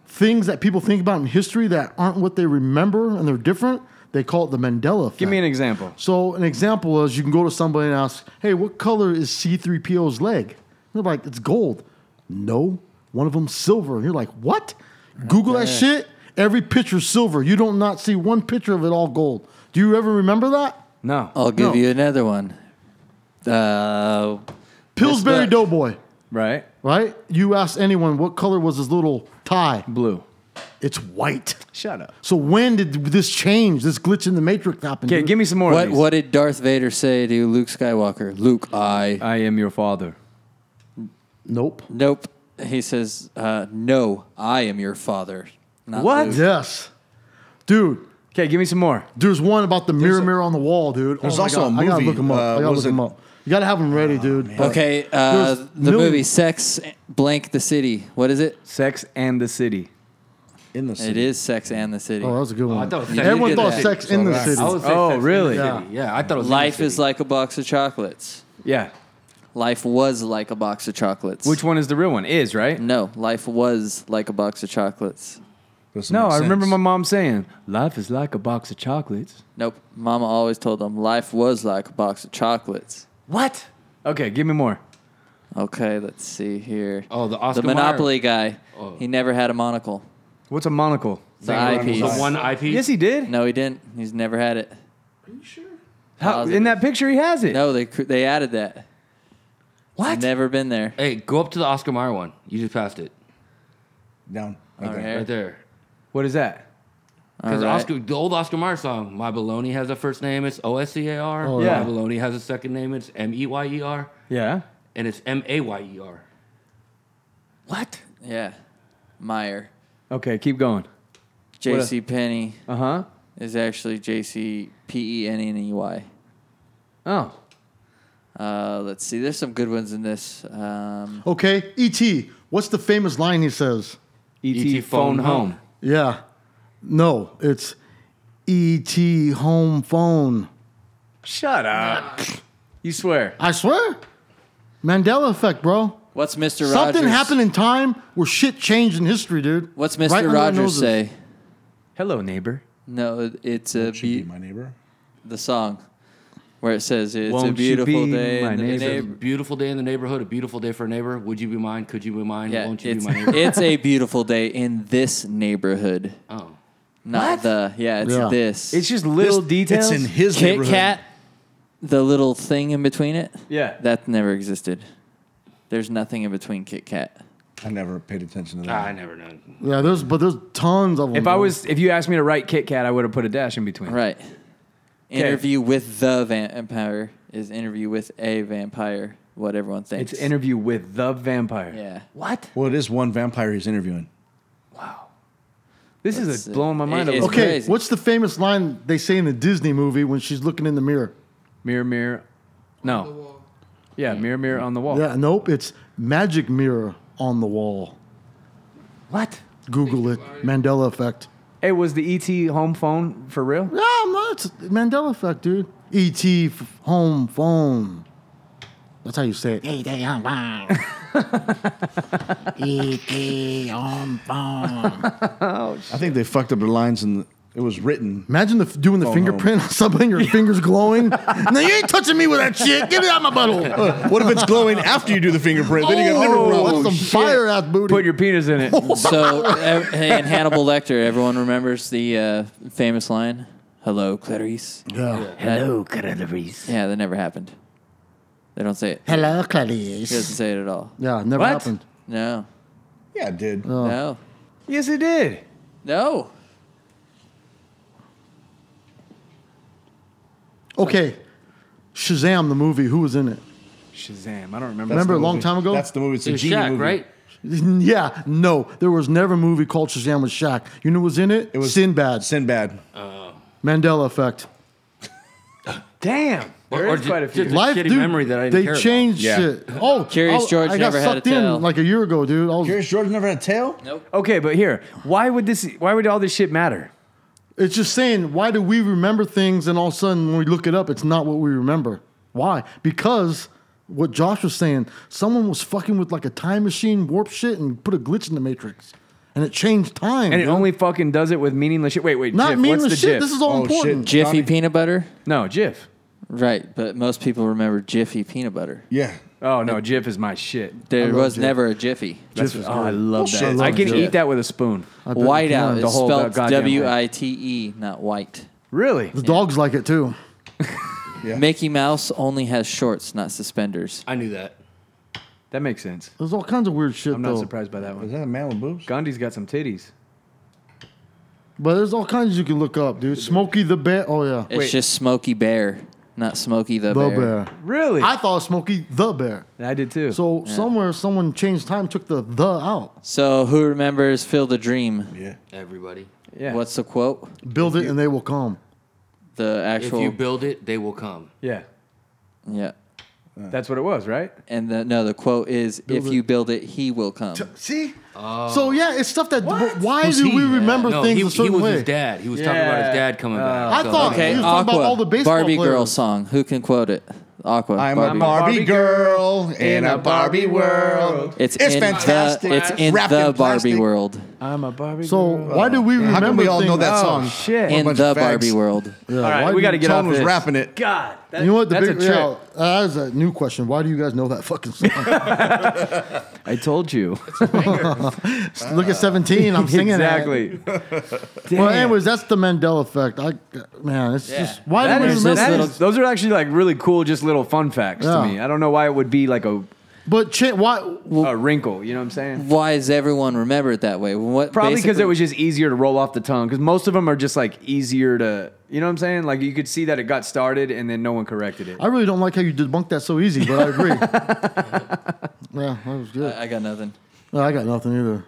Speaker 4: things that people think about in history that aren't what they remember and they're different, they call it the Mandela effect.
Speaker 5: Give me an example.
Speaker 4: So an example is you can go to somebody and ask, "Hey, what color is C-3PO's leg?" And they're like, "It's gold." No, one of them's silver. And you're like, "What?" Google that shit. Every picture's silver. You don't not see one picture of it all gold. Do you ever remember that?
Speaker 5: No.
Speaker 6: I'll give
Speaker 4: No.
Speaker 6: you another one. Uh,
Speaker 4: Pillsbury
Speaker 6: Miss Buck.
Speaker 4: Doughboy,
Speaker 5: Right.
Speaker 4: right? You ask anyone what color was his little tie?
Speaker 5: Blue.
Speaker 4: It's white.
Speaker 5: Shut up.
Speaker 4: So when did this change? This glitch in the matrix happen? dude?
Speaker 6: What What did Darth Vader say to Luke Skywalker? Luke, I.
Speaker 5: I am your father.
Speaker 4: Nope.
Speaker 6: Nope. He says, uh, "No, I am your father." Not
Speaker 5: What?
Speaker 6: Luke.
Speaker 4: Yes, dude.
Speaker 5: Okay, give me some more.
Speaker 4: There's one about the mirror, mirror on the wall, dude. Oh
Speaker 6: there's
Speaker 4: my
Speaker 6: also
Speaker 4: God.
Speaker 6: a
Speaker 4: I gotta
Speaker 6: movie,
Speaker 4: look them up.
Speaker 6: uh,
Speaker 4: I gotta
Speaker 6: was
Speaker 4: look
Speaker 6: it-
Speaker 4: them up. You gotta have them ready, dude. but
Speaker 6: Oh, Okay, uh,
Speaker 4: there's
Speaker 6: the
Speaker 4: millions-
Speaker 6: movie Sex Blank the City. What is it?
Speaker 5: Sex and the City.
Speaker 7: In the
Speaker 6: It is Sex and the City.
Speaker 4: Oh, that was a good one.
Speaker 9: I thought it was
Speaker 6: You
Speaker 9: Sex
Speaker 6: did
Speaker 9: Everyone
Speaker 6: get
Speaker 9: thought
Speaker 6: that.
Speaker 4: Sex in the
Speaker 9: I
Speaker 4: City.
Speaker 9: would say
Speaker 5: Oh,
Speaker 9: Sex and the
Speaker 5: really?
Speaker 9: City. Yeah. I thought it was in the
Speaker 6: Life is
Speaker 9: city.
Speaker 6: like a box of chocolates.
Speaker 5: Yeah.
Speaker 6: Life was like a box of chocolates.
Speaker 5: Which one is the real one? Is right?
Speaker 6: No, life was like a box of chocolates.
Speaker 5: No, I remember my mom saying, "Life is like a box of chocolates."
Speaker 6: Nope. Mama always told them life was like a box of chocolates.
Speaker 5: What? Okay, give me more.
Speaker 6: Okay, let's see here.
Speaker 9: Oh, the Oscar
Speaker 6: the
Speaker 9: Mayer- Oh.
Speaker 6: Monopoly guy. He never had a monocle.
Speaker 5: What's a monocle?
Speaker 6: The
Speaker 9: Thing around
Speaker 6: eyepiece.
Speaker 9: his eye. The one eyepiece?
Speaker 5: Yes, he did.
Speaker 6: No, he didn't. He's never had it.
Speaker 5: How, in that picture, he has it.
Speaker 6: No, they cr- they added that.
Speaker 5: What?
Speaker 6: Never been there.
Speaker 9: Hey, go up to the Oscar Mayer one. You just passed it
Speaker 7: Down.
Speaker 6: All right.
Speaker 9: right there.
Speaker 5: What is that?
Speaker 9: Because
Speaker 6: Alright.
Speaker 9: Oscar, the old Oscar Mayer song, My Baloney has a first name, it's O S C A R.
Speaker 4: Oh,
Speaker 5: yeah.
Speaker 9: My Baloney has a second name, it's M E Y E R.
Speaker 5: Yeah.
Speaker 9: And it's M A Y E R.
Speaker 5: What?
Speaker 6: Yeah. Meyer.
Speaker 5: Okay, keep going.
Speaker 6: J.C. Penny
Speaker 5: Uh huh.
Speaker 6: is actually J.C. E P.E.N.N.E.Y..
Speaker 5: Oh.
Speaker 6: Uh, let's see. There's some good ones in this. Um,
Speaker 4: Okay, E.T. What's the famous line he says?
Speaker 5: ET,
Speaker 6: E
Speaker 9: E.T.
Speaker 5: E phone,
Speaker 9: phone
Speaker 5: home.
Speaker 9: home.
Speaker 4: Yeah. No, it's E.T. home phone.
Speaker 5: Shut up. you swear.
Speaker 4: I swear. Mandela effect, bro.
Speaker 6: what's Mr.
Speaker 4: Something
Speaker 6: Rogers?
Speaker 4: happened in time where shit changed in history, dude.
Speaker 6: What's Mr.
Speaker 4: Right under our
Speaker 6: Rogers
Speaker 4: noses.
Speaker 6: say?
Speaker 5: Hello, neighbor.
Speaker 6: No, it's a
Speaker 7: Should be
Speaker 6: be-
Speaker 7: my neighbor.
Speaker 6: the song where it says it's
Speaker 5: Won't
Speaker 6: a
Speaker 5: you
Speaker 6: beautiful
Speaker 5: be
Speaker 6: day.
Speaker 5: my
Speaker 6: in the
Speaker 5: neighbor?"
Speaker 6: neighbor-
Speaker 9: Beautiful day in the neighborhood, a beautiful day for a neighbor. Would you be mine? Could you be mine?
Speaker 6: Yeah,
Speaker 9: Won't you
Speaker 6: it's, [laughs]
Speaker 9: be my neighbor?
Speaker 6: it's a beautiful day in this neighborhood.
Speaker 9: oh.
Speaker 6: Not
Speaker 5: What?
Speaker 6: the yeah, it's
Speaker 4: Yeah.
Speaker 6: this.
Speaker 5: It's just little details.
Speaker 7: It's in his
Speaker 6: Kit
Speaker 7: neighborhood.
Speaker 6: Kat, the little thing in between it.
Speaker 5: Yeah.
Speaker 6: That never existed. There's nothing in between Kit Kat.
Speaker 7: I never paid attention to
Speaker 9: Ah, I
Speaker 7: that.
Speaker 9: never know.
Speaker 4: Yeah, there's but there's tons of them.
Speaker 5: if I
Speaker 4: bro.
Speaker 5: was, if you asked me to write Kit Kat, I would have put a dash in between.
Speaker 6: Right. Interview with the vampire is interview with a vampire, what everyone thinks.
Speaker 5: It's interview with the vampire.
Speaker 6: Yeah.
Speaker 5: What?
Speaker 7: Well, it is one vampire he's interviewing.
Speaker 5: This is
Speaker 6: Let's
Speaker 5: a,
Speaker 6: see.
Speaker 5: blowing my mind
Speaker 6: It
Speaker 5: a
Speaker 6: is
Speaker 5: little.
Speaker 4: Okay,
Speaker 6: crazy.
Speaker 4: what's the famous line they say in the Disney movie when she's looking in the mirror?
Speaker 5: Mirror, mirror. No.
Speaker 8: Well,
Speaker 5: Yeah, mirror, mirror on the wall.
Speaker 4: Yeah, nope, it's magic mirror on the wall.
Speaker 5: What?
Speaker 4: Google it. Mandela effect.
Speaker 5: Hey, was the ET home phone for real?
Speaker 4: Yeah, I'm not. It's Mandela effect, dude. ET f- home phone. That's how you say [laughs] it. ET home phone. ET E home
Speaker 5: [laughs]
Speaker 4: phone.
Speaker 5: Oh,
Speaker 7: I think they fucked up their lines and it was written. Oh,
Speaker 4: Imagine the, doing the
Speaker 7: Phone
Speaker 4: fingerprint on something,
Speaker 5: [laughs]
Speaker 4: your fingers glowing. now you ain't touching me with that shit. Get it out my butthole.
Speaker 7: Uh, What if it's glowing after you do the fingerprint? Then you got a different
Speaker 4: That's
Speaker 7: problem.
Speaker 4: some fire ass booty.
Speaker 5: Put your penis in it.
Speaker 6: so ev- and Hannibal Lecter, everyone remembers the uh, famous line, "Hello, Clarice."
Speaker 4: yeah.
Speaker 6: Hello, Clarice. Yeah, that never happened. They don't say it.
Speaker 4: Hello,
Speaker 6: He doesn't
Speaker 4: Clarice.
Speaker 6: say it at all.
Speaker 4: Yeah, never
Speaker 5: What?
Speaker 4: happened.
Speaker 6: No.
Speaker 7: Yeah, it did.
Speaker 4: Oh.
Speaker 6: No.
Speaker 5: yes, it did.
Speaker 4: [laughs]
Speaker 6: No.
Speaker 4: Okay, Shazam, the movie. Who was in it?
Speaker 5: Shazam. I don't remember.
Speaker 4: Remember a
Speaker 7: the
Speaker 4: long
Speaker 7: movie.
Speaker 4: time ago?
Speaker 7: That's the movie. It's a
Speaker 9: It's
Speaker 7: genie
Speaker 9: Shaq,
Speaker 7: movie.
Speaker 9: right?
Speaker 4: Yeah, no. There was never a movie called Shazam with Shaq. You know who was in it?
Speaker 7: It was
Speaker 4: Sinbad.
Speaker 7: Sinbad.
Speaker 4: Mandela effect.
Speaker 5: Damn.
Speaker 9: Or,
Speaker 5: There
Speaker 9: or
Speaker 5: is
Speaker 9: ju-
Speaker 5: quite a few.
Speaker 9: just a shitty memory that I didn't
Speaker 4: they
Speaker 9: care about.
Speaker 4: changed
Speaker 5: Yeah.
Speaker 4: shit. Oh,
Speaker 5: Curious
Speaker 4: I-
Speaker 5: George
Speaker 4: I got
Speaker 5: never had a
Speaker 4: sucked in
Speaker 5: tail.
Speaker 4: like a year ago, dude. I was, Curious
Speaker 7: George never had a tail. Nope.
Speaker 5: Okay, but here, why would this? Why would all this shit matter?
Speaker 4: It's just saying, why do we remember things and all of a sudden when we look it up, it's not what we remember? Why? Because what Josh was saying, someone was fucking with like a time machine, warp shit, and put a glitch in the matrix, and it changed time.
Speaker 5: And it
Speaker 4: bro.
Speaker 5: only fucking does it with meaningless shit. Wait, wait,
Speaker 4: Not
Speaker 5: Jif,
Speaker 4: meaningless
Speaker 5: what's the
Speaker 4: shit,
Speaker 5: Jif?
Speaker 4: this is all Oh, shit, important.
Speaker 6: Jiffy
Speaker 5: Johnny.
Speaker 6: peanut butter?
Speaker 5: No, Jiff.
Speaker 6: Right, but most people remember Jiffy peanut butter.
Speaker 7: Yeah.
Speaker 5: Oh no, Jif is my shit.
Speaker 6: There was never a Jiffy.
Speaker 5: That's-
Speaker 6: Jiff is
Speaker 5: oh, I
Speaker 6: good.
Speaker 5: love
Speaker 6: Bullshit. I
Speaker 5: that.
Speaker 6: love
Speaker 5: I, can
Speaker 6: Jif.
Speaker 5: eat that with a spoon.
Speaker 6: Whiteout
Speaker 5: The
Speaker 6: is
Speaker 5: whole
Speaker 6: spelled
Speaker 5: goddamn thing.
Speaker 6: W I T E, not white.
Speaker 5: Really?
Speaker 4: The dogs like it too.
Speaker 6: Mickey Mouse only has shorts, not suspenders.
Speaker 9: I knew that.
Speaker 5: That makes sense.
Speaker 4: There's all kinds of weird shit
Speaker 5: I'm
Speaker 4: though.
Speaker 5: not surprised by that one. Is
Speaker 7: that a man with boobs?
Speaker 5: Gandhi's got some titties.
Speaker 4: But there's all kinds you can look up, dude. Smokey the Bear. Oh yeah,
Speaker 6: It's just Smokey Bear, not Smokey the,
Speaker 4: the
Speaker 6: Bear.
Speaker 4: bear.
Speaker 5: Really?
Speaker 4: I thought Smokey the Bear.
Speaker 5: I did too.
Speaker 4: So somewhere someone changed time, took the the out,
Speaker 6: So who remembers Phil the Dream?
Speaker 7: Yeah.
Speaker 9: Everybody.
Speaker 5: Yeah.
Speaker 6: What's the quote?
Speaker 4: build it, and they will come.
Speaker 6: The actual.
Speaker 9: If you build it, they will come.
Speaker 5: Yeah.
Speaker 6: yeah.
Speaker 5: That's what it was, right?
Speaker 6: And the, no, the quote is,
Speaker 5: Build
Speaker 6: "If
Speaker 5: it-
Speaker 6: you build it, he will come."
Speaker 4: See?
Speaker 9: Oh.
Speaker 4: So yeah, it's stuff that. but Why do we remember
Speaker 9: No,
Speaker 4: things
Speaker 9: he,
Speaker 4: a certain
Speaker 9: he was
Speaker 4: way?
Speaker 9: his dad. He was talking about his dad
Speaker 5: Uh,
Speaker 9: coming back.
Speaker 4: I
Speaker 9: so-
Speaker 4: thought
Speaker 6: okay,
Speaker 4: he was talking
Speaker 6: Aqua,
Speaker 4: about all the baseball
Speaker 6: Barbie
Speaker 4: players.
Speaker 6: girl song. Who can quote it? Aqua.
Speaker 7: [laughs] I'm a Barbie girl in a Barbie world.
Speaker 6: It's, in The, it's in
Speaker 7: Wrapped
Speaker 6: the
Speaker 7: in
Speaker 6: Barbie
Speaker 7: plastic.
Speaker 6: world.
Speaker 5: I'm a Barbie. Oh,
Speaker 4: So why do we
Speaker 7: How
Speaker 4: remember?
Speaker 7: come we all know
Speaker 4: things-
Speaker 7: that song?
Speaker 5: shit.
Speaker 7: What a
Speaker 6: In
Speaker 7: bunch
Speaker 6: the
Speaker 7: of Uh, fags.
Speaker 6: Barbie world.
Speaker 4: Yeah,
Speaker 5: All right,
Speaker 4: why
Speaker 5: we
Speaker 4: do
Speaker 5: got to get
Speaker 7: Tone
Speaker 5: off
Speaker 7: was
Speaker 5: this.
Speaker 7: rapping it.
Speaker 5: God, that,
Speaker 4: You know what? The
Speaker 5: that's
Speaker 4: big,
Speaker 5: a trip.
Speaker 4: yeah, that is a new question. Why do you guys know that fucking
Speaker 5: [laughs]
Speaker 4: song? [laughs]
Speaker 5: I told you.
Speaker 7: [laughs]
Speaker 4: Look at seventeen. I'm singing that.
Speaker 5: exactly.
Speaker 4: Well, anyways, that's the Mandela effect. I man, it's just why
Speaker 5: That
Speaker 4: do we
Speaker 5: is-
Speaker 4: remember?
Speaker 5: that
Speaker 4: things?
Speaker 5: is- those are actually like really cool, just little fun facts
Speaker 4: Yeah.
Speaker 5: to me. I don't know why it would be like a,
Speaker 4: But cha- why?
Speaker 5: a wrinkle. You know what I'm saying?
Speaker 6: Why does everyone remember it that way? What
Speaker 5: Probably because
Speaker 6: basically-
Speaker 5: it was just easier to roll off the tongue. Because most of them are just like easier to, you know what I'm saying? Like you could see that it got started and then no one
Speaker 4: [laughs]
Speaker 5: corrected it.
Speaker 4: I really don't like how you debunked that so easy, but I
Speaker 5: [laughs]
Speaker 4: agree. yeah, that was good.
Speaker 6: I got nothing.
Speaker 4: No, I got nothing either.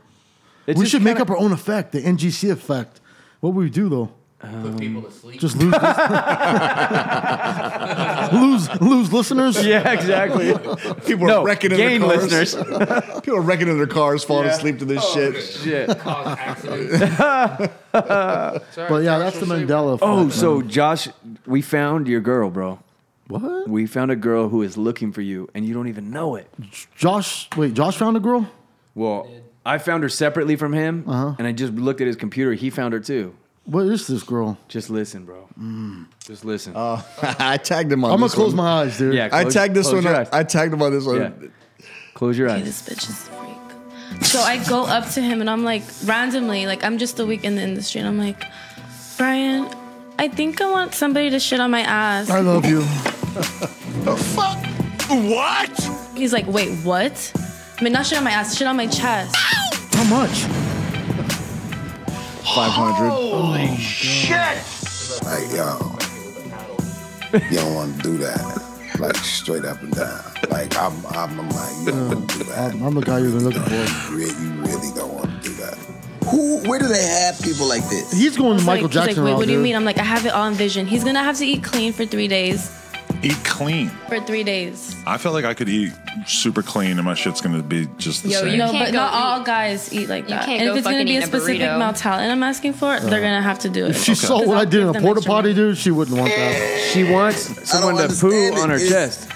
Speaker 5: It's
Speaker 4: we
Speaker 5: just
Speaker 4: should make
Speaker 5: kinda-
Speaker 4: up our own effect, the NGC effect. What would we do though?
Speaker 9: Put people to sleep.
Speaker 4: Just lose
Speaker 7: [laughs]
Speaker 4: lose lose [laughs] listeners.
Speaker 5: [laughs] Yeah, exactly.
Speaker 7: [laughs] People
Speaker 5: No,
Speaker 7: are wrecking in
Speaker 5: gain
Speaker 7: their cars.
Speaker 5: listeners.
Speaker 7: [laughs] People are wrecking in their cars, falling
Speaker 5: Yeah.
Speaker 7: asleep to this shit.
Speaker 5: Shit.
Speaker 9: Cause accidents.
Speaker 4: But yeah, that's the Mandela effect.
Speaker 5: Oh,
Speaker 4: man.
Speaker 5: so Josh, we found your girl, bro.
Speaker 4: what?
Speaker 5: We found a girl who is looking for you and you don't even know it.
Speaker 4: Josh, [laughs] wait, Josh found a girl. Uh-huh.
Speaker 5: Well, I found her separately from him and I just looked at his computer. He found her too.
Speaker 4: What is this girl?
Speaker 5: Just listen, bro. Just listen. [laughs]
Speaker 7: Oh, [laughs] I tagged him on.
Speaker 4: Mm. Uh, I'm gonna
Speaker 7: this
Speaker 4: close
Speaker 7: one.
Speaker 4: my eyes, dude.
Speaker 5: yeah,
Speaker 7: I
Speaker 5: close-
Speaker 7: tagged this
Speaker 5: close
Speaker 7: one.
Speaker 5: your
Speaker 7: I,
Speaker 5: eyes.
Speaker 7: I tagged him on this one.
Speaker 5: Yeah. Close your eyes.
Speaker 12: This bitch is a freak. So I go up to him and I'm like, randomly, like I'm just a week in the industry, and I'm like, Brian, I think I want somebody to shit on my ass.
Speaker 4: I love you.
Speaker 7: What?
Speaker 12: He's like, wait, what? I mean, not shit on my ass, shit on my chest.
Speaker 4: How much?
Speaker 7: Five hundred.
Speaker 3: Like, Oh. yo, you don't want to do that. Like, straight up and down. Like, I'm, I'm, I'm like, you don't want to do that.
Speaker 4: Uh, I'm, I'm the guy you've been looking for.
Speaker 3: Really, you really don't want to do that. Who, where do they have people like this?
Speaker 4: He's going to
Speaker 12: He's
Speaker 4: Michael
Speaker 12: like, He's
Speaker 4: Jackson.
Speaker 12: like, wait,
Speaker 4: route,
Speaker 12: what do you
Speaker 4: dude.
Speaker 12: mean? I'm like, I have it all in vision. He's gonna have to eat clean for three days.
Speaker 13: Eat clean.
Speaker 12: For three days.
Speaker 13: I feel like I could eat super clean and my shit's gonna be just the
Speaker 12: Yo,
Speaker 13: same.
Speaker 12: you know,
Speaker 13: It
Speaker 12: but
Speaker 14: go
Speaker 12: not
Speaker 14: eat-
Speaker 12: all guys eat like
Speaker 14: You
Speaker 12: that.
Speaker 14: can't
Speaker 12: and
Speaker 14: go
Speaker 12: if it's gonna
Speaker 14: fucking
Speaker 12: be
Speaker 14: eat
Speaker 12: a
Speaker 14: a
Speaker 12: specific
Speaker 14: burrito.
Speaker 12: mortality I'm asking for, they're gonna have to do it.
Speaker 4: If she saw what I did in a porta potty, dude, she wouldn't want that.
Speaker 5: She wants someone to poo
Speaker 3: understand
Speaker 5: on
Speaker 3: it.
Speaker 5: her
Speaker 3: It's-
Speaker 5: chest.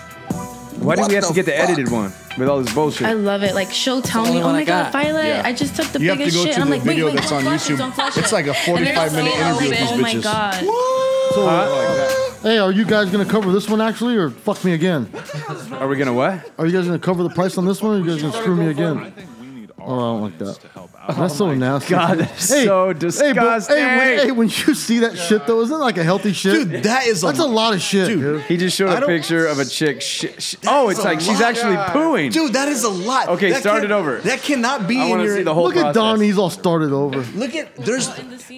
Speaker 5: Why do
Speaker 3: What
Speaker 5: we have to
Speaker 3: the
Speaker 5: get the
Speaker 3: fuck?
Speaker 5: edited one with all this bullshit?
Speaker 4: [laughs]
Speaker 12: I love it. Like she'll tell
Speaker 6: the
Speaker 12: me,
Speaker 6: only
Speaker 12: "Oh
Speaker 6: one I
Speaker 12: my god,
Speaker 6: got."
Speaker 12: Violet,
Speaker 7: Yeah.
Speaker 12: I just took the
Speaker 7: You have to
Speaker 12: biggest
Speaker 7: go
Speaker 12: shit."
Speaker 7: to
Speaker 12: and I'm
Speaker 7: the
Speaker 12: like,
Speaker 7: video
Speaker 12: "Wait, wait,
Speaker 7: that's
Speaker 12: don't
Speaker 7: on
Speaker 12: flush it,
Speaker 7: YouTube.
Speaker 12: don't flush
Speaker 7: It's
Speaker 12: it."
Speaker 7: like a
Speaker 12: And they're "Oh
Speaker 7: 45 minute
Speaker 12: so
Speaker 7: interview with
Speaker 12: open.
Speaker 7: these bitches.
Speaker 12: Oh my god.
Speaker 4: Hey, are you guys gonna cover this one actually, or fuck me again?
Speaker 5: Are we gonna what?
Speaker 4: Are you guys gonna cover the price on this one, or are you guys gonna screw me again? Oh, I don't like that. That's so nasty.
Speaker 5: God, that's so
Speaker 4: Hey, but, hey, when,
Speaker 5: disgusting.
Speaker 4: hey, when you see that shit though, isn't it like a healthy shit?
Speaker 7: Dude, that is a-
Speaker 4: that's a lot of shit, dude.
Speaker 7: Dude.
Speaker 5: He just showed
Speaker 7: I
Speaker 5: a
Speaker 7: don't-
Speaker 5: picture of a chick. Sh- sh- oh, it's
Speaker 7: a
Speaker 5: like she's
Speaker 7: lot.
Speaker 5: actually pooing.
Speaker 7: Dude, that is a lot.
Speaker 5: Okay,
Speaker 7: That
Speaker 5: start
Speaker 7: can't-
Speaker 5: it over.
Speaker 7: That cannot be
Speaker 5: I
Speaker 7: in
Speaker 5: want to
Speaker 7: your.
Speaker 5: see the whole
Speaker 4: Look
Speaker 5: process.
Speaker 4: at Don. He's all started over.
Speaker 7: Look at there's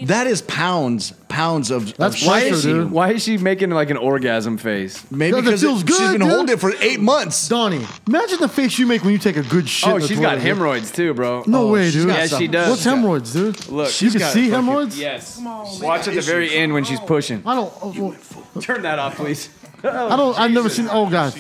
Speaker 7: that is pounds pounds of
Speaker 4: That's
Speaker 7: of
Speaker 4: why
Speaker 7: shit.
Speaker 4: is she- dude.
Speaker 5: Why is she making like an orgasm face?
Speaker 7: maybe
Speaker 4: Because it
Speaker 7: because
Speaker 4: feels
Speaker 7: it- she's
Speaker 4: good,
Speaker 7: been
Speaker 4: dude.
Speaker 7: holding it for eight months.
Speaker 4: Donnie, imagine the face you make when you take a good shit.
Speaker 5: oh,
Speaker 4: in the
Speaker 5: she's got
Speaker 4: toilet, dude.
Speaker 5: hemorrhoids too, bro.
Speaker 4: No
Speaker 7: Oh,
Speaker 4: way, dude.
Speaker 5: Yeah, she does.
Speaker 4: What's hemorrhoids, dude?
Speaker 5: Look,
Speaker 4: you
Speaker 5: she's
Speaker 4: can
Speaker 5: got
Speaker 4: see
Speaker 5: fucking-
Speaker 4: hemorrhoids.
Speaker 5: Yes. Watch at the very end when she's pushing.
Speaker 4: I don't. oh, well,
Speaker 5: Turn that off, please.
Speaker 4: [laughs] I don't. I've never seen. Oh god.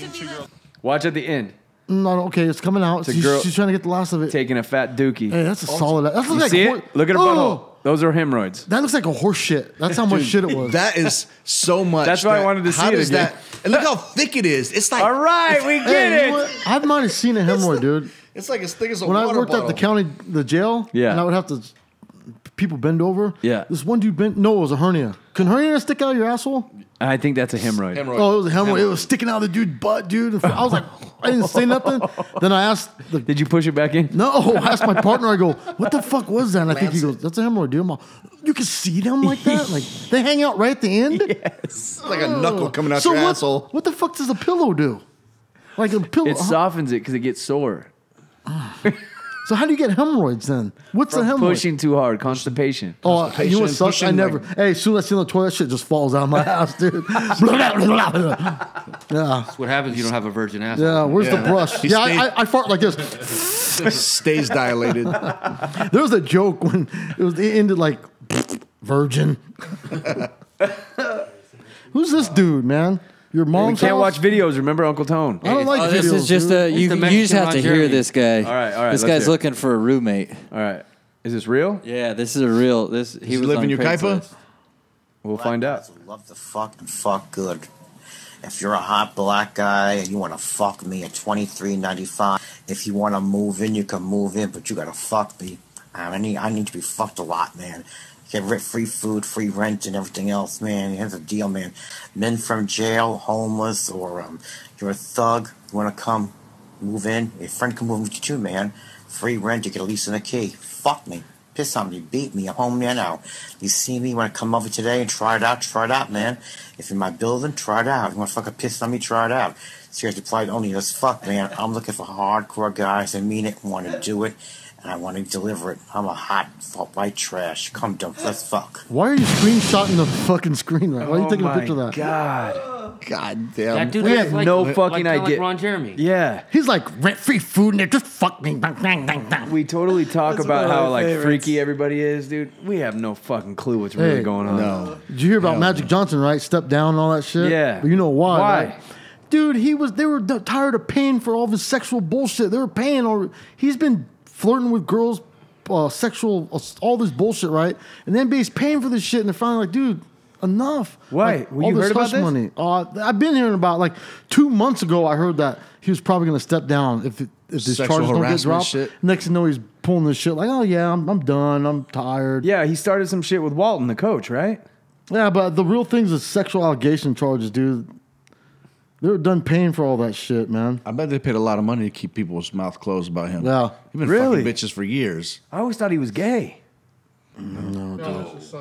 Speaker 5: Watch at the end.
Speaker 4: No. Okay, it's coming out.
Speaker 5: It's a
Speaker 4: She's,
Speaker 5: girl-
Speaker 4: she's trying to get the last of it.
Speaker 5: Taking a fat dookie.
Speaker 4: Hey, that's a
Speaker 7: Oh.
Speaker 4: solid. That looks
Speaker 5: You
Speaker 4: like
Speaker 5: see
Speaker 4: hor-
Speaker 5: it? Look at her
Speaker 4: Oh!
Speaker 5: butthole. Those are hemorrhoids.
Speaker 4: That looks like a horse shit. That's how much
Speaker 7: Dude,
Speaker 4: shit it was.
Speaker 7: That is so much.
Speaker 5: That's why I
Speaker 7: that-
Speaker 5: wanted to
Speaker 7: how
Speaker 5: see it
Speaker 7: does
Speaker 5: again.
Speaker 7: That, and look how thick it is. It's like
Speaker 5: All right, we get
Speaker 4: Hey,
Speaker 5: it.
Speaker 4: you know what? I might have seen a hemorrhoid, dude.
Speaker 7: It's like as thick as a
Speaker 4: When I
Speaker 7: water
Speaker 4: worked
Speaker 7: bottle.
Speaker 4: at the county, the jail,
Speaker 5: Yeah.
Speaker 4: and I would have to, people bend over.
Speaker 5: Yeah.
Speaker 4: This one dude bent. No, it was a hernia. Can hernia stick out of your asshole?
Speaker 5: I think that's a hemorrhoid.
Speaker 4: Oh, it was a hemorrhoid. It was sticking out of the dude's butt, dude. And I was like, I didn't say nothing. Then I asked, the,
Speaker 5: Did you push it back in?
Speaker 4: no. I asked my partner. I go, what the fuck was that? And I think he goes,
Speaker 7: Lancet.
Speaker 4: that's a hemorrhoid, dude. I'm all, you can see them like that.
Speaker 5: [laughs]
Speaker 4: Like they hang out right at the end.
Speaker 5: Yes.
Speaker 7: It's like a knuckle coming out
Speaker 4: so
Speaker 7: your
Speaker 4: what,
Speaker 7: asshole.
Speaker 4: What the fuck does a pillow do? Like a pillow. uh-huh.
Speaker 5: It softens it because it gets sore.
Speaker 4: So how do you get hemorrhoids then? What's a hemorrhoid?
Speaker 5: Pushing too hard, constipation.
Speaker 4: Oh, you know what
Speaker 7: Constipation,
Speaker 4: sucks? I
Speaker 7: pushing,
Speaker 4: never. hey, as soon as I see the toilet, shit just falls out of my [laughs] ass, dude. Blah, blah, blah, blah. yeah,
Speaker 9: That's what happens. if You don't have a virgin asshole.
Speaker 4: yeah. Where's the
Speaker 7: Yeah.
Speaker 4: brush?
Speaker 7: He
Speaker 4: yeah, I,
Speaker 7: stayed-
Speaker 4: I, I fart like this.
Speaker 7: [laughs] Stays dilated.
Speaker 4: [laughs] There was a joke when it was it ended like virgin. [laughs] Who's this dude, man? Your
Speaker 5: We
Speaker 4: mom's
Speaker 5: can't
Speaker 4: house?
Speaker 5: watch videos. Remember Uncle Tone?
Speaker 4: I don't like
Speaker 6: Oh,
Speaker 4: videos.
Speaker 6: this is just
Speaker 4: dude.
Speaker 6: a
Speaker 9: It's
Speaker 6: you.
Speaker 9: the
Speaker 6: You just
Speaker 9: Mexican
Speaker 6: have to
Speaker 9: on
Speaker 6: hear
Speaker 9: Germany.
Speaker 6: this guy.
Speaker 5: All right, all right,
Speaker 6: This
Speaker 5: let's
Speaker 6: guy's
Speaker 5: hear it.
Speaker 6: looking for a roommate.
Speaker 5: All right. Is this real?
Speaker 6: Yeah, this is a real. This he
Speaker 7: you
Speaker 6: was
Speaker 7: live
Speaker 6: on
Speaker 7: in Yucaipa?
Speaker 6: Craigslist.
Speaker 5: We'll find out.
Speaker 14: Love to fuck and fuck good. If you're a hot black guy and you want to fuck me at twenty three ninety five, if you want to move in, you can move in, but you gotta fuck me. Um, I need I need to be fucked a lot, man. Get ri- free food, free rent, and everything else, man. Here's the deal, man. Men from jail, homeless, or um, you're a thug. You want to come, move in. Your friend can move with you too, man. Free rent, you get a lease and a key. Fuck me. Piss on me, beat me. I'm home there now. You see me, you want to come over today and try it out? Try it out, man. If you're in my building, try it out. You want to fucking piss on me? Try it out. Seriously, applied only as fuck, man. I'm looking for hardcore guys that mean it, want to do it, and I want to deliver it. I'm a hot, fuck, white trash. Come dump, let's fuck.
Speaker 4: Why are you screenshotting the fucking screen right? Why are you taking a picture of that?
Speaker 5: God.
Speaker 7: God damn.
Speaker 9: That dude
Speaker 5: We
Speaker 9: looks
Speaker 5: have
Speaker 9: like,
Speaker 5: no
Speaker 9: like-
Speaker 5: fucking
Speaker 9: kinda
Speaker 5: idea.
Speaker 9: Like Ron Jeremy.
Speaker 5: Yeah.
Speaker 4: He's like rent free food and they just fuck me. Bang, bang, bang, bang.
Speaker 5: We totally talk
Speaker 6: That's
Speaker 5: about
Speaker 6: one of
Speaker 5: how
Speaker 6: my
Speaker 5: like
Speaker 6: favorites.
Speaker 5: freaky everybody is, dude. We have no fucking clue what's
Speaker 4: Hey,
Speaker 5: really going on.
Speaker 7: No.
Speaker 4: Did you hear about
Speaker 7: Hell
Speaker 4: Magic Johnson, right? Step down and all that shit.
Speaker 5: Yeah.
Speaker 4: But you know why?
Speaker 5: Why?
Speaker 4: right? Dude, he was. They were d- tired of paying for all of his sexual bullshit. They were paying. Or he's been flirting with girls, uh, sexual, all this bullshit, right? And the NBA's paying for this shit, and they're finally like, dude. Enough.
Speaker 5: Why?
Speaker 4: Like,
Speaker 5: Well,
Speaker 4: all
Speaker 5: you
Speaker 4: this
Speaker 5: heard about
Speaker 4: hush
Speaker 5: this?
Speaker 4: money. Uh, I've been hearing about like two months ago. I heard that he was probably going to step down if it, if his
Speaker 7: Sexual
Speaker 4: charges don't get
Speaker 7: harassment
Speaker 4: dropped.
Speaker 7: shit.
Speaker 4: Next thing you know, he's pulling this shit like, oh yeah, I'm, I'm done. I'm tired.
Speaker 5: Yeah, he started some shit with Walton, the coach, right?
Speaker 4: Yeah, but the real thing's the sexual allegation charges, dude. They're done paying for all that shit, man.
Speaker 7: I bet they paid a lot of money to keep people's mouth closed about him.
Speaker 4: Yeah.
Speaker 7: He's been
Speaker 5: Really?
Speaker 7: fucking bitches for years.
Speaker 5: I always thought he was gay.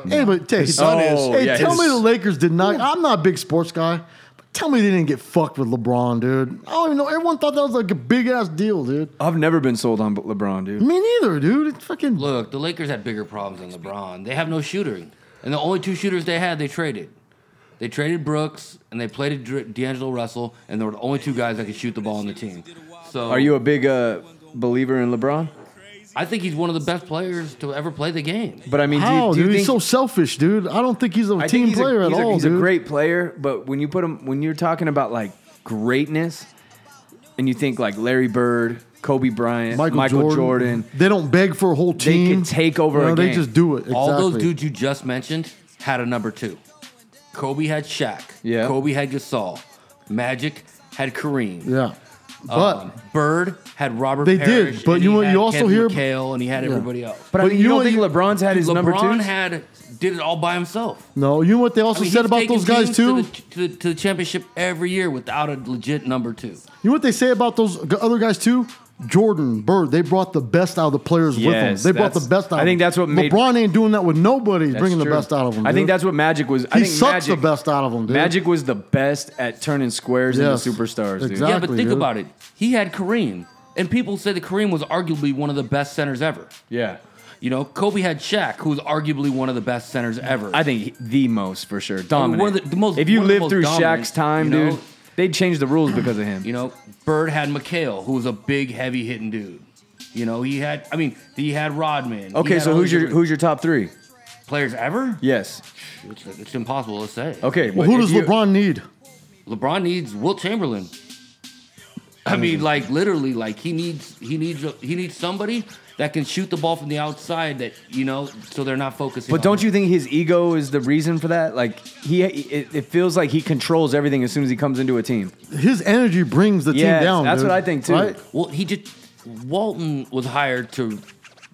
Speaker 4: Hey, but hey,
Speaker 7: son is- Oh,
Speaker 4: hey,
Speaker 5: Oh, yeah,
Speaker 4: tell
Speaker 5: his-
Speaker 4: me the Lakers did not. I'm not a big sports guy, but tell me they didn't get fucked with LeBron, dude. I don't even know. Everyone thought that was like a big ass deal, dude.
Speaker 5: I've never been sold on LeBron, dude.
Speaker 4: Me neither, dude. It's fucking.
Speaker 9: Look, the Lakers had bigger problems than LeBron. They have no shooting, and the only two shooters they had, they traded. They traded Brooks, and they played Dr- D'Angelo Russell, and they were the only two guys that could shoot the ball on the team. So,
Speaker 5: Are you a big uh, believer in LeBron?
Speaker 9: I think he's one of the best players to ever play the game.
Speaker 5: But I mean, do
Speaker 4: How,
Speaker 5: you, do you
Speaker 4: dude?
Speaker 5: think
Speaker 4: He's so selfish, dude. I don't think he's a
Speaker 5: I
Speaker 4: team
Speaker 5: think he's
Speaker 4: player
Speaker 5: a,
Speaker 4: at
Speaker 5: he's a-
Speaker 4: all,
Speaker 5: he's
Speaker 4: dude.
Speaker 5: a great player, but when you put him, when you're talking about like greatness, and you think like Larry Bird, Kobe Bryant, Michael, Jordan,
Speaker 4: They don't beg for a whole team.
Speaker 5: could take over
Speaker 4: No,
Speaker 5: a
Speaker 4: They
Speaker 5: game.
Speaker 4: just do it.
Speaker 9: All those
Speaker 4: exactly.
Speaker 9: dudes you just mentioned had a number two. Kobe had Shaq.
Speaker 5: Yeah.
Speaker 9: Kobe had Gasol. Magic had Kareem.
Speaker 4: Yeah, but.
Speaker 9: Um, Bird had Robert.
Speaker 4: They
Speaker 9: Parrish,
Speaker 4: did, but
Speaker 9: and
Speaker 4: you
Speaker 9: he
Speaker 4: know what,
Speaker 9: had
Speaker 4: you also
Speaker 9: Kevin
Speaker 4: hear-
Speaker 9: McHale, and he had everybody else.
Speaker 5: but, I
Speaker 4: But
Speaker 5: mean,
Speaker 4: you
Speaker 5: you,
Speaker 4: know
Speaker 5: don't think
Speaker 4: you-
Speaker 5: LeBron's had his
Speaker 9: LeBron
Speaker 5: number two?
Speaker 9: had did it all by himself.
Speaker 4: No, you know what they also
Speaker 9: I mean,
Speaker 4: said
Speaker 9: he's
Speaker 4: about
Speaker 9: taken
Speaker 4: those guys
Speaker 9: teams
Speaker 4: too.
Speaker 9: to the, to, the, to the championship every year without a legit number two.
Speaker 4: You know what they say about those g- other guys too? Jordan, Bird, they brought the best out of the players
Speaker 5: Yes,
Speaker 4: with them. They brought the
Speaker 5: that's-
Speaker 4: best out.
Speaker 5: I
Speaker 4: of
Speaker 5: think
Speaker 4: them.
Speaker 5: that's what made-
Speaker 4: LeBron ain't doing that with nobody. He's
Speaker 5: That's
Speaker 4: bringing
Speaker 5: true.
Speaker 4: the best out of them.
Speaker 5: I think
Speaker 4: dude.
Speaker 5: that's what Magic was. I
Speaker 4: he
Speaker 5: think
Speaker 4: sucks
Speaker 5: Magic,
Speaker 4: the best out of them. Dude.
Speaker 5: Magic was the best at turning squares
Speaker 4: Yes,
Speaker 5: into superstars, dude.
Speaker 4: exactly.
Speaker 9: yeah, but think
Speaker 4: dude.
Speaker 9: about it. He had Kareem, and people say that Kareem was arguably one of the best centers ever.
Speaker 5: Yeah.
Speaker 9: You know, Kobe had Shaq, who was arguably one of the best centers ever.
Speaker 5: I think he- the most for sure. Dominant.
Speaker 9: one of the- the most-
Speaker 5: if you
Speaker 9: one of the
Speaker 5: live
Speaker 9: most
Speaker 5: through
Speaker 9: dominant,
Speaker 5: Shaq's
Speaker 9: you
Speaker 5: time,
Speaker 9: know?
Speaker 5: dude, they changed the rules because of him.
Speaker 9: You know, Bird had McHale, who was a big, heavy hitting dude. You know, he had. I mean, he had Rodman. He
Speaker 5: okay,
Speaker 9: had
Speaker 5: so
Speaker 9: all
Speaker 5: who's
Speaker 9: these
Speaker 5: your
Speaker 9: different
Speaker 5: who's your top three?
Speaker 9: players ever?
Speaker 5: Yes.
Speaker 9: It's, it's impossible to say.
Speaker 5: Okay.
Speaker 4: Well,
Speaker 5: but
Speaker 4: who
Speaker 5: if
Speaker 4: does
Speaker 5: you-
Speaker 4: LeBron need?
Speaker 9: LeBron needs Will Chamberlain. I
Speaker 4: Mm-hmm.
Speaker 9: mean, like literally, like he needs he needs a, he needs somebody that can shoot the ball from the outside. That you know, so they're not focusing.
Speaker 5: But
Speaker 9: on
Speaker 5: don't you think his ego is the reason for that? Like he, it, it feels like he controls everything as soon as he comes into a team.
Speaker 4: His energy brings the
Speaker 5: Yes,
Speaker 4: team down.
Speaker 5: That's
Speaker 4: dude.
Speaker 5: what I think too.
Speaker 4: Right?
Speaker 9: Well, he just Walton was hired to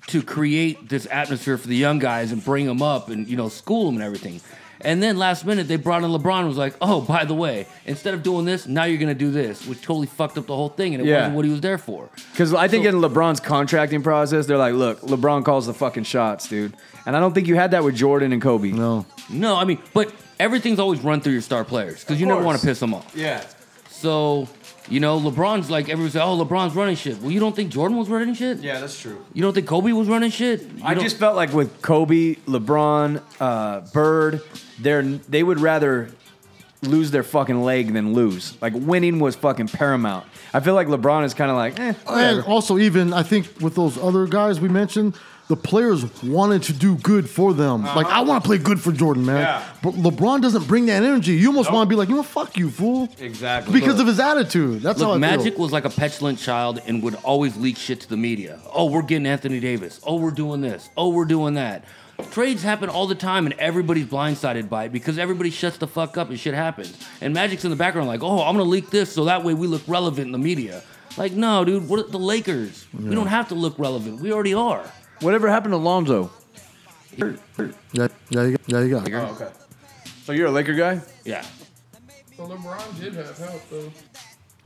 Speaker 9: to create this atmosphere for the young guys and bring them up and you know school them and everything. And then last minute they brought in LeBron and was like, "Oh, by the way, instead of doing this, now you're going to do this," which totally fucked up the whole thing and it
Speaker 5: Yeah.
Speaker 9: wasn't what he was there for.
Speaker 5: Because I think in LeBron's contracting process, they're like, look, LeBron calls the fucking shots, dude. And I don't think you had that with Jordan and Kobe.
Speaker 4: No.
Speaker 9: No, I mean, but everything's always run through your star players because you never
Speaker 5: course.
Speaker 9: want to piss them off.
Speaker 5: Yeah.
Speaker 9: So, you know, LeBron's like everyone's like, "Oh, LeBron's running shit." Well, you don't think Jordan was running shit?
Speaker 5: Yeah, that's true.
Speaker 9: You don't think Kobe was running shit? You
Speaker 5: I
Speaker 9: don't-
Speaker 5: just felt like with Kobe, LeBron, uh, Bird, they're, they would rather lose their fucking leg than lose. Like winning was fucking paramount. I feel like LeBron is kind of like, eh,
Speaker 4: And
Speaker 5: whatever.
Speaker 4: also, even I think with those other guys we mentioned, the players wanted to do good for them. Like I want to play good for Jordan, man.
Speaker 5: Uh-huh. Yeah.
Speaker 4: But LeBron doesn't bring that energy. You almost want to be like, you know, fuck you, fool.
Speaker 9: Exactly.
Speaker 4: Because of his attitude. That's
Speaker 9: Look,
Speaker 4: how I
Speaker 9: Magic
Speaker 4: feel.
Speaker 9: was like a petulant child and would always leak shit to the media. Oh, we're getting Anthony Davis. Oh, we're doing this. Oh, we're doing that. Trades happen all the time and everybody's blindsided by it because everybody shuts the fuck up and shit happens. And Magic's in the background like, oh, I'm gonna leak this so that way we look relevant in the media. Like, no, dude, we're the Lakers. We
Speaker 5: Yeah.
Speaker 9: don't have to look relevant. We already are.
Speaker 5: whatever happened to Lonzo?
Speaker 4: Yeah, yeah, you got. Yeah, you got.
Speaker 5: Oh, okay. So you're a Laker guy?
Speaker 9: Yeah.
Speaker 8: Well, LeBron did have help though.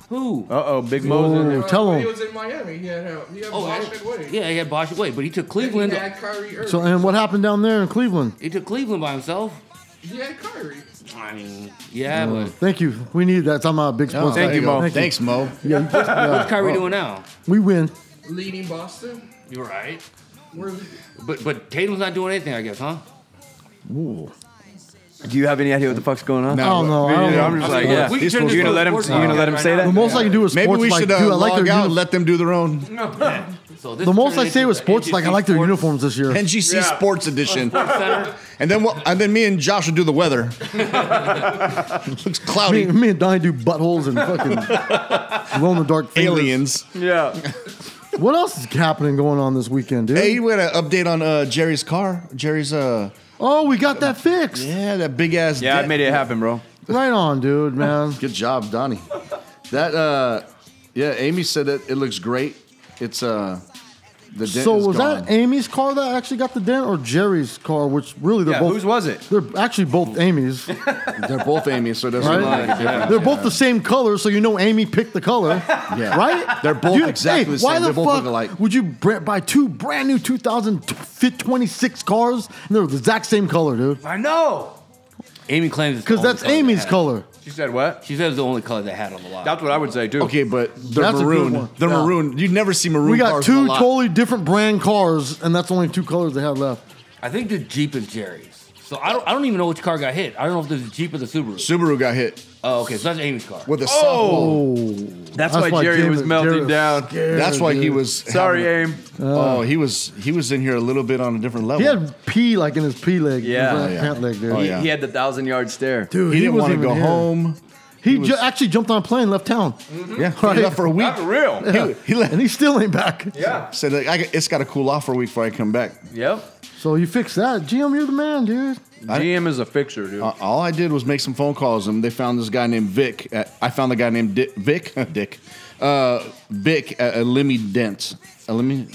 Speaker 9: Who?
Speaker 5: Uh oh, Big Mo's in there.
Speaker 8: Uh, when He was in Miami. He had help. He had
Speaker 9: Oh,
Speaker 8: Bosh and Wade.
Speaker 9: Yeah, he had Bosh Wade, but he took Cleveland.
Speaker 8: He had Kyrie Irving.
Speaker 4: So and what happened down there in Cleveland?
Speaker 9: He took Cleveland by himself.
Speaker 8: he had Kyrie.
Speaker 9: I mean, yeah,
Speaker 4: Uh,
Speaker 9: but
Speaker 4: thank you. We need that. I'm a big sponsor.
Speaker 7: thank you, Mo. Thanks, Mo.
Speaker 4: [laughs] Yeah, Oh.
Speaker 9: what's, what's Kyrie doing now?
Speaker 4: we win.
Speaker 8: Leading Boston.
Speaker 9: You're right.
Speaker 8: Where
Speaker 9: But but Tatum's not doing anything, I guess, huh?
Speaker 4: Ooh.
Speaker 5: Do you have any idea what the fuck's going on?
Speaker 4: No. I don't know. I don't
Speaker 5: I'm
Speaker 4: know.
Speaker 5: just like,
Speaker 4: We
Speaker 5: yeah.
Speaker 4: can
Speaker 5: You're
Speaker 4: turn this
Speaker 5: gonna
Speaker 4: to
Speaker 5: let him?
Speaker 4: a
Speaker 5: You're
Speaker 4: sports
Speaker 5: gonna let him
Speaker 4: podcast
Speaker 5: say
Speaker 4: right
Speaker 5: that?
Speaker 4: now. The most I can do is
Speaker 7: Maybe
Speaker 4: sports
Speaker 7: we
Speaker 4: like,
Speaker 7: should uh,
Speaker 4: dude, I like
Speaker 7: log
Speaker 4: their
Speaker 7: out
Speaker 4: uni-
Speaker 7: and let them do their own
Speaker 9: So
Speaker 4: The most I say with sports, like I like their uniforms this year.
Speaker 7: NGC Sports Edition.
Speaker 9: Sports Center.
Speaker 7: and then we'll, and then me and Josh will do the weather. Looks
Speaker 4: Me,
Speaker 7: cloudy.
Speaker 4: me and Donnie do buttholes and fucking
Speaker 7: [laughs]
Speaker 4: glow in the dark
Speaker 7: Aliens.
Speaker 5: Yeah.
Speaker 4: What else is happening going on this weekend, dude?
Speaker 7: Hey, we had an update on uh, Jerry's car. Jerry's uh
Speaker 4: Oh, we got that fixed.
Speaker 7: yeah, that big ass.
Speaker 5: Yeah, I made it happen, bro.
Speaker 4: Right on, dude, man.
Speaker 7: [laughs] Good job, Donnie. That uh, yeah, Amy said that it looks great. It's uh, the dent
Speaker 4: so
Speaker 7: is
Speaker 4: was
Speaker 7: gone.
Speaker 4: that Amy's car that actually got the dent, or Jerry's car? Which really they're
Speaker 7: Yeah,
Speaker 4: both.
Speaker 7: whose was it?
Speaker 4: They're actually both Amy's,
Speaker 7: [laughs] They're both Amy, so it doesn't
Speaker 4: right?
Speaker 7: really make a difference.
Speaker 4: They're both the same color, so you know Amy picked the color,
Speaker 7: [laughs] Yeah.
Speaker 4: right?
Speaker 7: They're both exactly the
Speaker 4: Why
Speaker 7: same.
Speaker 4: the
Speaker 7: They both
Speaker 4: fuck
Speaker 7: look alike.
Speaker 4: would you br- buy two brand new 2026 cars and they're the exact same color, dude?
Speaker 5: I know.
Speaker 9: Amy claims
Speaker 4: Because that's Amy's color.
Speaker 5: She said what?
Speaker 9: She said it's the only color they had on the lot.
Speaker 5: That's what I would say too.
Speaker 7: Okay, but they're
Speaker 4: That's a good
Speaker 7: maroon.
Speaker 4: one.
Speaker 7: They're
Speaker 4: Yeah.
Speaker 7: maroon. You never see maroon.
Speaker 4: We got
Speaker 7: cars
Speaker 4: two
Speaker 7: on the lot.
Speaker 4: totally different brand cars, and that's only two colors they had left.
Speaker 9: I think the Jeep is Jerry's. So I don't I don't even know which car got hit. I don't know if there's a Jeep or the Subaru.
Speaker 7: Subaru got hit
Speaker 9: oh, okay, so that's Amy's car.
Speaker 7: with a
Speaker 5: Oh. That's,
Speaker 4: That's
Speaker 5: why,
Speaker 4: why
Speaker 5: Jerry
Speaker 4: Jerry-
Speaker 5: was melting
Speaker 4: Jerry was
Speaker 5: down.
Speaker 4: scared,
Speaker 7: That's why he
Speaker 4: dude.
Speaker 7: was.
Speaker 5: Sorry,
Speaker 7: having-
Speaker 5: Aim.
Speaker 7: Oh, he was he was in here a little bit on a different level.
Speaker 4: He had pee like in his pee leg,
Speaker 5: Yeah.
Speaker 4: his
Speaker 5: Oh, yeah.
Speaker 4: pant leg, dude.
Speaker 7: Oh,
Speaker 5: He,
Speaker 7: yeah.
Speaker 5: he had the thousand yard stare.
Speaker 4: Dude,
Speaker 7: he, didn't
Speaker 4: wasn't
Speaker 7: want to
Speaker 4: even
Speaker 7: go
Speaker 4: here.
Speaker 7: home.
Speaker 4: He,
Speaker 7: was-
Speaker 4: ju- actually jumped on a plane, and left town,
Speaker 7: Yeah, he left for a week.
Speaker 5: Not real.
Speaker 4: Yeah.
Speaker 7: He left.
Speaker 4: and he still ain't back.
Speaker 5: Yeah.
Speaker 7: Said like, I, it's got to cool off for a week before I come back.
Speaker 5: Yep.
Speaker 4: So you fix that, GM. You're the man, dude.
Speaker 5: GM is a fixer, dude.
Speaker 7: Uh, all I did was make some phone calls, and they found this guy named Vic. At, I found the guy named Dick, Vic. [laughs] Dick. Uh, Vic at a Lemmy Dent. A Lemmy.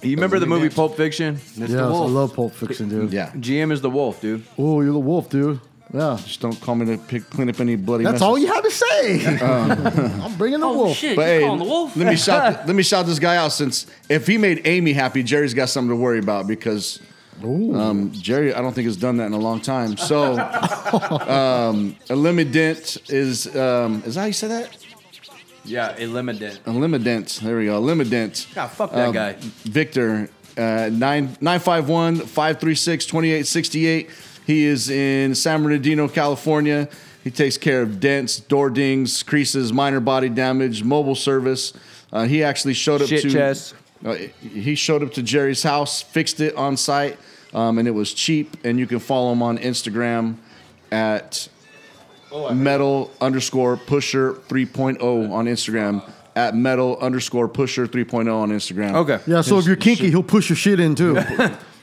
Speaker 5: you remember the
Speaker 7: Lemmy
Speaker 5: movie
Speaker 7: Dent?
Speaker 5: Pulp Fiction?
Speaker 9: Mr.
Speaker 4: Yes,
Speaker 9: Wolf.
Speaker 4: I love Pulp Fiction, dude.
Speaker 7: Yeah.
Speaker 5: GM is the wolf, dude.
Speaker 4: Oh, you're the wolf, dude. Yeah.
Speaker 7: Just don't call me to pick, clean up any bloody.
Speaker 4: That's
Speaker 7: messes.
Speaker 4: all you had to
Speaker 7: [laughs]
Speaker 4: say. [laughs] I'm bringing the
Speaker 9: oh
Speaker 4: wolf.
Speaker 9: shit,
Speaker 7: Uh. But
Speaker 9: you
Speaker 7: hey,
Speaker 9: calling the wolf?
Speaker 7: let
Speaker 9: [laughs]
Speaker 7: me shout let me shout this guy out since if he made Amy happy, Jerry's got something to worry about because um, Jerry, I don't think has done that in a long time.
Speaker 9: [laughs]
Speaker 7: So, um, Eliminident is um, is that how you say that?
Speaker 5: Yeah, Eliminate.
Speaker 7: Eliminident. There we go. Eliminident.
Speaker 5: God, Ah, fuck that
Speaker 7: Um,
Speaker 5: guy.
Speaker 7: Victor uh, nine nine five one five three six twenty eight sixty eight. He is in San Bernardino, California. He takes care of dents, door dings, creases, minor body damage, mobile service. Uh, he actually showed up
Speaker 5: Shit
Speaker 7: to
Speaker 5: chest.
Speaker 7: uh, he showed up to Jerry's house, fixed it on site, um, and it was cheap. And you can follow him on Instagram at metal underscore pusher 3.0 on Instagram. At metal underscore pusher 3.0 on Instagram.
Speaker 5: Okay.
Speaker 4: Yeah, so if you're kinky, he'll push your shit in too.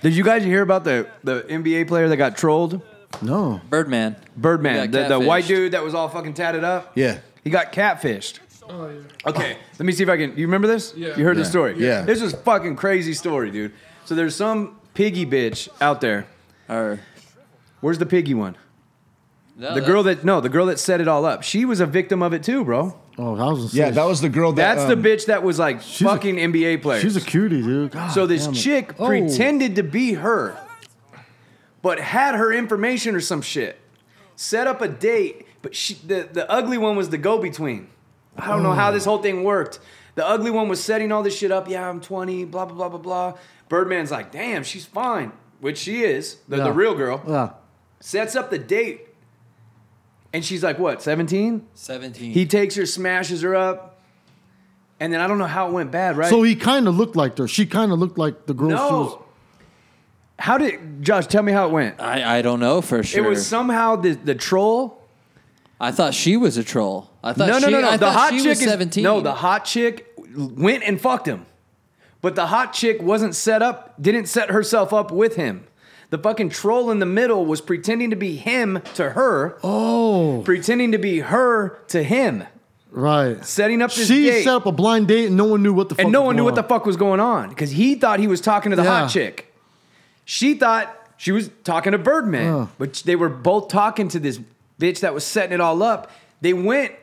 Speaker 5: Did you guys hear about the, the NBA player that got trolled?
Speaker 4: No.
Speaker 6: Birdman.
Speaker 5: Birdman.
Speaker 6: He got
Speaker 5: The, the white
Speaker 6: catfished.
Speaker 5: dude that was all fucking tatted up.
Speaker 7: Yeah.
Speaker 5: He got catfished.
Speaker 8: Oh, yeah.
Speaker 5: Okay, let me see if I can. You remember this?
Speaker 8: Yeah.
Speaker 5: You heard the
Speaker 8: Yeah.
Speaker 5: story.
Speaker 8: Yeah.
Speaker 5: This is fucking crazy story, dude. So there's some piggy bitch out there.
Speaker 6: Or
Speaker 5: where's the piggy one?
Speaker 6: No,
Speaker 5: the girl that no, the girl that set it all up. She was a victim of it too, bro.
Speaker 4: Oh, that was
Speaker 7: Yeah, that was the girl that.
Speaker 5: That's
Speaker 7: um,
Speaker 5: the bitch that was like
Speaker 7: a-
Speaker 5: fucking NBA player.
Speaker 4: She's a cutie, dude. God
Speaker 5: so this
Speaker 4: damn it.
Speaker 5: chick
Speaker 4: Oh.
Speaker 5: pretended to be her, but had her information or some shit. Set up a date, but she, the, the ugly one was the go between. I don't know how
Speaker 4: Oh.
Speaker 5: this whole thing worked. The ugly one was setting all this shit up. Yeah, I'm 20, blah, blah, blah, blah, blah. Birdman's like, damn, she's fine, which she is, the,
Speaker 4: Yeah.
Speaker 5: the real girl.
Speaker 4: Yeah.
Speaker 5: Sets up the date, and she's like, what, 17?
Speaker 6: 17.
Speaker 5: He takes her, smashes her up, and then I don't know how it went bad, right?
Speaker 4: So he kind of looked like her. She kind of looked like the girl. She was,
Speaker 5: No. How did Josh tell me how it went?
Speaker 6: I, I don't know for sure.
Speaker 5: It was somehow the, the troll.
Speaker 6: I thought she was a troll. I thought
Speaker 5: no,
Speaker 6: she,
Speaker 5: no, no, no.
Speaker 6: I
Speaker 5: the
Speaker 6: thought
Speaker 5: hot
Speaker 6: she
Speaker 5: chick
Speaker 6: was
Speaker 5: is-
Speaker 6: 17.
Speaker 5: no, the hot chick went and fucked him, but the hot chick wasn't set up. Didn't set herself up with him. The fucking troll in the middle was pretending to be him to her.
Speaker 4: Oh.
Speaker 5: Pretending to be her to him.
Speaker 4: right.
Speaker 5: Setting up this
Speaker 4: She
Speaker 5: date.
Speaker 4: set up a blind date and no one knew what the fuck
Speaker 5: and no
Speaker 4: was
Speaker 5: one knew
Speaker 4: going
Speaker 5: what the
Speaker 4: on.
Speaker 5: fuck was going on because he thought he was talking to the
Speaker 4: Yeah.
Speaker 5: hot chick. She thought she was talking to Birdman,
Speaker 4: Ugh.
Speaker 5: but they were both talking to this bitch that was setting it all up. They went,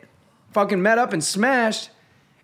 Speaker 5: fucking met up and smashed,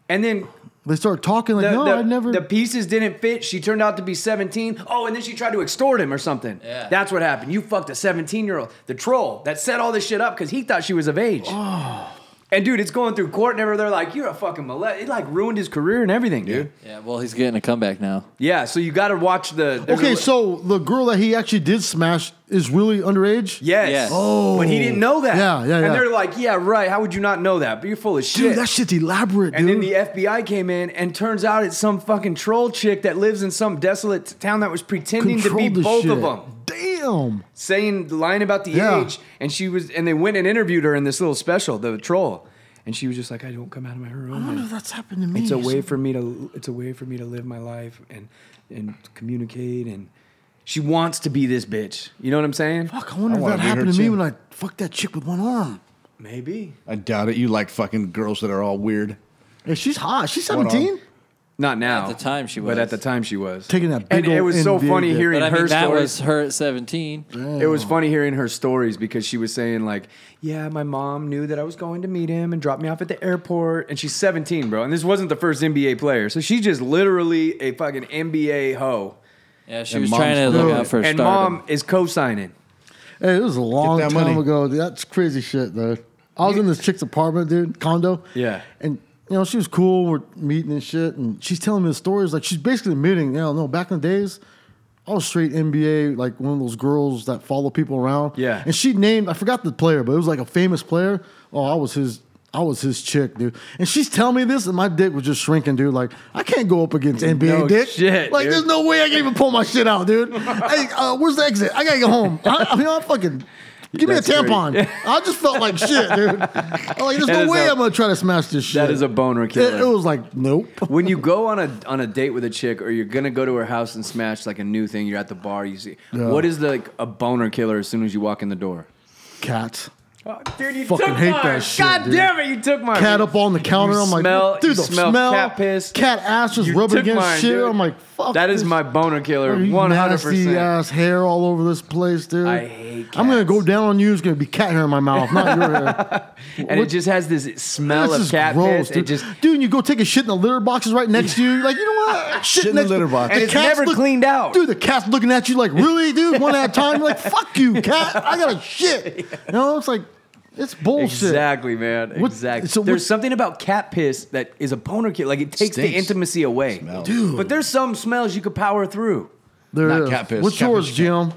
Speaker 5: and then
Speaker 4: They started talking like,
Speaker 5: the,
Speaker 4: no,
Speaker 5: the-
Speaker 4: I never.
Speaker 5: the pieces didn't fit. She turned out to be 17. Oh, and then she tried to extort him or something.
Speaker 6: Yeah.
Speaker 5: That's what happened. You fucked a 17 year old, the troll that set all this shit up because he thought she was of age.
Speaker 4: Oh.
Speaker 5: And dude, it's going through court and everything. They're like, you're a fucking molest. It like ruined his career and everything, dude.
Speaker 6: yeah, well, he's getting a comeback now.
Speaker 5: Yeah, so you got to watch the. there's
Speaker 4: okay,
Speaker 5: a-
Speaker 4: so the girl that he actually did smash is really underage.
Speaker 5: Yes.
Speaker 4: Oh.
Speaker 5: But he didn't know that.
Speaker 4: Yeah, yeah, yeah.
Speaker 5: And they're like, yeah, right. How would you not know that? But you're full of shit.
Speaker 4: dude, that shit's elaborate,
Speaker 5: and
Speaker 4: dude.
Speaker 5: then the FBI came in, and turns out it's some fucking troll chick that lives in some desolate town that was pretending to
Speaker 4: Controlled
Speaker 5: be
Speaker 4: the
Speaker 5: both of
Speaker 4: shit.
Speaker 5: them,
Speaker 4: Damn.
Speaker 5: saying lying about the
Speaker 4: Yeah.
Speaker 5: age. And she was, and they went and interviewed her in this little special, the troll. And she was just like, I don't come out of my
Speaker 4: I
Speaker 5: room.
Speaker 4: wonder if
Speaker 5: and
Speaker 4: that's happened to me.
Speaker 5: It's a way for me to. It's a way for me to live my life and and communicate. And she wants to be this bitch. You know what I'm saying?
Speaker 4: Fuck, I wonder
Speaker 7: I
Speaker 4: if
Speaker 7: wanna
Speaker 4: that
Speaker 7: be her
Speaker 4: happened to me
Speaker 7: too.
Speaker 4: when I fucked that chick with one arm.
Speaker 5: Maybe.
Speaker 7: I doubt it. You like fucking girls that are all weird.
Speaker 4: Hey, she's hot. She's
Speaker 7: One arm.
Speaker 4: 17.
Speaker 5: Not now.
Speaker 6: At the time she
Speaker 5: But
Speaker 6: was.
Speaker 5: at the time she was.
Speaker 4: Taking that big
Speaker 5: And it
Speaker 4: old
Speaker 5: was so
Speaker 4: NBA
Speaker 5: funny
Speaker 4: dip.
Speaker 5: hearing
Speaker 6: But I
Speaker 5: her
Speaker 6: mean, that
Speaker 5: stories.
Speaker 6: was her at 17.
Speaker 5: it was funny hearing her stories because she was saying like, "Yeah, my mom knew that I was going to meet him and dropped me off at the airport." And she's 17, bro. And this wasn't the first NBA player, so she's just literally a fucking NBA hoe.
Speaker 6: Yeah, she
Speaker 7: And
Speaker 6: was
Speaker 7: mom's
Speaker 6: trying to look
Speaker 7: doing
Speaker 6: out
Speaker 7: it.
Speaker 6: for
Speaker 5: and
Speaker 6: stardom.
Speaker 5: mom is co-signing.
Speaker 4: Hey, it was a long
Speaker 7: that
Speaker 4: time
Speaker 7: money.
Speaker 4: ago. Dude. That's crazy shit, though. I was in this chick's apartment, dude, condo.
Speaker 5: Yeah.
Speaker 4: And, you know, she was cool. We're meeting and shit. And she's telling me the stories. Like, she's basically admitting, you know, no, back in the days, I was straight NBA, like one of those girls that follow people around.
Speaker 5: Yeah.
Speaker 4: And she named, I forgot the player, but it was like a famous player. Oh, I was his. I was his chick, dude. And she's telling me this, and my dick was just shrinking, dude. Like, I can't go up against NBA
Speaker 5: No
Speaker 4: dick.
Speaker 5: shit,
Speaker 4: like,
Speaker 5: dude.
Speaker 4: there's no way I can even pull my shit out,
Speaker 5: [laughs]
Speaker 4: dude. hey, uh, where's the exit? I gotta get home. I, I mean, I'm fucking. Give
Speaker 5: That's
Speaker 4: me a
Speaker 5: great.
Speaker 4: tampon. I just felt like shit,
Speaker 5: [laughs]
Speaker 4: dude. I'm like, there's
Speaker 5: That is
Speaker 4: no way
Speaker 5: a-
Speaker 4: i am I'm gonna try to smash this shit.
Speaker 5: That is a boner
Speaker 4: It,
Speaker 5: killer.
Speaker 4: it was like, nope.
Speaker 5: [laughs] when you go on a on a date with a chick or you're gonna go to her house and smash like a new thing, you're at the bar, you see
Speaker 4: Yeah.
Speaker 5: what is like a boner killer as soon as you walk in the door?
Speaker 4: Cats.
Speaker 5: dude, you
Speaker 4: Fucking
Speaker 5: took
Speaker 4: hate
Speaker 5: mine.
Speaker 4: that shit,
Speaker 5: God
Speaker 4: dude.
Speaker 5: damn it, you took mine.
Speaker 4: Cat up on the counter.
Speaker 5: You
Speaker 4: I'm like,
Speaker 5: smell- you
Speaker 4: dude, the
Speaker 5: smell
Speaker 4: smell,
Speaker 5: cat piss.
Speaker 4: Cat ass just
Speaker 5: You
Speaker 4: rubbing
Speaker 5: took
Speaker 4: against
Speaker 5: mine,
Speaker 4: shit.
Speaker 5: dude.
Speaker 4: I'm like, fuck.
Speaker 5: That is
Speaker 4: this
Speaker 5: my boner killer,
Speaker 4: You
Speaker 5: one hundred
Speaker 4: Nasty
Speaker 5: percent.
Speaker 4: ass hair all over this place, dude.
Speaker 5: I hate
Speaker 4: I'm gonna
Speaker 5: cats.
Speaker 4: go down on you. It's gonna be cat hair in my mouth, not your
Speaker 5: [laughs]
Speaker 4: hair.
Speaker 5: And it just has this smell
Speaker 4: This
Speaker 5: of
Speaker 4: is
Speaker 5: cat
Speaker 4: gross,
Speaker 5: piss. It
Speaker 4: dude.
Speaker 5: just
Speaker 4: dude, and you go take a shit in the litter box is right next to you. You're Like, you know
Speaker 5: [laughs]
Speaker 4: what?
Speaker 7: Shit in the
Speaker 4: next-
Speaker 7: litter box.
Speaker 5: And it's
Speaker 4: cat's
Speaker 5: never cleaned out.
Speaker 4: Dude, the cat's looking at you like, really, dude? One at a time. You're like, fuck
Speaker 5: [laughs]
Speaker 4: you, cat. I got to shit. You know, it's like, it's bullshit.
Speaker 5: exactly, man.
Speaker 4: What-
Speaker 5: exactly.
Speaker 4: so
Speaker 5: there's
Speaker 4: what-
Speaker 5: something about cat piss that is a boner killer. Like it takes the
Speaker 7: Stinks.
Speaker 5: intimacy away,
Speaker 7: Smells.
Speaker 5: dude. But there's some smells you could power through.
Speaker 4: There
Speaker 7: Not
Speaker 4: it is.
Speaker 7: cat piss.
Speaker 4: What's
Speaker 7: Cat
Speaker 4: yours,
Speaker 7: piss is
Speaker 4: Jim?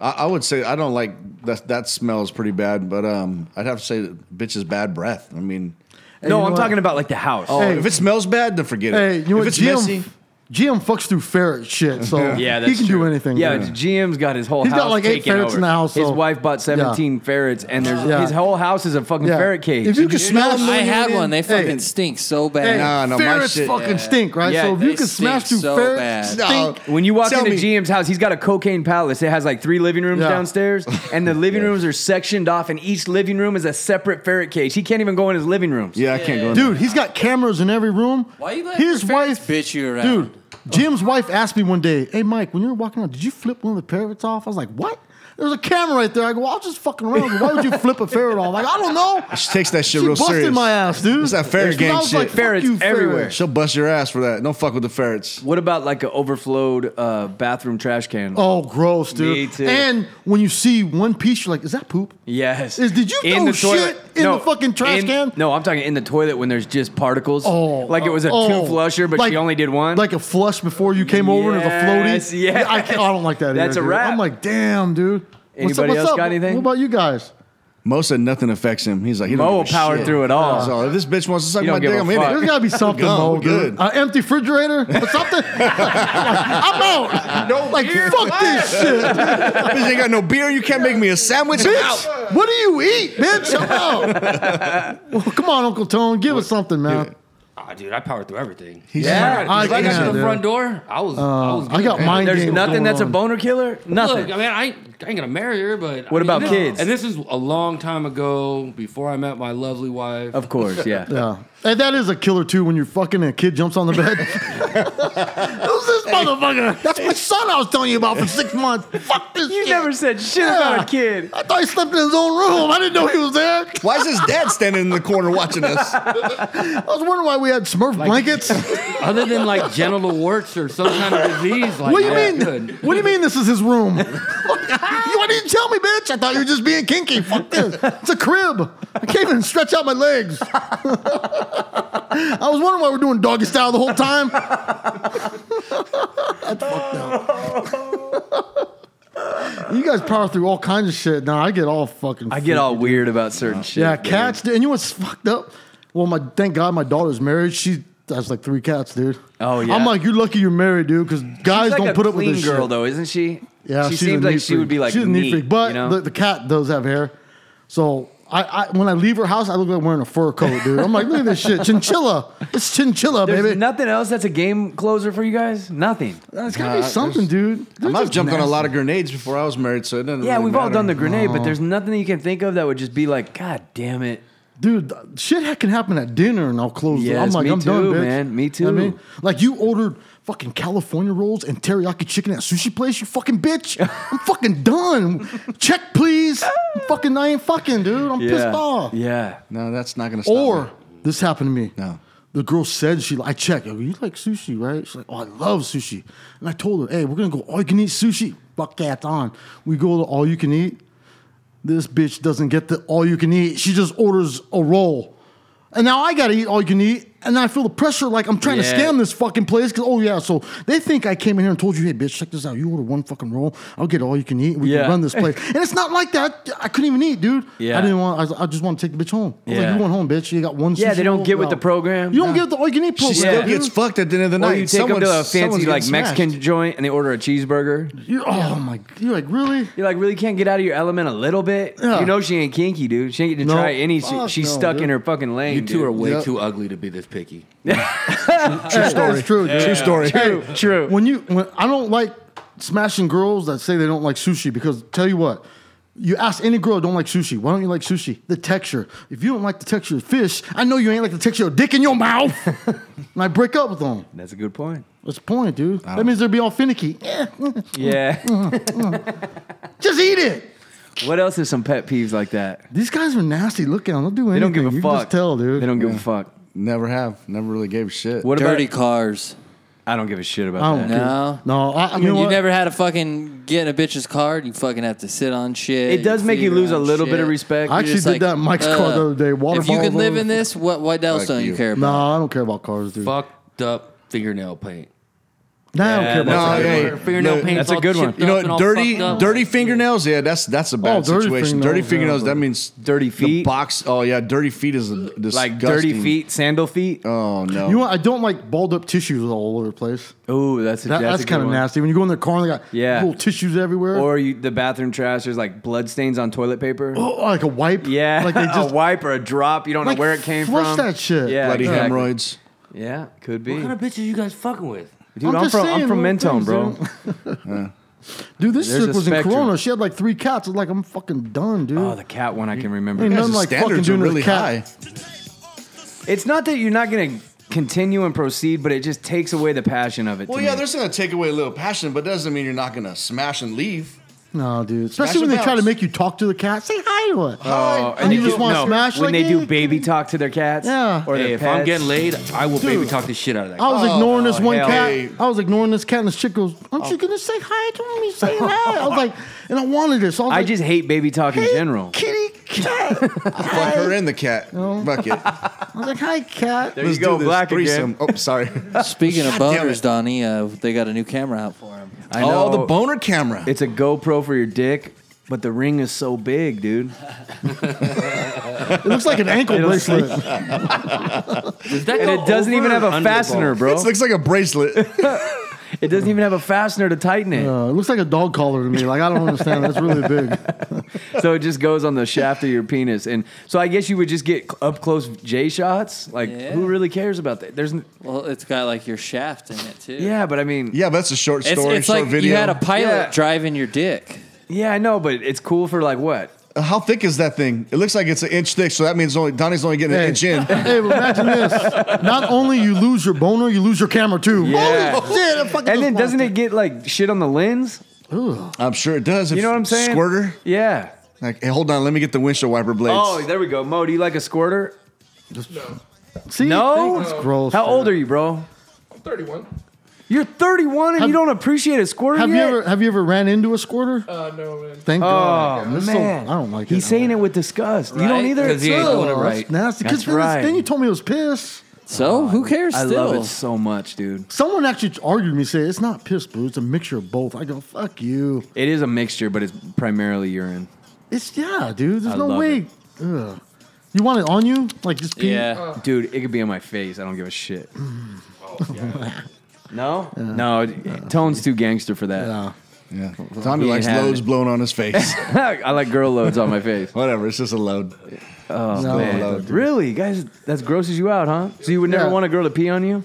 Speaker 7: I, I would say I don't like that. That smells pretty bad, but um, I'd have to say that bitch is bad breath. I mean,
Speaker 4: Hey, you
Speaker 5: no,
Speaker 4: know
Speaker 5: I'm
Speaker 4: what?
Speaker 5: talking about like the house.
Speaker 7: oh,
Speaker 4: Hey.
Speaker 7: if it smells bad, then forget
Speaker 4: Hey,
Speaker 7: it.
Speaker 4: you know
Speaker 7: if
Speaker 4: what,
Speaker 7: it's
Speaker 4: Jim?
Speaker 7: messy,
Speaker 4: GM fucks through ferret shit, [laughs] so
Speaker 5: yeah, that's
Speaker 4: he can
Speaker 5: true.
Speaker 4: do anything.
Speaker 5: Yeah, GM's got his whole
Speaker 4: He's
Speaker 5: house.
Speaker 4: got like eight
Speaker 5: taken
Speaker 4: ferrets
Speaker 5: over.
Speaker 4: in the house,
Speaker 5: His
Speaker 4: so-
Speaker 5: wife bought
Speaker 4: Yeah.
Speaker 5: 17 ferrets, and there's
Speaker 4: Yeah.
Speaker 5: his whole house is a fucking
Speaker 4: Yeah.
Speaker 5: ferret cage.
Speaker 4: If you could smell them
Speaker 6: I
Speaker 4: when you
Speaker 6: had
Speaker 4: went
Speaker 6: one.
Speaker 4: in-
Speaker 6: They fucking
Speaker 4: Hey.
Speaker 6: stink so bad.
Speaker 4: Hey, Nah, no, my ferrets shit- fucking stink, right? So if you
Speaker 6: they
Speaker 4: can smash
Speaker 6: stink
Speaker 4: through
Speaker 6: so
Speaker 4: ferrets,
Speaker 6: bad.
Speaker 4: stink.
Speaker 5: When you walk
Speaker 4: Tell
Speaker 5: into
Speaker 4: me-
Speaker 5: GM's house, he's got a cocaine palace. It has like three living rooms
Speaker 4: Yeah.
Speaker 5: downstairs,
Speaker 4: [laughs]
Speaker 5: and the living rooms are sectioned off, and each living room is a separate ferret cage. He can't even go in his living rooms.
Speaker 7: Yeah, I can't go
Speaker 4: Dude, he's got cameras in every room. Why
Speaker 6: you let
Speaker 4: His wife,
Speaker 6: bitch you around?
Speaker 4: dude. Jim's wife asked me one day, "Hey, Mike, when you were walking out, did you flip one of the parrots off?" I was like, "What?" There was a camera right there. I go, well, "I was just fucking around. Why would you flip a ferret off?" Like, I don't know.
Speaker 7: She takes that shit
Speaker 4: She
Speaker 7: real
Speaker 4: busted
Speaker 7: serious.
Speaker 4: my ass, dude.
Speaker 7: [laughs] It's that ferret
Speaker 4: She-
Speaker 7: gang
Speaker 4: I was
Speaker 7: shit.
Speaker 4: like, fuck Ferrets you, ferrets. everywhere.
Speaker 7: She'll bust your ass for that. Don't fuck with the ferrets.
Speaker 5: What about like an overflowed uh, bathroom trash can?
Speaker 4: Oh, gross, dude.
Speaker 5: Me too.
Speaker 4: And when you see one piece, you're like, "Is that poop?"
Speaker 5: Yes.
Speaker 4: Is- did you throw shit in the fucking trash
Speaker 5: in-
Speaker 4: can?
Speaker 5: No, I'm talking in the toilet when there's just particles.
Speaker 4: Oh,
Speaker 5: like it was a
Speaker 4: oh.
Speaker 5: two flusher, but
Speaker 4: Like-
Speaker 5: she only did one.
Speaker 4: Like a flush before you came over and it was a
Speaker 5: Yes,
Speaker 4: floaty.
Speaker 5: yes.
Speaker 4: Yeah, I, can't, oh, I don't like that.
Speaker 5: That's
Speaker 4: either,
Speaker 5: a
Speaker 4: dude.
Speaker 5: wrap.
Speaker 4: I'm like, damn, dude. what's up,
Speaker 5: Anybody
Speaker 4: what's
Speaker 5: else
Speaker 4: up?
Speaker 5: got anything?
Speaker 4: What about you guys?
Speaker 7: Mo said nothing affects him. He's like, he don't
Speaker 5: Mo
Speaker 7: give a
Speaker 5: will power
Speaker 7: shit.
Speaker 5: through it all.
Speaker 7: So if this bitch wants to suck
Speaker 5: He
Speaker 7: my
Speaker 5: don't give
Speaker 7: dick,
Speaker 5: a
Speaker 7: I'm in
Speaker 5: fuck.
Speaker 7: it.
Speaker 4: There's gotta
Speaker 7: [laughs]
Speaker 4: be something,
Speaker 7: Gone.
Speaker 4: though,
Speaker 7: We're
Speaker 4: dude. [laughs] An empty refrigerator or something? [laughs] I'm out.
Speaker 7: No
Speaker 4: like, fuck this shit.
Speaker 7: bitch ain't got no beer. You can't make me a sandwich. I'm out.
Speaker 4: bitch, what do you eat, bitch? I'm out.
Speaker 7: [laughs]
Speaker 4: well, come on, Uncle Tone. Give us something, man.
Speaker 9: Ah, dude, I powered through everything.
Speaker 4: He's-
Speaker 9: yeah,
Speaker 4: I
Speaker 9: I, I got
Speaker 4: can't,
Speaker 9: to the
Speaker 4: dude.
Speaker 9: front door. I was, I
Speaker 4: Uh,
Speaker 9: was.
Speaker 4: I got
Speaker 9: good.
Speaker 4: mind
Speaker 5: There's
Speaker 4: games
Speaker 5: nothing
Speaker 4: going
Speaker 5: that's a
Speaker 4: on.
Speaker 5: boner killer. Nothing.
Speaker 9: Look, I mean, I, ain't- I ain't gonna marry her, but I
Speaker 5: What
Speaker 9: mean,
Speaker 5: about
Speaker 9: this-
Speaker 5: kids?
Speaker 9: And this is a long time ago, before I met my lovely wife.
Speaker 5: Of course, yeah.
Speaker 4: [laughs] Yeah. And that is a killer too when you're fucking and a kid jumps on the bed.
Speaker 5: [laughs]
Speaker 4: Who's this motherfucker? That's my son I was telling you about for six months. Fuck this
Speaker 5: you
Speaker 4: shit.
Speaker 5: never said shit about
Speaker 4: Yeah.
Speaker 5: a kid.
Speaker 4: I thought he slept in his own room. I didn't know he was there.
Speaker 7: Why is his dad standing in the corner watching us?
Speaker 4: I was wondering why we had Smurf
Speaker 5: [laughs]
Speaker 4: blankets.
Speaker 9: Other than like genital warts or some kind of disease, like
Speaker 4: what do you
Speaker 9: that.
Speaker 4: mean?
Speaker 9: Good.
Speaker 4: What do you mean this is his
Speaker 5: [laughs]
Speaker 4: room? you why didn't you tell me, bitch? I thought you were just being kinky. Fuck this. It's a crib. I can't even stretch out my legs. [laughs] I was wondering why we're doing doggy style the whole time. [laughs] That's fucked up.
Speaker 5: [laughs]
Speaker 4: you guys power through all kinds of shit. Now I get all fucking.
Speaker 5: I get
Speaker 4: freaky,
Speaker 5: all
Speaker 4: dude.
Speaker 5: weird about certain shit.
Speaker 4: Yeah,
Speaker 5: dude.
Speaker 4: cats. Dude. And you know what's fucked up? Well, my thank God my daughter's married. She has like three cats, dude.
Speaker 5: Oh, yeah.
Speaker 4: I'm like, you're lucky you're married, dude, because guys
Speaker 5: She's
Speaker 4: don't
Speaker 5: like a
Speaker 4: put up with
Speaker 5: clean
Speaker 4: this
Speaker 5: girl
Speaker 4: shit.
Speaker 5: though, isn't she?
Speaker 4: Yeah,
Speaker 5: she
Speaker 4: she's a
Speaker 5: seems like
Speaker 4: neat
Speaker 5: she would be
Speaker 4: freak.
Speaker 5: like
Speaker 4: she's a neat, freak, but
Speaker 5: you know?
Speaker 4: the, the cat does have hair. So I, I when I leave her house, I look like wearing a fur coat, dude. I'm like, look at this shit, chinchilla. It's chinchilla,
Speaker 5: [laughs] There's
Speaker 4: baby.
Speaker 5: nothing else that's a game closer for you guys. Nothing.
Speaker 4: it's gotta be something, dude. They're
Speaker 7: I've
Speaker 4: just
Speaker 7: jumped on a
Speaker 4: nasty.
Speaker 7: lot of grenades before I was married, so it doesn't.
Speaker 5: Yeah,
Speaker 7: really
Speaker 5: we've all
Speaker 7: matter.
Speaker 5: done the grenade, but there's nothing that you can think of that would just be like, God damn it.
Speaker 4: Dude, th- shit ha- can happen at dinner and I'll close it. I'm
Speaker 5: Yes,
Speaker 4: like,
Speaker 5: me
Speaker 4: I'm done,
Speaker 5: too,
Speaker 4: bitch.
Speaker 5: man. Me
Speaker 4: You know what I mean?
Speaker 5: too.
Speaker 4: Like, you ordered fucking California rolls and teriyaki chicken at a sushi place, you fucking
Speaker 5: [laughs]
Speaker 4: bitch. I'm fucking done. Check, please. I'm fucking, I ain't fucking, dude. I'm pissed off.
Speaker 5: Yeah.
Speaker 7: No, that's not gonna stop.
Speaker 4: Or
Speaker 7: me.
Speaker 4: this happened to me.
Speaker 7: No.
Speaker 4: The girl said she. I checked. I go, you like sushi, right? She's like, oh, I love sushi. And I told her, hey, we're gonna go all you can eat sushi. Fuck cats on. We go to all you can eat. This bitch doesn't get the all you can eat. She just orders a roll. And now I gotta eat all you can eat, and I feel the pressure like I'm trying to
Speaker 5: Yeah.
Speaker 4: scam this fucking place. Cause oh yeah, so they think I came in here and told you, hey bitch, check this out. You order one fucking roll, I'll get all you can eat. We
Speaker 5: Yeah.
Speaker 4: can run this
Speaker 5: [laughs]
Speaker 4: place, and it's not like that. I couldn't even eat, dude.
Speaker 5: Yeah.
Speaker 4: I didn't want. I, was- I just want to take the bitch home. I was
Speaker 5: Yeah.
Speaker 4: like, you went home, bitch. You got one.
Speaker 5: Yeah,
Speaker 4: sushi
Speaker 5: they don't
Speaker 4: roll?
Speaker 5: get with
Speaker 4: No.
Speaker 5: the program.
Speaker 4: You don't get the all you can eat
Speaker 7: She
Speaker 4: program.
Speaker 7: still
Speaker 4: dude.
Speaker 7: gets fucked at the end of the
Speaker 5: Or
Speaker 7: night.
Speaker 5: you take them to a
Speaker 7: Someone's- someone's
Speaker 5: fancy
Speaker 7: getting
Speaker 5: like Mexican
Speaker 7: smashed.
Speaker 5: joint and they order a cheeseburger.
Speaker 4: You- oh my. You're like really?
Speaker 5: You like really can't get out of your element a little bit.
Speaker 4: Yeah.
Speaker 5: You know she ain't kinky, dude. She ain't getting to
Speaker 4: No.
Speaker 5: try any.
Speaker 4: Fuck
Speaker 5: shit. She's
Speaker 4: no,
Speaker 5: stuck
Speaker 4: dude.
Speaker 5: in her fucking lane.
Speaker 9: You two
Speaker 5: dude.
Speaker 9: are way
Speaker 4: Yep.
Speaker 9: too ugly to be this picky.
Speaker 6: Uh-huh.
Speaker 4: True story. True. dude.
Speaker 7: True story.
Speaker 5: true. True.
Speaker 4: When you when I don't like smashing girls that say they don't like sushi because tell you what. You ask any girl don't like sushi. Why don't you like sushi? The texture. If you don't like the texture of fish, I know you ain't like the texture of dick in your
Speaker 5: [laughs]
Speaker 4: mouth. and I break up with them.
Speaker 5: That's a good point.
Speaker 4: What's the point, dude? That means they'd be all finicky.
Speaker 5: [laughs]
Speaker 4: Mm,
Speaker 5: Yeah.
Speaker 4: Just eat it.
Speaker 5: what else is some pet peeves like that?
Speaker 4: These guys are nasty. Look at them. They'll do anything.
Speaker 5: They don't give a
Speaker 4: you Can
Speaker 5: fuck.
Speaker 4: just tell, dude.
Speaker 5: They don't give a fuck.
Speaker 7: Oh. Never have. Never really gave a shit.
Speaker 5: What
Speaker 6: Dirty
Speaker 5: about?
Speaker 6: cars.
Speaker 5: I don't give a shit
Speaker 4: I
Speaker 5: about
Speaker 4: don't
Speaker 5: that.
Speaker 4: care.
Speaker 6: No.
Speaker 4: Uh, No, I, you,
Speaker 6: I mean,
Speaker 4: know
Speaker 6: you
Speaker 4: what?
Speaker 6: never had a fucking get in a bitch's car. You fucking have to sit on shit.
Speaker 5: It does
Speaker 6: your
Speaker 5: make you
Speaker 6: feet
Speaker 5: lose a
Speaker 6: around
Speaker 5: little bit of
Speaker 6: shit.
Speaker 5: respect.
Speaker 4: I
Speaker 6: You're
Speaker 4: actually
Speaker 6: just
Speaker 4: did that in Mike's car the other day.
Speaker 6: If you
Speaker 4: Waterfall
Speaker 6: can live
Speaker 4: over-
Speaker 6: in this, what what else
Speaker 7: Fuck
Speaker 6: don't you,
Speaker 7: you.
Speaker 6: care about?
Speaker 4: No, I don't care about cars, dude.
Speaker 9: Fucked up fingernail paint.
Speaker 4: No, I don't care about
Speaker 7: no,
Speaker 4: that.
Speaker 7: hey,
Speaker 9: Fingernail
Speaker 7: look,
Speaker 9: paint's all chipped
Speaker 7: You
Speaker 9: up
Speaker 7: know,
Speaker 9: and all
Speaker 7: what, dirty,
Speaker 9: fucked up.
Speaker 7: dirty fingernails. Yeah, that's that's a bad
Speaker 9: Oh, dirty
Speaker 7: situation. Dirty
Speaker 9: fingernails,
Speaker 7: fingernails.
Speaker 9: yeah,
Speaker 7: that means dirty feet. box. Oh yeah, dirty feet is disgusting.
Speaker 5: Like dirty feet, sandal feet.
Speaker 7: Oh no.
Speaker 4: You know what? I don't like balled up tissues all over the place.
Speaker 5: Oh, that's a,
Speaker 4: That-
Speaker 5: that's,
Speaker 4: that's kind of nasty. When you go in the car and they got
Speaker 5: Yeah.
Speaker 4: little tissues everywhere.
Speaker 5: Or you, the bathroom trash. There's like blood stains on toilet paper.
Speaker 4: Oh, like a wipe.
Speaker 5: Yeah,
Speaker 4: Like they just
Speaker 5: [laughs] a wipe or a drop. You don't
Speaker 4: Like,
Speaker 5: know where it came
Speaker 4: flush
Speaker 5: from.
Speaker 4: that shit.
Speaker 5: Yeah,
Speaker 7: Bloody
Speaker 5: exactly.
Speaker 7: hemorrhoids.
Speaker 5: Yeah, could be.
Speaker 9: What kind of bitches you guys fucking with?
Speaker 5: Dude, I'm, from I'm from Mentone, bro.
Speaker 7: [laughs]
Speaker 4: Dude, this
Speaker 5: There's
Speaker 4: chick
Speaker 5: a
Speaker 4: was in
Speaker 5: spectrum.
Speaker 4: Corona. She had like three cats. I was like, I'm fucking done, dude.
Speaker 5: Oh, the cat one I can remember.
Speaker 4: Ain't nothing like fucking doing with a cat.
Speaker 5: It's not that you're not gonna continue and proceed, but it just takes away the passion of it.
Speaker 7: Well,
Speaker 5: to
Speaker 7: yeah,
Speaker 5: me.
Speaker 7: there's gonna take away a little passion, but doesn't mean you're not gonna smash and leave.
Speaker 4: No, dude.
Speaker 7: Smash
Speaker 4: Especially when
Speaker 7: and
Speaker 4: they try to
Speaker 7: bounce.
Speaker 4: make you talk to the cat. Say hi to it.
Speaker 5: Oh,
Speaker 4: and you just want to smash.
Speaker 5: when
Speaker 4: like,
Speaker 5: they do
Speaker 4: hey,
Speaker 5: baby talk to their cats.
Speaker 4: Yeah.
Speaker 5: Or their
Speaker 9: Hey, if I'm
Speaker 5: pets.
Speaker 9: getting laid, I will baby
Speaker 4: Dude.
Speaker 9: talk the shit out of that.
Speaker 4: I was ignoring
Speaker 5: Oh,
Speaker 4: this one
Speaker 9: oh, hell.
Speaker 4: cat.
Speaker 9: Hey.
Speaker 4: I was ignoring this cat, and this chick goes, "Aren't you gonna say hi to me? Say hi." I was like, and I wanted this. I, was
Speaker 5: I
Speaker 4: like,
Speaker 5: just hate baby talk in general.
Speaker 4: kitty cat.
Speaker 7: Fuck her and the cat. Fuck it.
Speaker 4: I was like, "Hi, cat."
Speaker 5: There you go,
Speaker 7: do this
Speaker 5: black
Speaker 7: threesome.
Speaker 5: again.
Speaker 7: Oh, sorry.
Speaker 6: [laughs] Speaking of
Speaker 7: God damn
Speaker 6: boners,
Speaker 7: it.
Speaker 6: Donnie, uh, they got a new camera out for him.
Speaker 5: I
Speaker 7: Oh, the
Speaker 5: know.
Speaker 7: boner camera.
Speaker 5: It's a GoPro for your dick, but the ring is so big, dude.
Speaker 4: [laughs] It looks like an ankle
Speaker 5: It looks
Speaker 4: bracelet.
Speaker 9: [laughs] that
Speaker 5: and
Speaker 9: go
Speaker 5: it doesn't
Speaker 9: over
Speaker 5: even have
Speaker 9: or
Speaker 5: a
Speaker 9: under the
Speaker 5: fastener,
Speaker 9: ball?
Speaker 5: bro.
Speaker 7: It looks like a bracelet.
Speaker 5: [laughs] it doesn't even have a fastener to tighten it.
Speaker 4: Uh, it looks like a dog collar to me. Like I don't understand. That's really big.
Speaker 5: so it just goes on the shaft of your penis. And so I guess you would just get cl- up close J shots. Like,
Speaker 6: Yeah.
Speaker 5: who really cares about that? There's, n-
Speaker 6: Well, it's got like your shaft in it too.
Speaker 5: yeah, but I mean,
Speaker 7: Yeah, but that's a short
Speaker 6: It's,
Speaker 7: story,
Speaker 6: it's
Speaker 7: short
Speaker 6: like
Speaker 7: video.
Speaker 6: you had a pilot
Speaker 5: Yeah.
Speaker 6: driving your dick.
Speaker 5: yeah, I know, but it's cool for like what?
Speaker 7: How thick is that thing? It looks like it's an inch thick, so that means only Donnie's only getting
Speaker 4: Hey.
Speaker 7: an inch
Speaker 4: [laughs]
Speaker 7: in.
Speaker 4: Hey, but imagine this. Not only you lose your boner, you lose your camera too.
Speaker 5: Yeah.
Speaker 4: Holy shit! I fucking
Speaker 5: And then doesn't it get like shit on the lens?
Speaker 7: I'm sure it does.
Speaker 5: You know what I'm saying?
Speaker 7: Squirter.
Speaker 5: Yeah.
Speaker 7: Like, hey, hold on, let me get the windshield wiper blades.
Speaker 5: Oh, there we go. Mo, do you like a squirter?
Speaker 4: See,
Speaker 5: No?
Speaker 4: It's gross.
Speaker 5: How old
Speaker 4: dude.
Speaker 5: are you, bro?
Speaker 8: I'm 31.
Speaker 5: [laughs] You're 31 and
Speaker 4: Have-
Speaker 5: you don't appreciate a squirter
Speaker 4: Have you
Speaker 5: yet?
Speaker 4: ever have you ever ran into a squirter?
Speaker 8: Uh, no, man.
Speaker 4: Thank
Speaker 5: Oh,
Speaker 4: God. This
Speaker 5: man.
Speaker 4: So, I don't like it.
Speaker 5: He's saying it with disgust. You don't
Speaker 9: Right?
Speaker 5: either?
Speaker 9: 'Cause he ain't
Speaker 4: Oh,
Speaker 9: doing it
Speaker 4: that's
Speaker 9: right.
Speaker 4: nasty. Because
Speaker 5: That's right.
Speaker 4: then you told me it was piss.
Speaker 6: So who cares?
Speaker 5: I
Speaker 6: still,
Speaker 5: love it so much, dude.
Speaker 4: Someone actually argued with me, say it's not piss, boo. It's a mixture of both. I go, fuck you.
Speaker 5: It is a mixture, but it's primarily urine.
Speaker 4: It's yeah, dude. There's
Speaker 5: I
Speaker 4: no
Speaker 5: love
Speaker 4: way. Ugh. You want it on you? Like just pee?
Speaker 6: Yeah.
Speaker 5: Dude, it could be on my face. I don't give a shit. no? no, it- Tone's too gangster for that.
Speaker 4: Yeah.
Speaker 7: yeah. Tommy
Speaker 5: He
Speaker 7: likes
Speaker 5: ain't having
Speaker 7: loads
Speaker 5: it.
Speaker 7: blown on his face.
Speaker 5: I like girl loads on my face.
Speaker 7: Whatever, it's just a load.
Speaker 5: [laughs] Oh,
Speaker 4: No.
Speaker 5: man.
Speaker 7: Load, dude.
Speaker 5: really? Guys, that grosses you out, huh? So you would never
Speaker 4: Yeah.
Speaker 5: want a girl to pee on you?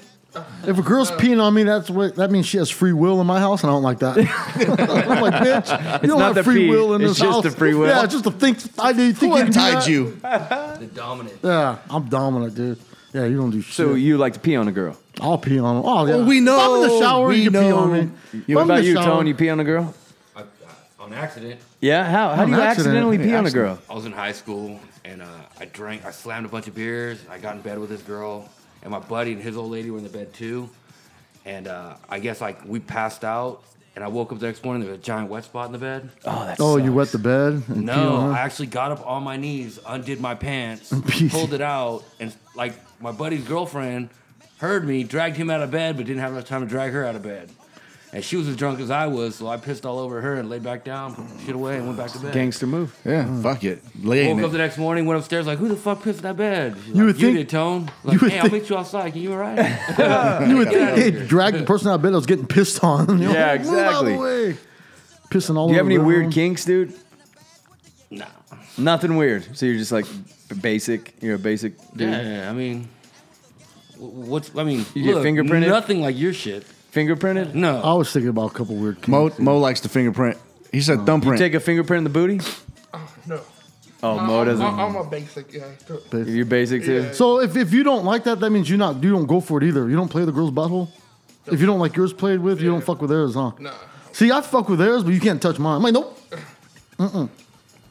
Speaker 4: If a girl's peeing on me, that's what that means she has free will in my house, and I don't like
Speaker 5: [laughs]
Speaker 4: that. [laughs] I'm like, bitch, you don't have
Speaker 5: not the
Speaker 4: free
Speaker 5: pee,
Speaker 4: will in
Speaker 5: it's
Speaker 4: this
Speaker 5: just
Speaker 4: house.
Speaker 5: the free will.
Speaker 4: Yeah, it's just the think I do think
Speaker 7: Who
Speaker 4: you can do
Speaker 7: untied
Speaker 4: that?
Speaker 7: you?
Speaker 9: The dominant.
Speaker 4: Yeah, I'm dominant, dude. Yeah, you don't do shit.
Speaker 5: So you like to pee on a girl?
Speaker 4: I'll pee on him. Oh, yeah.
Speaker 7: we
Speaker 4: If I'm in the
Speaker 7: know,
Speaker 4: shower.
Speaker 7: we
Speaker 4: you can pee on
Speaker 7: know.
Speaker 4: me.
Speaker 5: You,
Speaker 4: If I'm
Speaker 5: what
Speaker 4: in
Speaker 5: about
Speaker 4: the
Speaker 5: you,
Speaker 4: shower-
Speaker 5: Tone? You pee on a girl?
Speaker 9: I, I, on accident,
Speaker 5: Yeah, how? How
Speaker 4: On
Speaker 5: do you
Speaker 4: accident.
Speaker 5: accidentally
Speaker 4: Hey,
Speaker 5: pee on a
Speaker 4: accident.
Speaker 5: girl?
Speaker 9: I was in high school and uh, I drank. I slammed a bunch of beers. I got in bed with this girl, and my buddy and his old lady were in the bed too. And uh, I guess like we passed out, and I woke up the next morning. There was a giant wet spot in the bed.
Speaker 5: Oh, that's
Speaker 4: Oh, you wet the bed? And pee
Speaker 9: No,
Speaker 4: on
Speaker 9: I
Speaker 5: [laughs]
Speaker 4: her?
Speaker 9: actually got up on my knees, undid
Speaker 4: [laughs]
Speaker 9: my pants,
Speaker 4: Peed.
Speaker 9: pulled it out, and like my buddy's girlfriend heard me, dragged him out of bed, but didn't have enough time to drag her out of bed. And she was as drunk as I was, so I pissed all over her and laid back down, put the shit away, and went back to bed.
Speaker 5: gangster move.
Speaker 7: Yeah, fuck it. Lay in
Speaker 9: Woke up
Speaker 7: it.
Speaker 9: the next morning, went upstairs, like, who the fuck pissed in that bed? She's
Speaker 4: You
Speaker 9: like,
Speaker 4: would
Speaker 9: you
Speaker 4: think-
Speaker 9: did, Tone.
Speaker 4: you
Speaker 9: Like,
Speaker 4: would
Speaker 9: hey, I'll
Speaker 4: think-
Speaker 9: meet you outside. You
Speaker 4: [laughs]
Speaker 9: all right?
Speaker 4: you would think they'd drag the person out of bed that was getting pissed on. [laughs] You know,
Speaker 5: Yeah,
Speaker 4: "Move out of the
Speaker 5: exactly.
Speaker 4: way." Pissing all
Speaker 5: Do you have
Speaker 4: over
Speaker 5: any
Speaker 4: the
Speaker 5: weird
Speaker 4: room.
Speaker 5: kinks, dude?
Speaker 9: no.
Speaker 5: Nothing weird. So you're just like b- basic. You're a basic dude.
Speaker 9: Yeah, yeah, I mean, wh- what's, I mean,
Speaker 5: You get
Speaker 9: look,
Speaker 5: fingerprinted?
Speaker 9: Nothing like your shit.
Speaker 5: Fingerprinted?
Speaker 9: No.
Speaker 4: I was thinking about a couple weird kinks.
Speaker 7: Mo, Mo likes to fingerprint. He said thumbprint.
Speaker 5: Take a fingerprint in the booty?
Speaker 8: No.
Speaker 5: Oh,
Speaker 8: I-
Speaker 5: Mo
Speaker 8: I'm-
Speaker 5: doesn't.
Speaker 8: I'm a basic guy.
Speaker 5: You're basic too.
Speaker 8: Yeah.
Speaker 4: So if, if you don't like that, that means you not you don't go for it either. You don't play the girl's butthole. If you don't like yours played with, you don't
Speaker 8: Yeah.
Speaker 4: fuck with theirs, huh?
Speaker 8: Nah.
Speaker 4: See, I fuck with theirs, but you can't touch mine. I'm like, nope.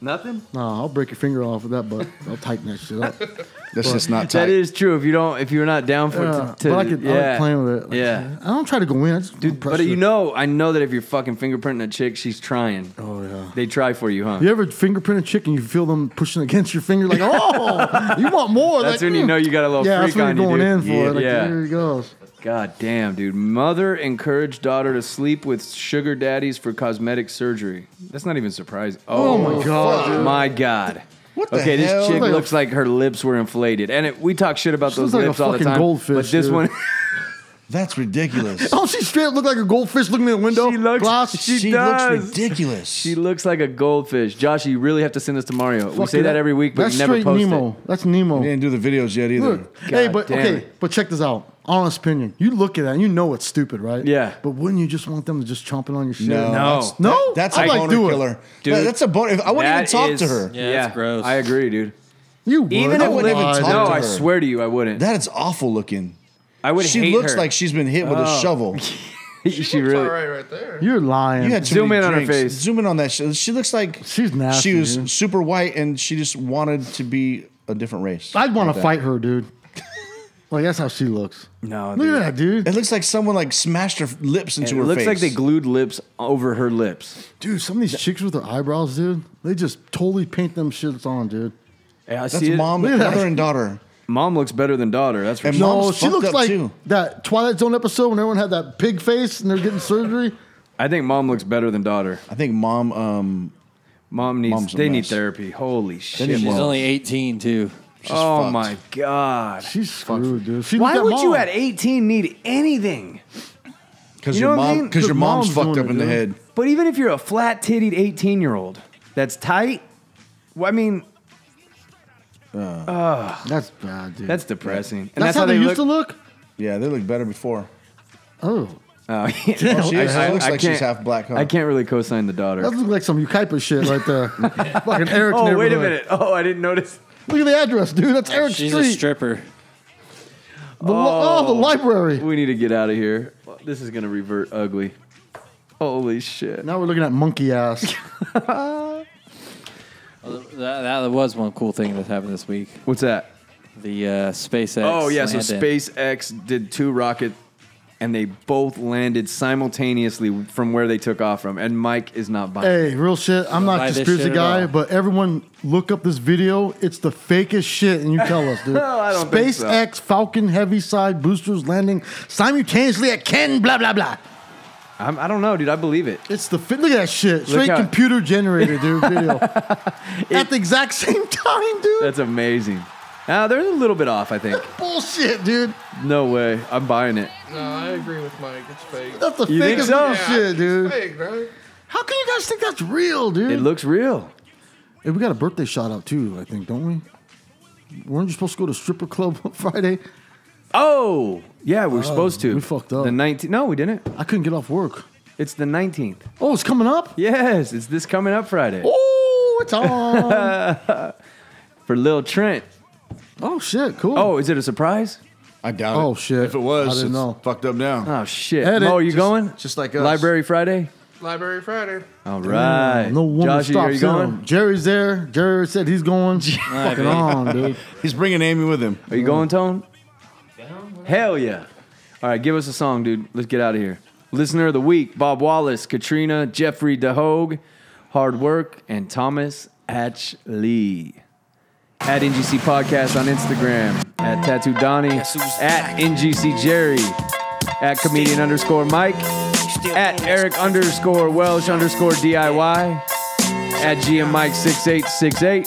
Speaker 5: Nothing.
Speaker 4: Nah, I'll break your finger off with that butt. I'll tighten that shit up.
Speaker 7: [laughs] That's
Speaker 5: But-
Speaker 7: just not tight.
Speaker 5: That is true. If you don't, if you're not down for
Speaker 4: Yeah,
Speaker 5: it, to,
Speaker 4: but I could- I like playing with it. Like,
Speaker 5: yeah,
Speaker 4: I don't try to go in. I just
Speaker 5: dude. But
Speaker 4: pressure.
Speaker 5: you know, I know that if you're fucking fingerprinting a chick, she's trying. Oh yeah, they try for you, huh?
Speaker 4: You ever [laughs] fingerprint a chicken? You feel them pushing against your finger, like, [laughs] oh, you want more?
Speaker 5: That's
Speaker 4: like,
Speaker 5: when you
Speaker 4: mm.
Speaker 5: know you got a little
Speaker 4: Yeah,
Speaker 5: freak
Speaker 4: that's when
Speaker 5: on
Speaker 4: you're going
Speaker 5: dude.
Speaker 4: in for it. Like,
Speaker 5: yeah.
Speaker 4: here he goes.
Speaker 5: God damn, dude. Mother encouraged daughter to sleep with sugar daddies for cosmetic surgery. That's not even surprising.
Speaker 4: Oh,
Speaker 5: Oh,
Speaker 4: my God, dude.
Speaker 5: My God.
Speaker 4: the
Speaker 5: okay,
Speaker 4: hell?
Speaker 5: this chick
Speaker 4: Like a-
Speaker 5: looks like her lips were inflated. And it, we talk shit about
Speaker 4: She
Speaker 5: those
Speaker 4: looks like a
Speaker 5: lips all the
Speaker 4: fucking
Speaker 5: time.
Speaker 4: goldfish,
Speaker 5: but this
Speaker 4: dude. [laughs]
Speaker 5: one
Speaker 7: That's
Speaker 5: [laughs]
Speaker 7: ridiculous.
Speaker 4: Oh, she straight up looked like a goldfish looking in the window. She looks, glass.
Speaker 5: she She looks does.
Speaker 7: ridiculous.
Speaker 5: She looks like a goldfish. Josh, you really have to send this to Mario. we say that every week, but
Speaker 4: That's
Speaker 5: you never
Speaker 4: straight
Speaker 5: post
Speaker 4: Nemo.
Speaker 5: it.
Speaker 4: That's Nemo.
Speaker 7: You didn't do the videos yet either.
Speaker 4: Look, hey,
Speaker 5: God
Speaker 4: but
Speaker 5: damn
Speaker 4: okay,
Speaker 5: it.
Speaker 4: but check this out. Honest opinion. You look at that and you know it's stupid, right?
Speaker 5: Yeah.
Speaker 4: But wouldn't you just want them to just chomping on your shit?
Speaker 5: No,
Speaker 4: no.
Speaker 5: No.
Speaker 4: no?
Speaker 7: that's
Speaker 4: I'd
Speaker 7: a
Speaker 4: like
Speaker 7: boner
Speaker 4: do it.
Speaker 7: killer. That- that's a boner. if- I wouldn't even
Speaker 5: That
Speaker 7: talk to
Speaker 5: is-
Speaker 7: her.
Speaker 5: Yeah, gross. I agree, dude.
Speaker 4: You
Speaker 5: Even
Speaker 7: I
Speaker 5: if
Speaker 7: wouldn't even
Speaker 5: living-
Speaker 7: talk
Speaker 5: no,
Speaker 7: to
Speaker 5: I
Speaker 7: her.
Speaker 5: swear to you, I wouldn't.
Speaker 7: That is awful looking.
Speaker 5: I would
Speaker 7: She
Speaker 5: hate
Speaker 7: looks
Speaker 5: her.
Speaker 7: like she's been hit with a
Speaker 5: Oh. [laughs]
Speaker 7: shovel.
Speaker 5: she, really.
Speaker 4: You're lying.
Speaker 7: You had too
Speaker 5: Zoom
Speaker 7: many
Speaker 5: in on her
Speaker 7: drinks.
Speaker 5: face.
Speaker 7: Zoom in on that. She, she looks like
Speaker 4: she's nasty,
Speaker 7: She was
Speaker 4: dude.
Speaker 7: super white, and she just wanted to be a different race.
Speaker 4: I'd want
Speaker 7: Like
Speaker 4: to
Speaker 7: that.
Speaker 4: fight her, dude. like that's how she looks.
Speaker 5: No,
Speaker 4: Look at that, dude.
Speaker 7: It looks like someone like smashed her lips into
Speaker 5: it
Speaker 7: her
Speaker 5: looks
Speaker 7: face.
Speaker 5: like they glued lips over her lips.
Speaker 4: Dude, some of these chicks with their eyebrows, dude, they just totally paint them shits on, dude.
Speaker 5: Yeah, I
Speaker 4: That's
Speaker 5: see it.
Speaker 4: mom, Look at that. mother, and
Speaker 7: daughter.
Speaker 5: Mom looks better than daughter. That's for sure.
Speaker 4: no, she looks like that Twilight Zone episode when everyone had that pig face and they're getting surgery.
Speaker 5: I think mom looks better than daughter.
Speaker 7: I think mom. Um,
Speaker 5: mom needs.
Speaker 7: mom's a
Speaker 5: they need
Speaker 7: mess.
Speaker 5: therapy. Holy shit!
Speaker 6: She's
Speaker 5: mom.
Speaker 6: only 18 too.
Speaker 5: oh my god.
Speaker 4: She's screwed, dude. She
Speaker 5: Why
Speaker 4: looked
Speaker 5: would you
Speaker 4: mom.
Speaker 5: at 18 need anything?
Speaker 7: because
Speaker 5: You know
Speaker 7: your
Speaker 5: what I
Speaker 7: mom,
Speaker 5: mean?
Speaker 7: because your mom's, fucked
Speaker 5: doing
Speaker 7: up
Speaker 5: it,
Speaker 7: in the
Speaker 5: dude.
Speaker 7: head.
Speaker 5: But even if you're a flat titted 18 year old that's tight, well, I mean, ugh,
Speaker 4: That's bad, dude.
Speaker 5: that's depressing. And
Speaker 4: That's, how, they, used to look.
Speaker 7: Yeah, they look better before.
Speaker 5: [laughs]
Speaker 4: Oh,
Speaker 5: Oh, yeah.
Speaker 7: Well, she is-
Speaker 5: I-
Speaker 7: she looks
Speaker 5: I- I
Speaker 7: like she's
Speaker 5: can't-
Speaker 7: half black, huh?
Speaker 5: I can't really co sign the daughter.
Speaker 4: that looks like some Ukaipa shit right
Speaker 5: [laughs]
Speaker 4: there. Fucking Eric's
Speaker 5: oh, wait a
Speaker 4: neighborhood.
Speaker 5: minute. Oh, I didn't notice.
Speaker 4: Look at the address, dude. That's Eric
Speaker 6: She's
Speaker 4: Street.
Speaker 6: a stripper.
Speaker 4: The li- oh, the library.
Speaker 5: We need to get out of here. This is going to revert ugly. Holy shit.
Speaker 4: Now we're looking at monkey
Speaker 5: [laughs]
Speaker 4: ass.
Speaker 6: Well, That, that was one cool thing that happened this week.
Speaker 5: What's that?
Speaker 6: The uh, SpaceX.
Speaker 5: Oh, yeah. So
Speaker 6: landing.
Speaker 5: SpaceX did two rocket and they both landed simultaneously from where they took off from. And Mike is not buying.
Speaker 4: hey, real shit. I'm
Speaker 5: buy
Speaker 4: not
Speaker 5: this
Speaker 4: conspiracy
Speaker 5: shit at
Speaker 4: guy,
Speaker 5: all.
Speaker 4: but everyone look up this video. It's the fakest shit, and you tell us, dude.
Speaker 5: No, [laughs] I don't think so.
Speaker 4: SpaceX Falcon heavy side boosters landing simultaneously at Ken. Blah blah blah.
Speaker 5: I'm, I don't know, dude. I believe it.
Speaker 4: It's the fit. Look at that shit.
Speaker 5: Look
Speaker 4: Straight
Speaker 5: how-
Speaker 4: computer generated,
Speaker 5: [laughs]
Speaker 4: dude. Video at the exact same time, dude.
Speaker 5: That's amazing. Ah, they're a little bit off, I think.
Speaker 4: Bullshit, dude.
Speaker 5: No way. I'm buying it.
Speaker 8: No, I agree with Mike. It's fake.
Speaker 4: That's the
Speaker 5: You think
Speaker 4: fakest
Speaker 5: so?
Speaker 4: little shit, dude.
Speaker 8: It's fake, right?
Speaker 4: How can you guys think that's real, dude?
Speaker 5: It looks real.
Speaker 4: Hey, we got a birthday shout out too, I think, don't we? Weren't you supposed to go to stripper club on Friday?
Speaker 5: Oh, yeah, we were
Speaker 4: Oh,
Speaker 5: supposed to.
Speaker 4: we fucked up.
Speaker 5: The 19th. No, we didn't.
Speaker 4: I couldn't get off work.
Speaker 5: It's the 19th.
Speaker 4: Oh, it's coming up?
Speaker 5: Yes, it's this coming up Friday. [laughs]
Speaker 4: Oh, it's on.
Speaker 5: For Lil Trent.
Speaker 4: oh shit, cool.
Speaker 5: Oh, is it a surprise?
Speaker 7: I doubt
Speaker 4: Oh, shit.
Speaker 7: If it was,
Speaker 4: I didn't
Speaker 7: it's
Speaker 4: know.
Speaker 7: fucked up now.
Speaker 5: Oh, shit.
Speaker 4: Edit.
Speaker 5: Mo, are you
Speaker 4: Just-
Speaker 5: going?
Speaker 7: just like us.
Speaker 5: Library Friday?
Speaker 8: Library Friday.
Speaker 5: All
Speaker 4: Damn,
Speaker 5: right.
Speaker 4: No woman
Speaker 5: Joshy,
Speaker 4: stops
Speaker 5: are you going?
Speaker 4: him. Jerry's there. Jerry said he's
Speaker 5: [laughs]
Speaker 4: going. Fucking
Speaker 5: dude.
Speaker 4: on,
Speaker 5: [laughs]
Speaker 4: dude.
Speaker 7: He's bringing Amy with him.
Speaker 5: Are you going, Tone? Hell yeah. All right, give us a song, dude. Let's get out of here. Listener of the week Bob Wallace, Katrina, Jeffrey DeHogue, Hard Work, and Thomas Atchley. At NGC Podcast on Instagram, at Tattoo Donnie, at NGC Jerry, at Comedian underscore Mike, at Eric underscore Welsh underscore DIY, at GM Mike 6868,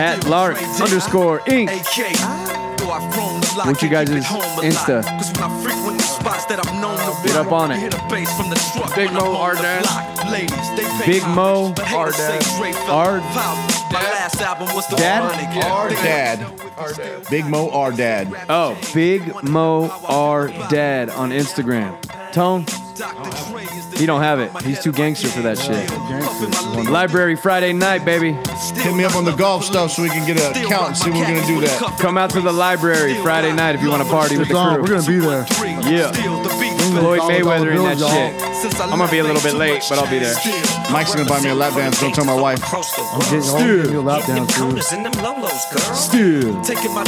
Speaker 5: at Lark underscore Inc.
Speaker 15: AK. Though I've grown a lot,
Speaker 5: What you
Speaker 15: can't
Speaker 5: guys'
Speaker 15: keep it home a lot.
Speaker 5: Insta?
Speaker 15: 'Cause when I frequent the spots that I've known to
Speaker 5: Get
Speaker 15: rock,
Speaker 5: up on
Speaker 15: you
Speaker 5: it.
Speaker 15: hear the bass from the truck
Speaker 8: Big
Speaker 15: when I'm
Speaker 8: Mo
Speaker 15: on the
Speaker 8: Ardan.
Speaker 15: block. Ladies, they pay
Speaker 5: Big
Speaker 15: homage,
Speaker 5: Mo
Speaker 15: but haters say
Speaker 5: Ardan.
Speaker 15: Dre fell off
Speaker 5: Ard-
Speaker 15: the pop. My last album was the
Speaker 5: Dad?
Speaker 15: one again.
Speaker 7: Our
Speaker 15: They
Speaker 7: dad. Big Mo, our dad.
Speaker 5: Oh, Big Mo R Dad on Instagram. Tone,
Speaker 15: Dr. Dre is
Speaker 5: He don't have it. He's too gangster for that shit. Library Friday night, baby.
Speaker 7: Hit me up on the golf stuff so we can get a count and see when we're gonna do that.
Speaker 5: Come out to the library Friday night if you want to party with the
Speaker 4: Don,
Speaker 5: crew.
Speaker 4: we're gonna be there.
Speaker 5: Yeah. Floyd Mayweather in that shit.
Speaker 7: Since I
Speaker 5: I'm gonna be a little bit late, but I'll be there.
Speaker 7: Mike's gonna buy me a lap dance. Don't tell my wife.
Speaker 4: I'm getting all your lap dance, dude.
Speaker 5: Still,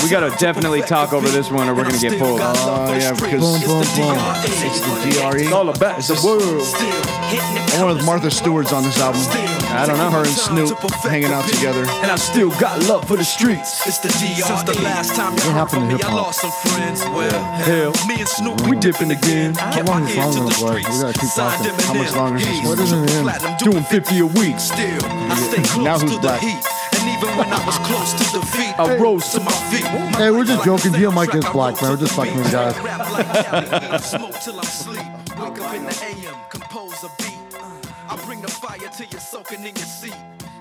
Speaker 5: we gotta definitely talk over this one, or we're gonna get pulled.
Speaker 7: Oh yeah, because it's the DRE. It's all
Speaker 5: about the
Speaker 7: world. I wanted Martha Stewart's on this album. I don't know. Her and Snoop hanging out together.
Speaker 5: And I still got love for the streets.
Speaker 3: It's the
Speaker 7: E.
Speaker 3: DR. Since the last time
Speaker 7: What
Speaker 3: you heard
Speaker 7: happened
Speaker 3: from
Speaker 7: to
Speaker 3: me, I
Speaker 7: hip-hop?
Speaker 3: lost some friends. Well,
Speaker 5: hell,
Speaker 3: me and Snoop, we dipping again.
Speaker 4: How
Speaker 3: Kept my
Speaker 4: long is
Speaker 3: ear
Speaker 4: long
Speaker 3: to
Speaker 4: gonna
Speaker 3: the
Speaker 4: play? We
Speaker 3: streets.
Speaker 4: gotta keep
Speaker 3: Signed
Speaker 4: talking.
Speaker 3: him and them G's.
Speaker 4: What isn't it in?
Speaker 3: Platinum doing 50 a week. Still, I stay
Speaker 7: Now
Speaker 3: close
Speaker 7: who's
Speaker 3: to the
Speaker 7: black?
Speaker 3: heat. And even when I was close to defeat, I
Speaker 5: rose
Speaker 3: to my feet.
Speaker 4: Hey, we're just joking. Deal Mike is black, man. We're just fucking with guys.
Speaker 3: Rap like Cali, smoke till I'm sleep. Wake up in the AM, compose a beat. Uh, I bring the fire till you're soaking in your seat.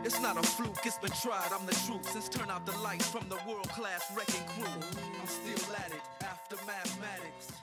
Speaker 3: It's not a fluke, it's been tried. I'm the truth. Since turn out the lights from the world class wrecking crew. I'm still at it after mathematics.